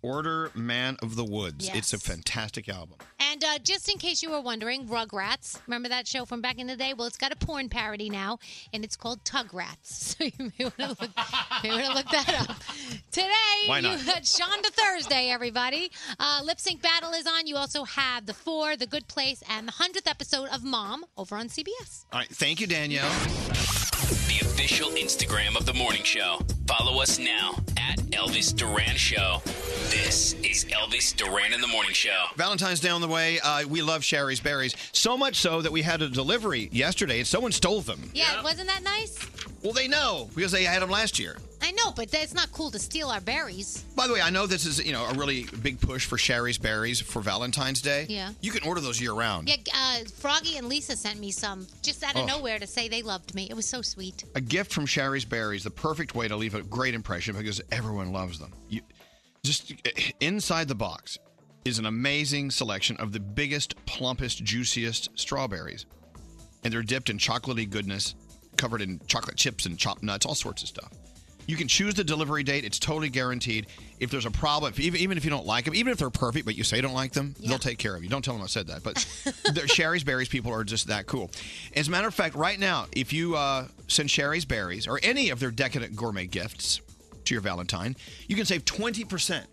Order Man of the Woods. It's a Yes. fantastic album. And uh, just in case you were wondering, Rugrats, remember that show from back in the day? Well, it's got a porn parody now, and it's called Tugrats. So you may want to look, may wanna look that up. Today, Why you not? had Shonda Thursday, everybody. Uh, Lip Sync Battle is on. You also have The Four, The Good Place, and the 100th episode of Mom over on CBS. All right. Thank you, Danielle. The official Instagram of the morning show. Follow us now at Elvis Duran Show. This is Elvis Duran in the morning show. Valentine's Day on the way. Uh, we love Sherry's berries so much so that we had a delivery yesterday, and someone stole them. Yeah, wasn't that nice? Well, they know because they had them last year. I know, but it's not cool to steal our berries. By the way, I know this is you know a really big push for Sherry's berries for Valentine's Day. Yeah. you can order those year round. Yeah, uh, Froggy and Lisa sent me some just out of Oh. nowhere to say they loved me. It was so sweet. A gift from Sherry's berries, the perfect way to leave a great impression because everyone loves them. You, just uh, inside the box is an amazing selection of the biggest, plumpest, juiciest strawberries, and they're dipped in chocolatey goodness, covered in chocolate chips and chopped nuts, all sorts of stuff. You can choose the delivery date. It's totally guaranteed. If there's a problem, if, even, even if you don't like them, even if they're perfect, but you say you don't like them, they'll take care of you. Don't tell them I said that. But they're- Sherry's Berries people are just that cool. As a matter of fact, right now, if you uh, send Sherry's Berries or any of their decadent gourmet gifts to your Valentine, you can save 20%.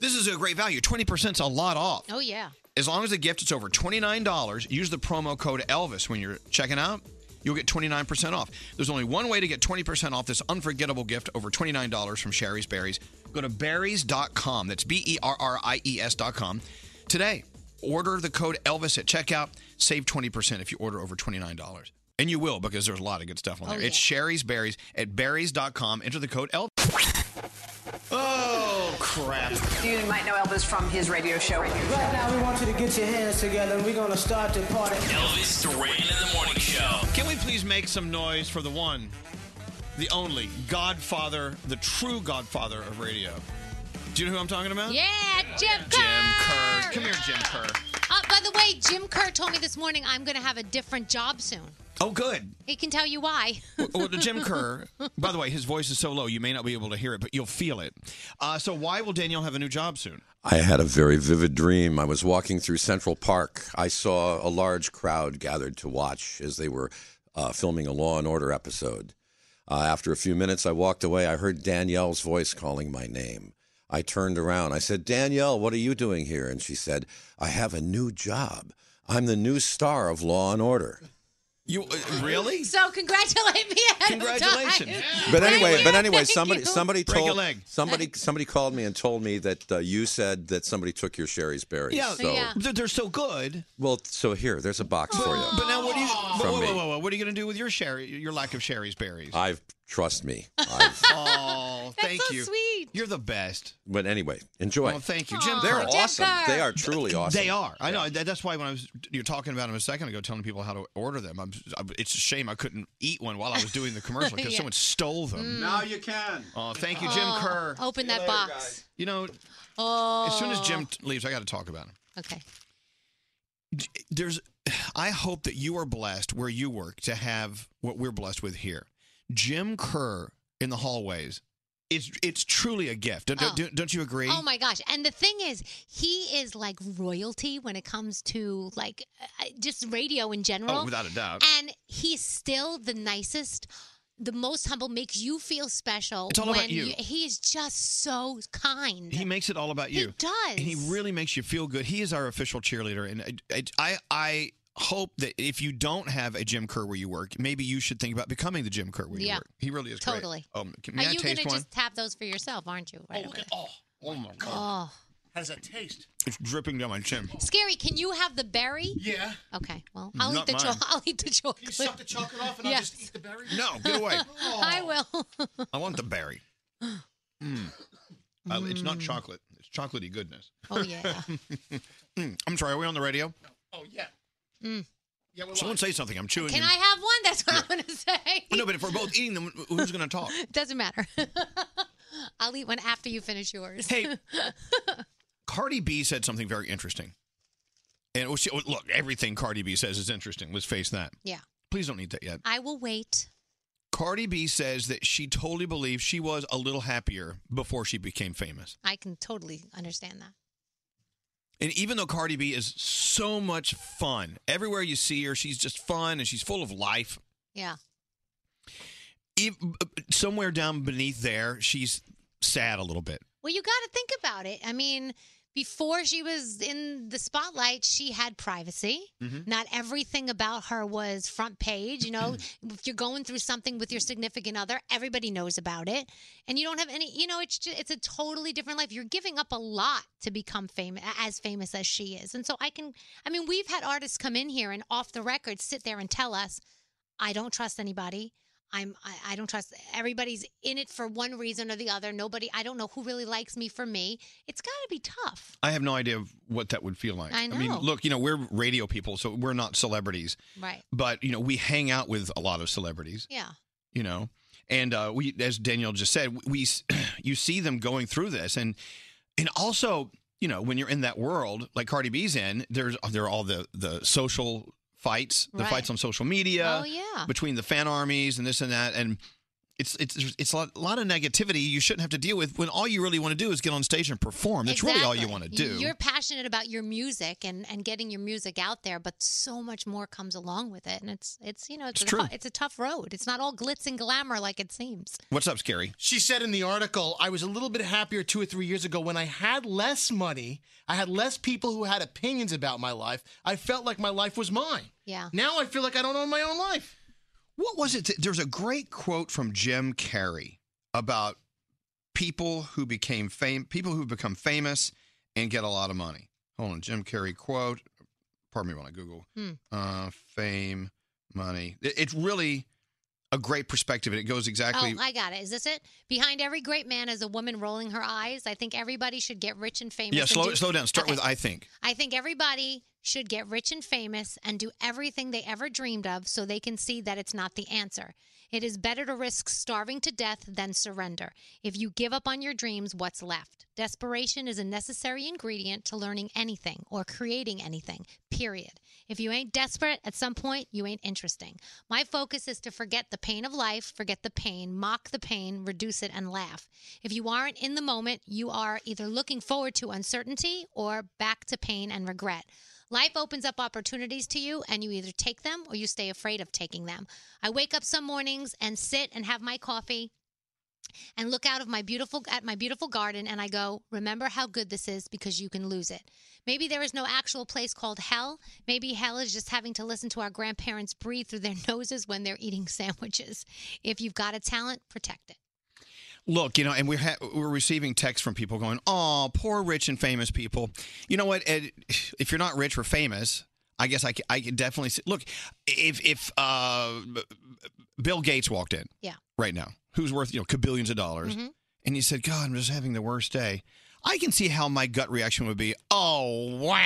This is a great value. 20% is a lot off. Oh, yeah. As long as the gift is over $29, use the promo code Elvis when you're checking out. You'll get 29% off. There's only one way to get 20% off this unforgettable gift over $29 from Sherry's Berries. Go to berries.com. That's B E R R I E S.com. Today, order the code Elvis at checkout. Save 20% if you order over $29. And you will because there's a lot of good stuff on Oh, there. yeah. It's Sherry's Berries at berries.com. Enter the code Elvis. Oh, crap. You might know Elvis from his radio show. Right now, we want you to get your hands together and we're going to start the party. Elvis Duran in the morning show. Can we please make some noise for the one, the only godfather, the true godfather of radio? Do you know who I'm talking about? Yeah, Jim Kerr. Jim Kerr. Come here, Jim Kerr. Uh, by the way, Jim Kerr told me this morning I'm going to have a different job soon. Oh, good. He can tell you why. Well, the Jim Kerr, by the way, his voice is so low you may not be able to hear it, but you'll feel it. Uh, so, why will Danielle have a new job soon? I had a very vivid dream. I was walking through Central Park. I saw a large crowd gathered to watch as they were uh, filming a Law and Order episode. Uh, after a few minutes, I walked away. I heard Danielle's voice calling my name. I turned around. I said, Danielle, what are you doing here? And she said, I have a new job. I'm the new star of Law and Order. You uh, really? So congratulate me. ahead of time. Congratulations. But anyway, Thank but you, anyway, thank somebody you. somebody Break a told leg. somebody somebody called me and told me that uh, you said that somebody took your Sherry's berries. So They're, they're so good. well, so here, there's a box for you. But now, what do you? Whoa, From whoa, me. whoa, whoa, whoa. What are you going to do with your sherry? Your lack of Sherry's berries? I've trust me. oh, thank you. Sweet. You're the best. But anyway, enjoy. Well, thank you, Jim. They're Kerr. awesome. They are truly awesome. They are. I know. That- That's why when I was you're talking about them a second ago, telling people how to order them, I'm, I'm- it's a shame I couldn't eat one while I was doing the commercial because Yeah. someone stole them. Now you can. Oh, thank you, Jim Mm. Oh, Kerr. Open that box. You know, Oh. as soon as Jim t- leaves, I got to talk about him. Okay. There's, I hope that you are blessed where you work to have what we're blessed with here. Jim Kerr in the hallways. It's it's truly a gift. Don't, don't- don't you agree? Oh my gosh! And the thing is, he is like royalty when it comes to like uh, just radio in general. Oh, without a doubt. And he's still the nicest, the most humble. Makes you feel special. It's all when about you. He is just so kind. He makes it all about you. does. And he really makes you feel good. He is our official cheerleader, and I, I, I hope that if you don't have a Jim Kerr where you work, maybe you should think about becoming the Jim Kerr where you Yeah. work. He really is great. Totally. Um, can- may Are I you taste gonna one? just have those for yourself, aren't you? Right away. Oh, oh my Oh. How does that taste? It's dripping down my chin. Scary, can you have the berry? Yeah. Okay. Well, I'll Not eat the mine. cho- I'll eat the chocolate. You suck the chocolate off and I'll Yes. just eat the berry? Oh. No, get away. I will. I want the berry. Mm. Uh, it's not chocolate. It's chocolatey goodness. Mm. Oh, yeah. Mm. I'm sorry. Are we on the radio? Oh, yeah. Mm. Yeah, we're Someone live. say something. I'm chewing. Oh, Can I have one? That's what I'm gonna say. No, oh. but if we're both eating them, who's going to talk? Doesn't matter. I'll eat one after you finish yours. Hey. Cardi B said something very interesting. And oh, she- oh, look, everything Cardi B says is interesting. Let's face that. yeah. Please don't need that yet. I will wait. Cardi B says that she totally believes she was a little happier before she became famous. I can totally understand that. And even though Cardi B is so much fun, everywhere you see her, she's just fun and she's full of life. Yeah. If, somewhere down beneath there, she's sad a little bit. Well, you got to think about it. I mean, before she was in the spotlight, she had privacy. Mm-hmm. Mhm. Not everything about her was front page. You know, if you're going through something with your significant other, everybody knows about it, and you don't have any. You know, it's just, it's a totally different life. You're giving up a lot to become famous, as famous as she is. And so I can. I mean, we've had artists come in here and off the record sit there and tell us, I don't trust anybody. I'm I, I don't trust everybody's in it for one reason or the other. Nobody I don't know who really likes me for me. It's gotta be tough. I have no idea what that would feel like. I I mean, know. look, you know, we're radio people, so we're not celebrities. Right. But, you know, we hang out with a lot of celebrities. Yeah. you know and uh we as daniel just said we you see them going through this and and also you know when you're in that world like cardi b's in there's there are all the the social fights the Right. fights on social media Oh, yeah. between the fan armies and this and that and It's it's there's- it's a lot, a lot of negativity you shouldn't have to deal with when all you really want to do is get on stage and perform. That's really all you Exactly. want to do. You're passionate about your music and, and getting your music out there, but so much more comes along with it, and it's it's you know it's, It's a, true. tou- it's a tough road. It's not all glitz and glamour like it seems. What's up, Scary? She said in the article, I was a little bit happier two or three years ago when I had less money. I had less people who had opinions about my life. I felt like my life was mine. Yeah. Now I feel like I don't own my own life. What was it? that- There's a great quote from Jim Carrey about people who became fame, people who become famous and get a lot of money. Hold on, Jim Carrey quote. Pardon me when I Google Hmm. uh, fame, money. It- it's really a great perspective, and it goes exactly. Oh, I got it. Is this it? Behind every great man is a woman rolling her eyes. I think everybody should get rich and famous. yeah, and slow do- slow down. Start Okay. with I think. I think everybody should get rich and famous and do everything they ever dreamed of so they can see that it's not the answer. It is better to risk starving to death than surrender. If you give up on your dreams, what's left? Desperation is a necessary ingredient to learning anything or creating anything, period. If you ain't desperate at some point, you ain't interesting. My focus is to forget the pain of life, forget the pain, mock the pain, reduce it, and laugh. If you aren't in the moment, you are either looking forward to uncertainty or back to pain and regret. Life opens up opportunities to you, and you either take them or you stay afraid of taking them. I wake up some mornings and sit and have my coffee and look out of my beautiful at my beautiful garden and I go, remember how good this is because you can lose it. Maybe there is no actual place called hell. Maybe hell is just having to listen to our grandparents breathe through their noses when they're eating sandwiches. If you've got a talent, protect it. Look, you know, and we're ha- we're receiving texts from people going, "Oh, poor rich and famous people." You know what? Ed, if you're not rich or famous, I guess I c- I could definitely see. Look, if if uh, B- Bill Gates walked in, Yeah. right now, who's worth you know kabillions of dollars, Mhm. and he said, "God, I'm just having the worst day." I can see how my gut reaction would be, "Oh, wow!"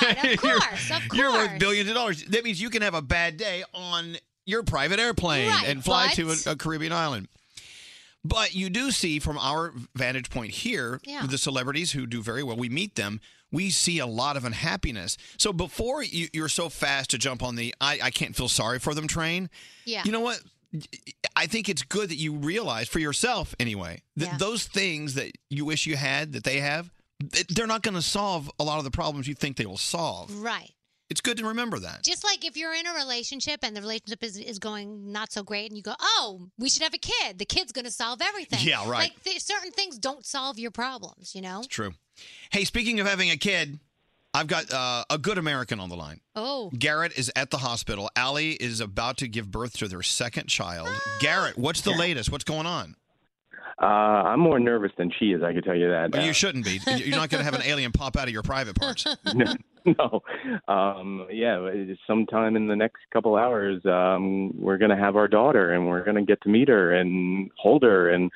Right, of course, of You're worth billions of dollars. That means you can have a bad day on your private airplane Right, and fly to but- a, a Caribbean island. But you do see from our vantage point here, Yeah. the celebrities who do very well, we meet them, we see a lot of unhappiness. So before you, you're so fast to jump on the I, I can't feel sorry for them train, Yeah. you know what? I think it's good that you realize for yourself anyway that Yeah. those things that you wish you had that they have, th- they're not going to solve a lot of the problems you think they will solve. Right. It's good to remember that. Just like if you're in a relationship and the relationship is, is going not so great, and you go, "Oh, we should have a kid. The kid's going to solve everything." Yeah, right. Like th- certain things don't solve your problems, you know. It's true. Hey, speaking of having a kid, I've got uh, a good American on the line. Oh, Garrett is at the hospital. Allie is about to give birth to their second child. Ah. Garrett, what's the latest? What's going on? Uh, I'm more nervous than she is. I can tell you that. Well, Uh, you shouldn't be. You're not going to have an alien pop out of your private parts. no, no. Um, yeah, it is sometime in the next couple hours, um, we're gonna have our daughter, and we're gonna get to meet her and hold her. And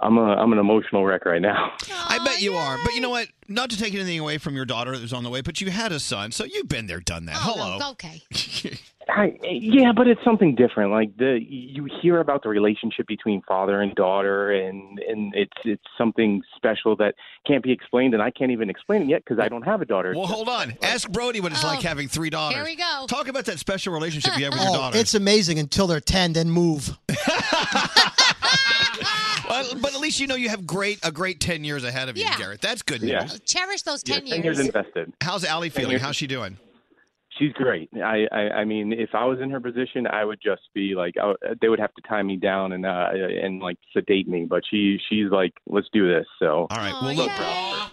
I'm a I'm an emotional wreck right now. I bet you are. But you know what? Not to take anything away from your daughter that was on the way, but you had a son, so you've been there, done that. Hello. Oh, okay. I, yeah, but it's something different. Like the you hear about the relationship between father and daughter, and and it's it's something special that can't be explained, and I can't even explain it yet because I don't have a daughter. Well, hold on. Ask Brody what it's like having three daughters. here we Oh, go. Talk about that special relationship you have with your Oh, daughter. it's amazing until they're 10, then move. Well, but at least you know you have great a great ten years ahead of Ah. Yeah. you, Garrett. That's good Yeah. news. Cherish those ten Yeah, 10 years. years invested. How's Allie feeling? How's she doing? She's great. I, I, I mean, if I was in her position, I would just be like, I, would- they would have to tie me down and uh, and like sedate me. But she, she's like, let's do this. So all right, well look,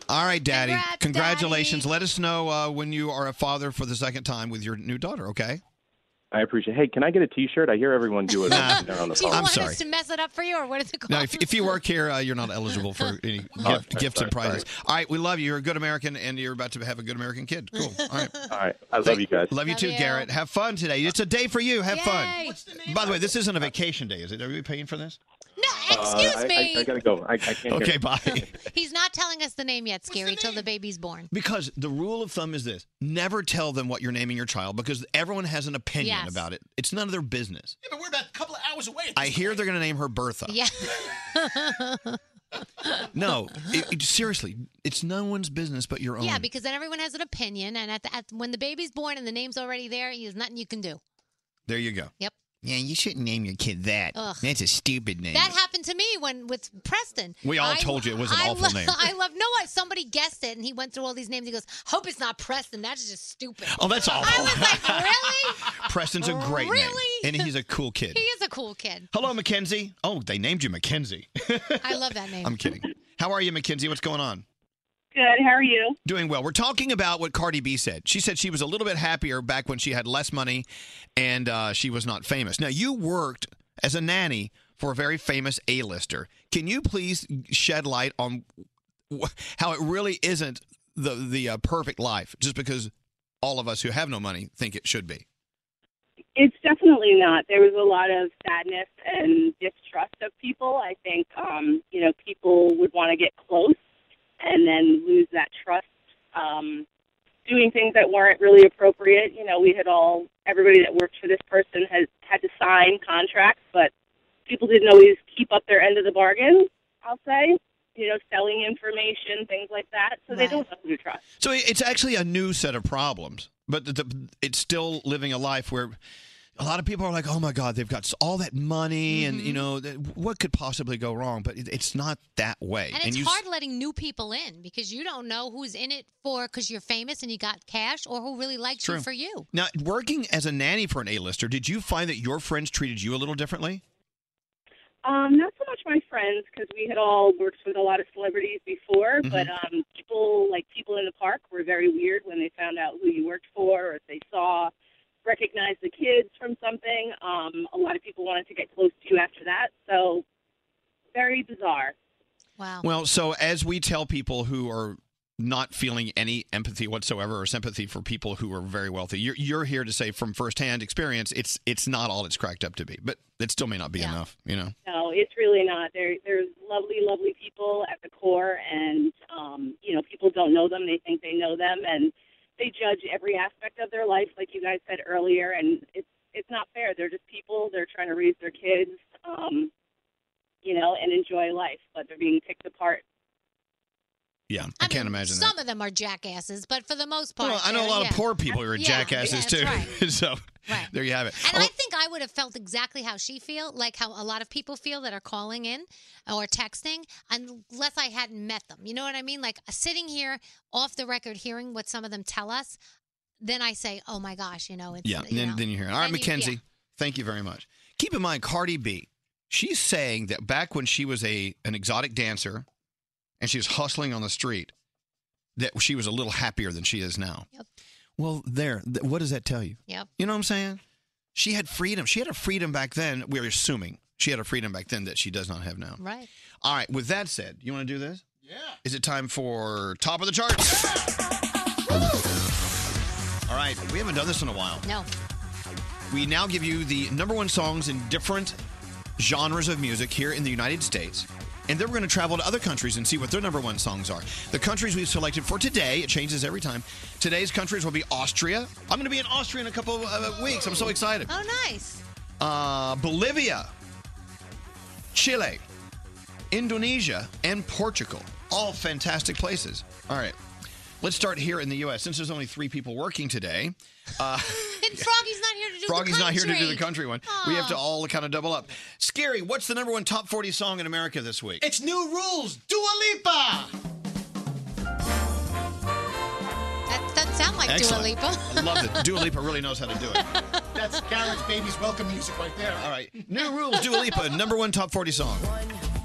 All right, Daddy. Congratulations. Let us know uh, when you are a father for the second time with your new daughter. Okay. I appreciate. Hey, can I get a T-shirt? I hear everyone do it. Nah. They're on the Do you phone. want us to mess it up for you, or what is it called? Now, if, if you work here, uh, you're not eligible for any gift, sorry, gifts and sorry, prizes. All right, we love you. You're a good American, and you're about to have a good American kid. Cool. All right. All right, I love you guys. Love you too, Garrett. Have fun today. It's a day for you. Have Yay. fun. By the way, this isn't a vacation day, is it? Are we paying for this? Excuse uh, I- me. I, I gotta go. I, I can't. Okay, hear. bye. He's not telling us the name yet, Scary, till the baby's born. Because the rule of thumb is this never tell them what you're naming your child because everyone has an opinion Yes. about it. It's none of their business. Yeah, but we're about a couple of hours away. I hear they're going to name her Bertha. Yeah. No, it, it- seriously, it's no one's business but Oh. your own. yeah, because then everyone has an opinion, and at, the, at when the baby's born and the name's already there, there's nothing you can do. there you go. Yep. Yeah, you shouldn't name your kid that. Ugh. That's a stupid name. That happened to me when with Preston. We all told you it was an I awful love- name. I love no. I- Somebody guessed it, and he went through all these names. He goes, "Hope it's not Preston. That's just stupid." Oh, that's awful. really? Preston's a great Really? name, and he's a cool kid. He is a cool kid. Hello, Mackenzie. Oh, they named you Mackenzie. I love that name. I'm kidding. How are you, Mackenzie? What's going on? Good. How are you? Doing well. We're talking about what Cardi B said. She said she was a little bit happier back when she had less money and uh, she was not famous. Now, you worked as a nanny for a very famous A-lister. Can you please shed light on wh- how it really isn't the the uh, perfect life just because all of us who have no money think it should be? It's definitely not. There was a lot of sadness and distrust of people. I think, um, you know, people would want to get close and then lose that trust, um, doing things that weren't really appropriate. You know, we had all, everybody that worked for this person had, had to sign contracts, but people didn't always keep up their end of the bargain, I'll say. You know, selling information, things like that. So they don't know who to trust. So it- it's actually a new set of problems, but the, the, it's still living a life where a lot of people are like, "Oh my God, they've got all that money, and you know th- what could possibly go wrong?" But it, it's not that way. And it's you, s- hard letting new people in because you don't know who's in it for because you're famous and you got cash or who really likes you True. for you. Now, working as a nanny for an A-lister, did you find that your friends treated you a little differently? Um, not so much my friends because we had all worked with a lot of celebrities before, but Mhm. um, people like people in the park were very weird when they found out who you worked for or if they saw recognized the kids from something. Um, a lot of people wanted to get close to you after that, so very bizarre. Wow. Well, so as we tell people who are not feeling any empathy whatsoever or sympathy for people who are very wealthy, you're, you're here to say from firsthand experience, it's it's not all it's cracked up to be, but it still may not be enough, you know. No, it's really not. There, there's lovely, lovely people at the core, and um, you know, people don't know them. They think they know them, and they judge every aspect of their life, like you guys said earlier. And it's it's not fair. They're just people. They're trying to raise their kids, um, you know, and enjoy life, but they're being picked apart. Yeah, I, can't imagine that. Some of them are jackasses, but for the most part, Well, I know a they're- lot of yeah. poor people who are Yeah, yeah, jackasses that's too. right. so Right. there you have it. And I think I would have felt exactly how she feel, like how a lot of people feel that are calling in or texting, unless I hadn't met them. You know what I mean? Like uh, sitting here off the record, hearing what some of them tell us, then I say, "Oh my gosh," you know. It's, yeah, you then, know. then you hear it. All right, Then you- Mackenzie, yeah. thank you very much. Keep in mind, Cardi B, she's saying that back when she was a an exotic dancer and she was hustling on the street, that she was a little happier than she is now. Yep. Well, there. Th- what does that tell you? Yep. You know what I'm saying? She had freedom. She had a freedom back then. We're assuming she had a freedom back then that she does not have now. Right. All right. With that said, you want to do this? Yeah. Is it time for top of the charts? All right. We haven't done this in a while. No. We now give you the number one songs in different genres of music here in the United States. And then we're going to travel to other countries and see what their number one songs are. The countries we've selected for today, it changes every time. Today's countries will be Austria. I'm going to be in Austria in a couple of uh, weeks. I'm so excited. Oh, nice. Uh, Bolivia, Chile, Indonesia, and Portugal. All fantastic places. All right. Let's start here in the U.S. Since there's only three people working today, uh, And Froggy's not here to do Froggy's the not here country. to do the country one. We have to Aw. all kind of double up. Scary, what's the number one top 40 song in America this week? It's new rules. Dua Lipa. That doesn't sound like Excellent. Dua Lipa. I love it. Dua Lipa really knows how to do it. That's Garrett's baby's welcome music right there. All right. New rules, Dua Lipa, number one top 40 song.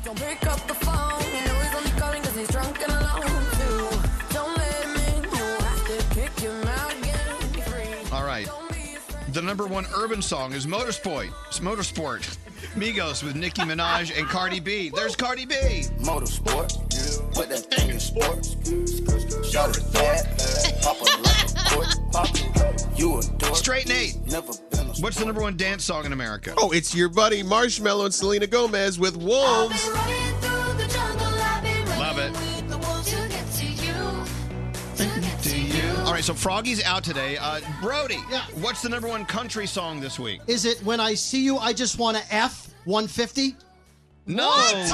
Don't pick up the phone. You know he's only calling 'cause he's drunk and alone. Too. Don't let him in. You have to kick him out again. Free. All right. The number one urban song is Motorsport. It's Motorsport. Migos with Nicki Minaj and Cardi B. There's Cardi B. Motorsport. Put that thing in sports. Shout it that. Pop a like a pork pop. You a dork. Straight Nate. Never What's the number one dance song in America? Oh, it's your buddy Marshmallow and Selena Gomez with Wolves. Love it. All right, so Froggy's out today. Uh, Brody, what's the number one country song this week? Is it when I see you, I just want to F 150? No, no. it's,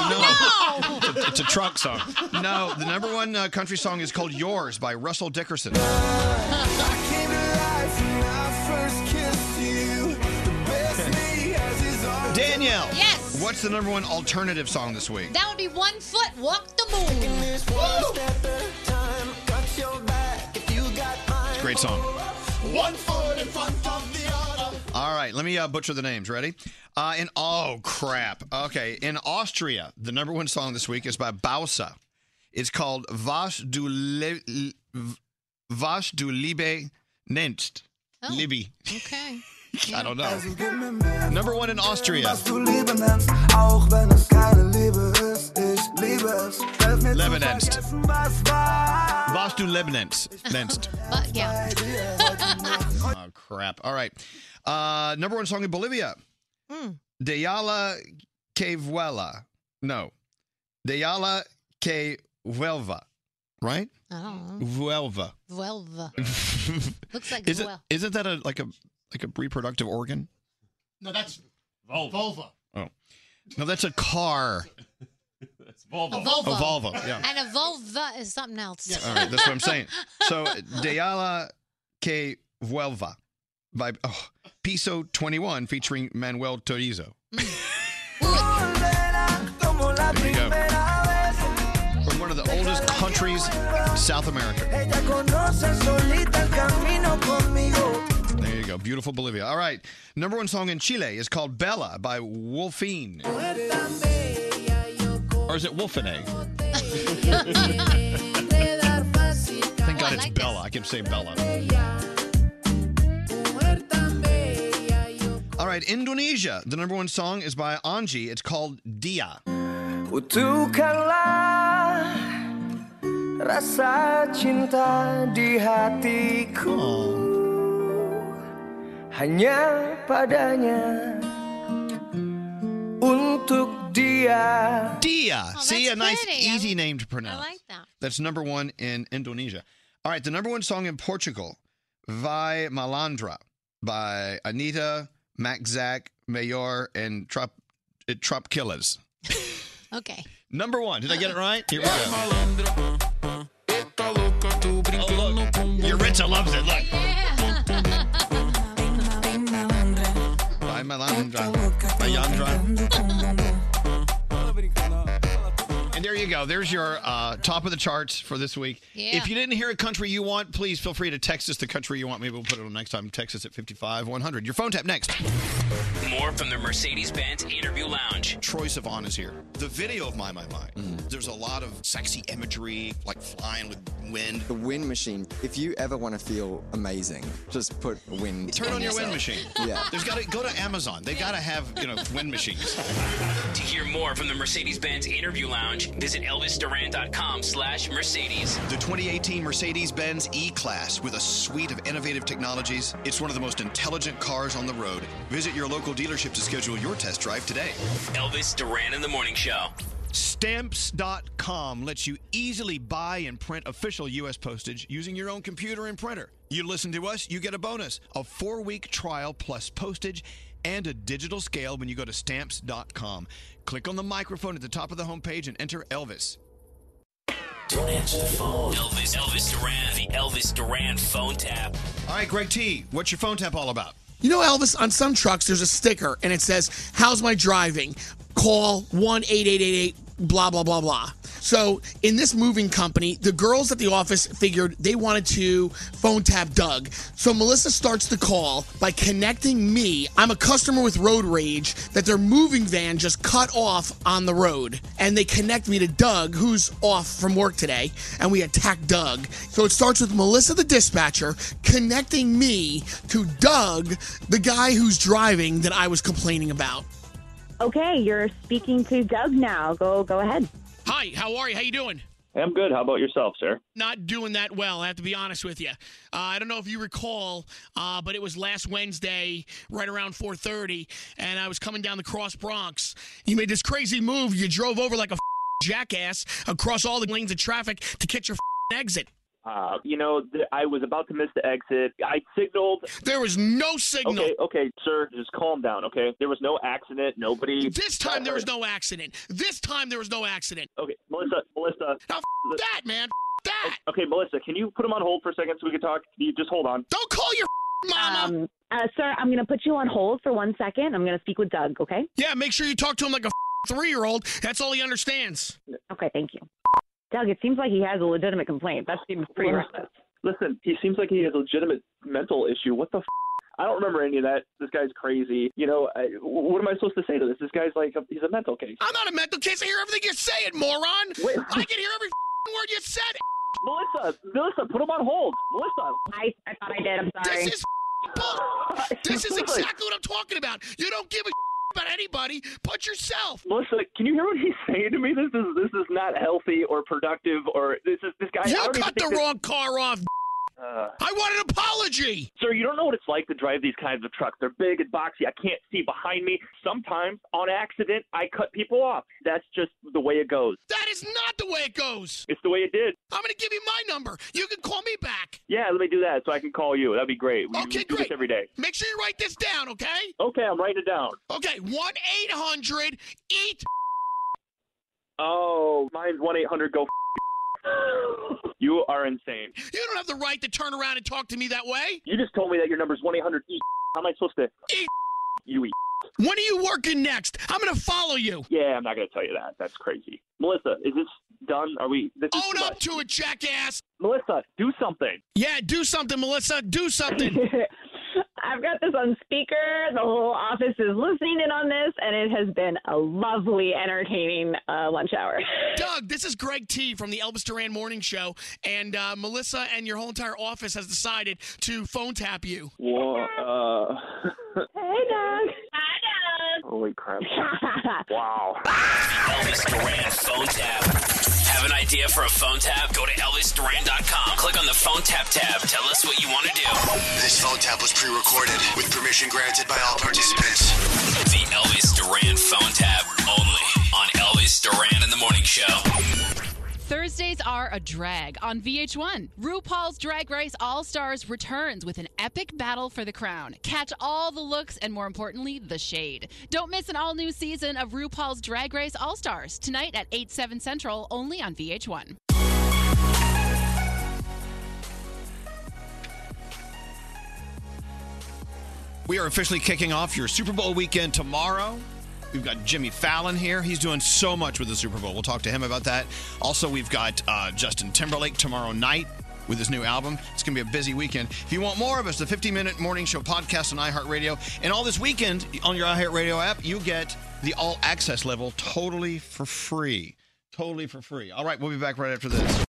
a, it's a truck song. No, the number one uh, country song is called Yours by Russell Dickerson. I came to life when I first kissed you. The best me Danielle. Yes. What's the number one alternative song this week? That would be one foot, walk the moon. It's a great song. One foot in front of the other. All right, let me uh, butcher the names. Ready? Uh, in oh crap. Okay, in Austria, the number one song this week is by Bausa. It's called "Was du Le- Le- Was du Liebe nennst." Oh. Libby. Okay. I don't know. Number one in Austria. Was du Liebe nennst, auch wenn es keine Liebe ist. Ich liebe es. Helf mir Liebe zu nennst. vergessen, was war. Was du Liebe nennst. nennst. But yeah. Oh crap. All right. Uh, number one song in Bolivia. Mm. Deyala Cavuela. No. Deyala Cavuelva. Right? I don't know. Vuelva. Vuelva. Looks like Is it, vuel- isn't that a like a like a reproductive organ? No, that's Volva. Volva. Oh. No, that's a car. That's Volvo. A vulva. A vulva, yeah. And a vulva is something else. All right, that's what I'm saying. So Deyala que Vuelva by oh, Piso 21 featuring Manuel Torizo. There you go. From one of the oldest countries, South America. Ella conoce solita el camino conmigo. There you go. Beautiful Bolivia. All right. Number one song in Chile is called Bella by Wolfine. Or is it Wolfine? Thank God it's Bella. I can say Bella. All right, Indonesia. The number one song is by Anji. It's called Dia. Kutukanlah rasa cinta di hatiku Hanya padanya untuk dia Dia. See, a nice, Oh, pretty. I easy name to pronounce. like that. That's number one in Indonesia. All right, the number one song in Portugal, Vai Malandra by Anita, Mac Zack, Mayor, and Trop, uh, Trop Killers. Okay. Number one. Did I get it right? Here we go. Oh, Yuritsa loves it. Look. Vai Malandra. Malandra. And there you go. There's your uh, top of the charts for this week. Yeah. If you didn't hear a country you want, please feel free to text us the country you want. Maybe we'll put it on next time. Text us at 55 100. Your phone tap next. More from the Mercedes Benz Interview Lounge. Troy Sivan is here. The video of My My My. Mm. There's a lot of sexy imagery, like flying with wind. The wind machine. If you ever want to feel amazing, just put wind. Turn on your wind yourself. machine. Yeah. There's got to go to Amazon. They got to have, you know, wind machines. To hear more from the Mercedes-Benz Interview Lounge, visit elvisduran.com slash Mercedes. The 2018 Mercedes Benz E Class with a suite of innovative technologies. It's one of the most intelligent cars on the road. Visit your local dealership to schedule your test drive today. Elvis Duran in the Morning Show. Stamps.com lets you easily buy and print official U.S. postage using your own computer and printer. You listen to us, you get a bonus a four week trial plus postage and a digital scale when you go to Stamps.com. Click on the microphone at the top of the homepage and enter Elvis. Don't answer the phone. Elvis, Elvis Duran, the Elvis Duran phone tap. All right, Greg T, what's your phone tap all about? You know, Elvis, on some trucks, there's a sticker and it says, How's my driving? Call 1 8888, blah, blah, blah, blah. So, in this moving company, the girls at the office figured they wanted to phone tap Doug. So, Melissa starts the call by connecting me. I'm a customer with road rage that their moving van just cut off on the road. And they connect me to Doug, who's off from work today, and we attack Doug. So, it starts with Melissa, the dispatcher, connecting me to Doug, the guy who's driving that I was complaining about. Okay, you're speaking to Doug now. Go go ahead. Hi, how are you? How you doing? Hey, I'm good. How about yourself, sir? Not doing that well, I have to be honest with you. Uh, I don't know if you recall, uh, but it was last Wednesday, right around 4:30, and I was coming down the Cross Bronx. You made this crazy move. You drove over like a jackass across all the lanes of traffic to catch your exit. Uh, you know, th- I was about to miss the exit. I signaled. There was no signal. Okay, okay, sir, just calm down, okay? There was no accident. Nobody. This time there was no accident. This time there was no accident. Okay, Uh, Melissa, Melissa. Now, f- that man. F- that. Okay, Melissa, can you put him on hold for a second so we can talk? Can you just hold on? Don't call your Mama. Um, uh, sir, I'm going to put you on hold for one second. I'm going to speak with Doug, okay? Yeah, make sure you talk to him like a three year old. That's all he understands. Okay, thank you. Doug, it seems like he has a legitimate complaint. That seems pretty reckless. Listen, he seems like he has a legitimate mental issue. What the f? I don't remember any of that. This guy's crazy. You know, I, what am I supposed to say to this? This guy's like, a, he's a mental case. I'm not a mental case. I hear everything you're saying, moron. I can hear every word you said. Melissa, Melissa, put him on hold. Melissa. I, I thought I did. I'm sorry. This is bull. This is exactly what I'm talking about. You don't give a about anybody but yourself. Melissa, can you hear what he's saying to me? This is this is not healthy or productive or this is this guy. I You don't even cut the think this- wrong car off. Uh, I want an apology. Sir, you don't know what it's like to drive these kinds of trucks. They're big and boxy. I can't see behind me. Sometimes, on accident, I cut people off. That's just the way it goes. That is not the way it goes. It's the way it did. I'm going to give you my number. You can call me back. Yeah, let me do that so I can call you. That'd be great. We, Okay, we do great. this every day. Make sure you write this down, okay? Okay, I'm writing it down. Okay, 1 800 EAT. Oh, mine's 1 800 go. You are insane. You don't have the right to turn around and talk to me that way. You just told me that your number's 1 800 E. How am I supposed to? E. You E. When are you working next? I'm going to follow you. Yeah, I'm not going to tell you that. That's crazy. Melissa, is this done? Are we. This is Own up to it, jackass. Melissa, do something. Yeah, do something, Melissa. Do something. I've got this on speaker. The whole office is listening in on this, and it has been a lovely, entertaining uh, lunch hour. Doug, this is Greg T from the Elvis Duran Morning Show, and uh, Melissa and your whole entire office has decided to phone tap you. Whoa. Uh, Hey, Doug. holy crap. wow. Elvis Duran phone tap. Have an idea for a phone tap? Go to ElvisDuran.com. Click on the phone tap tab. Tell us what you want to do. This phone tap was pre-recorded with permission granted by all participants. The Elvis Duran phone tap only on Elvis Duran in the Morning Show. Thursdays are a drag on VH1. RuPaul's Drag Race All Stars returns with an epic battle for the crown. Catch all the looks and, more importantly, the shade. Don't miss an all new season of RuPaul's Drag Race All Stars tonight at 8, 7 Central, only on VH1. We are officially kicking off your Super Bowl weekend tomorrow. We've got Jimmy Fallon here. He's doing so much with the Super Bowl. We'll talk to him about that. Also, we've got uh, Justin Timberlake tomorrow night with his new album. It's going to be a busy weekend. If you want more of us, the 50 Minute Morning Show podcast on iHeartRadio. And all this weekend on your iHeartRadio app, you get the all access level totally for free. Totally for free. All right, we'll be back right after this.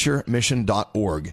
stbonaventuremission.org.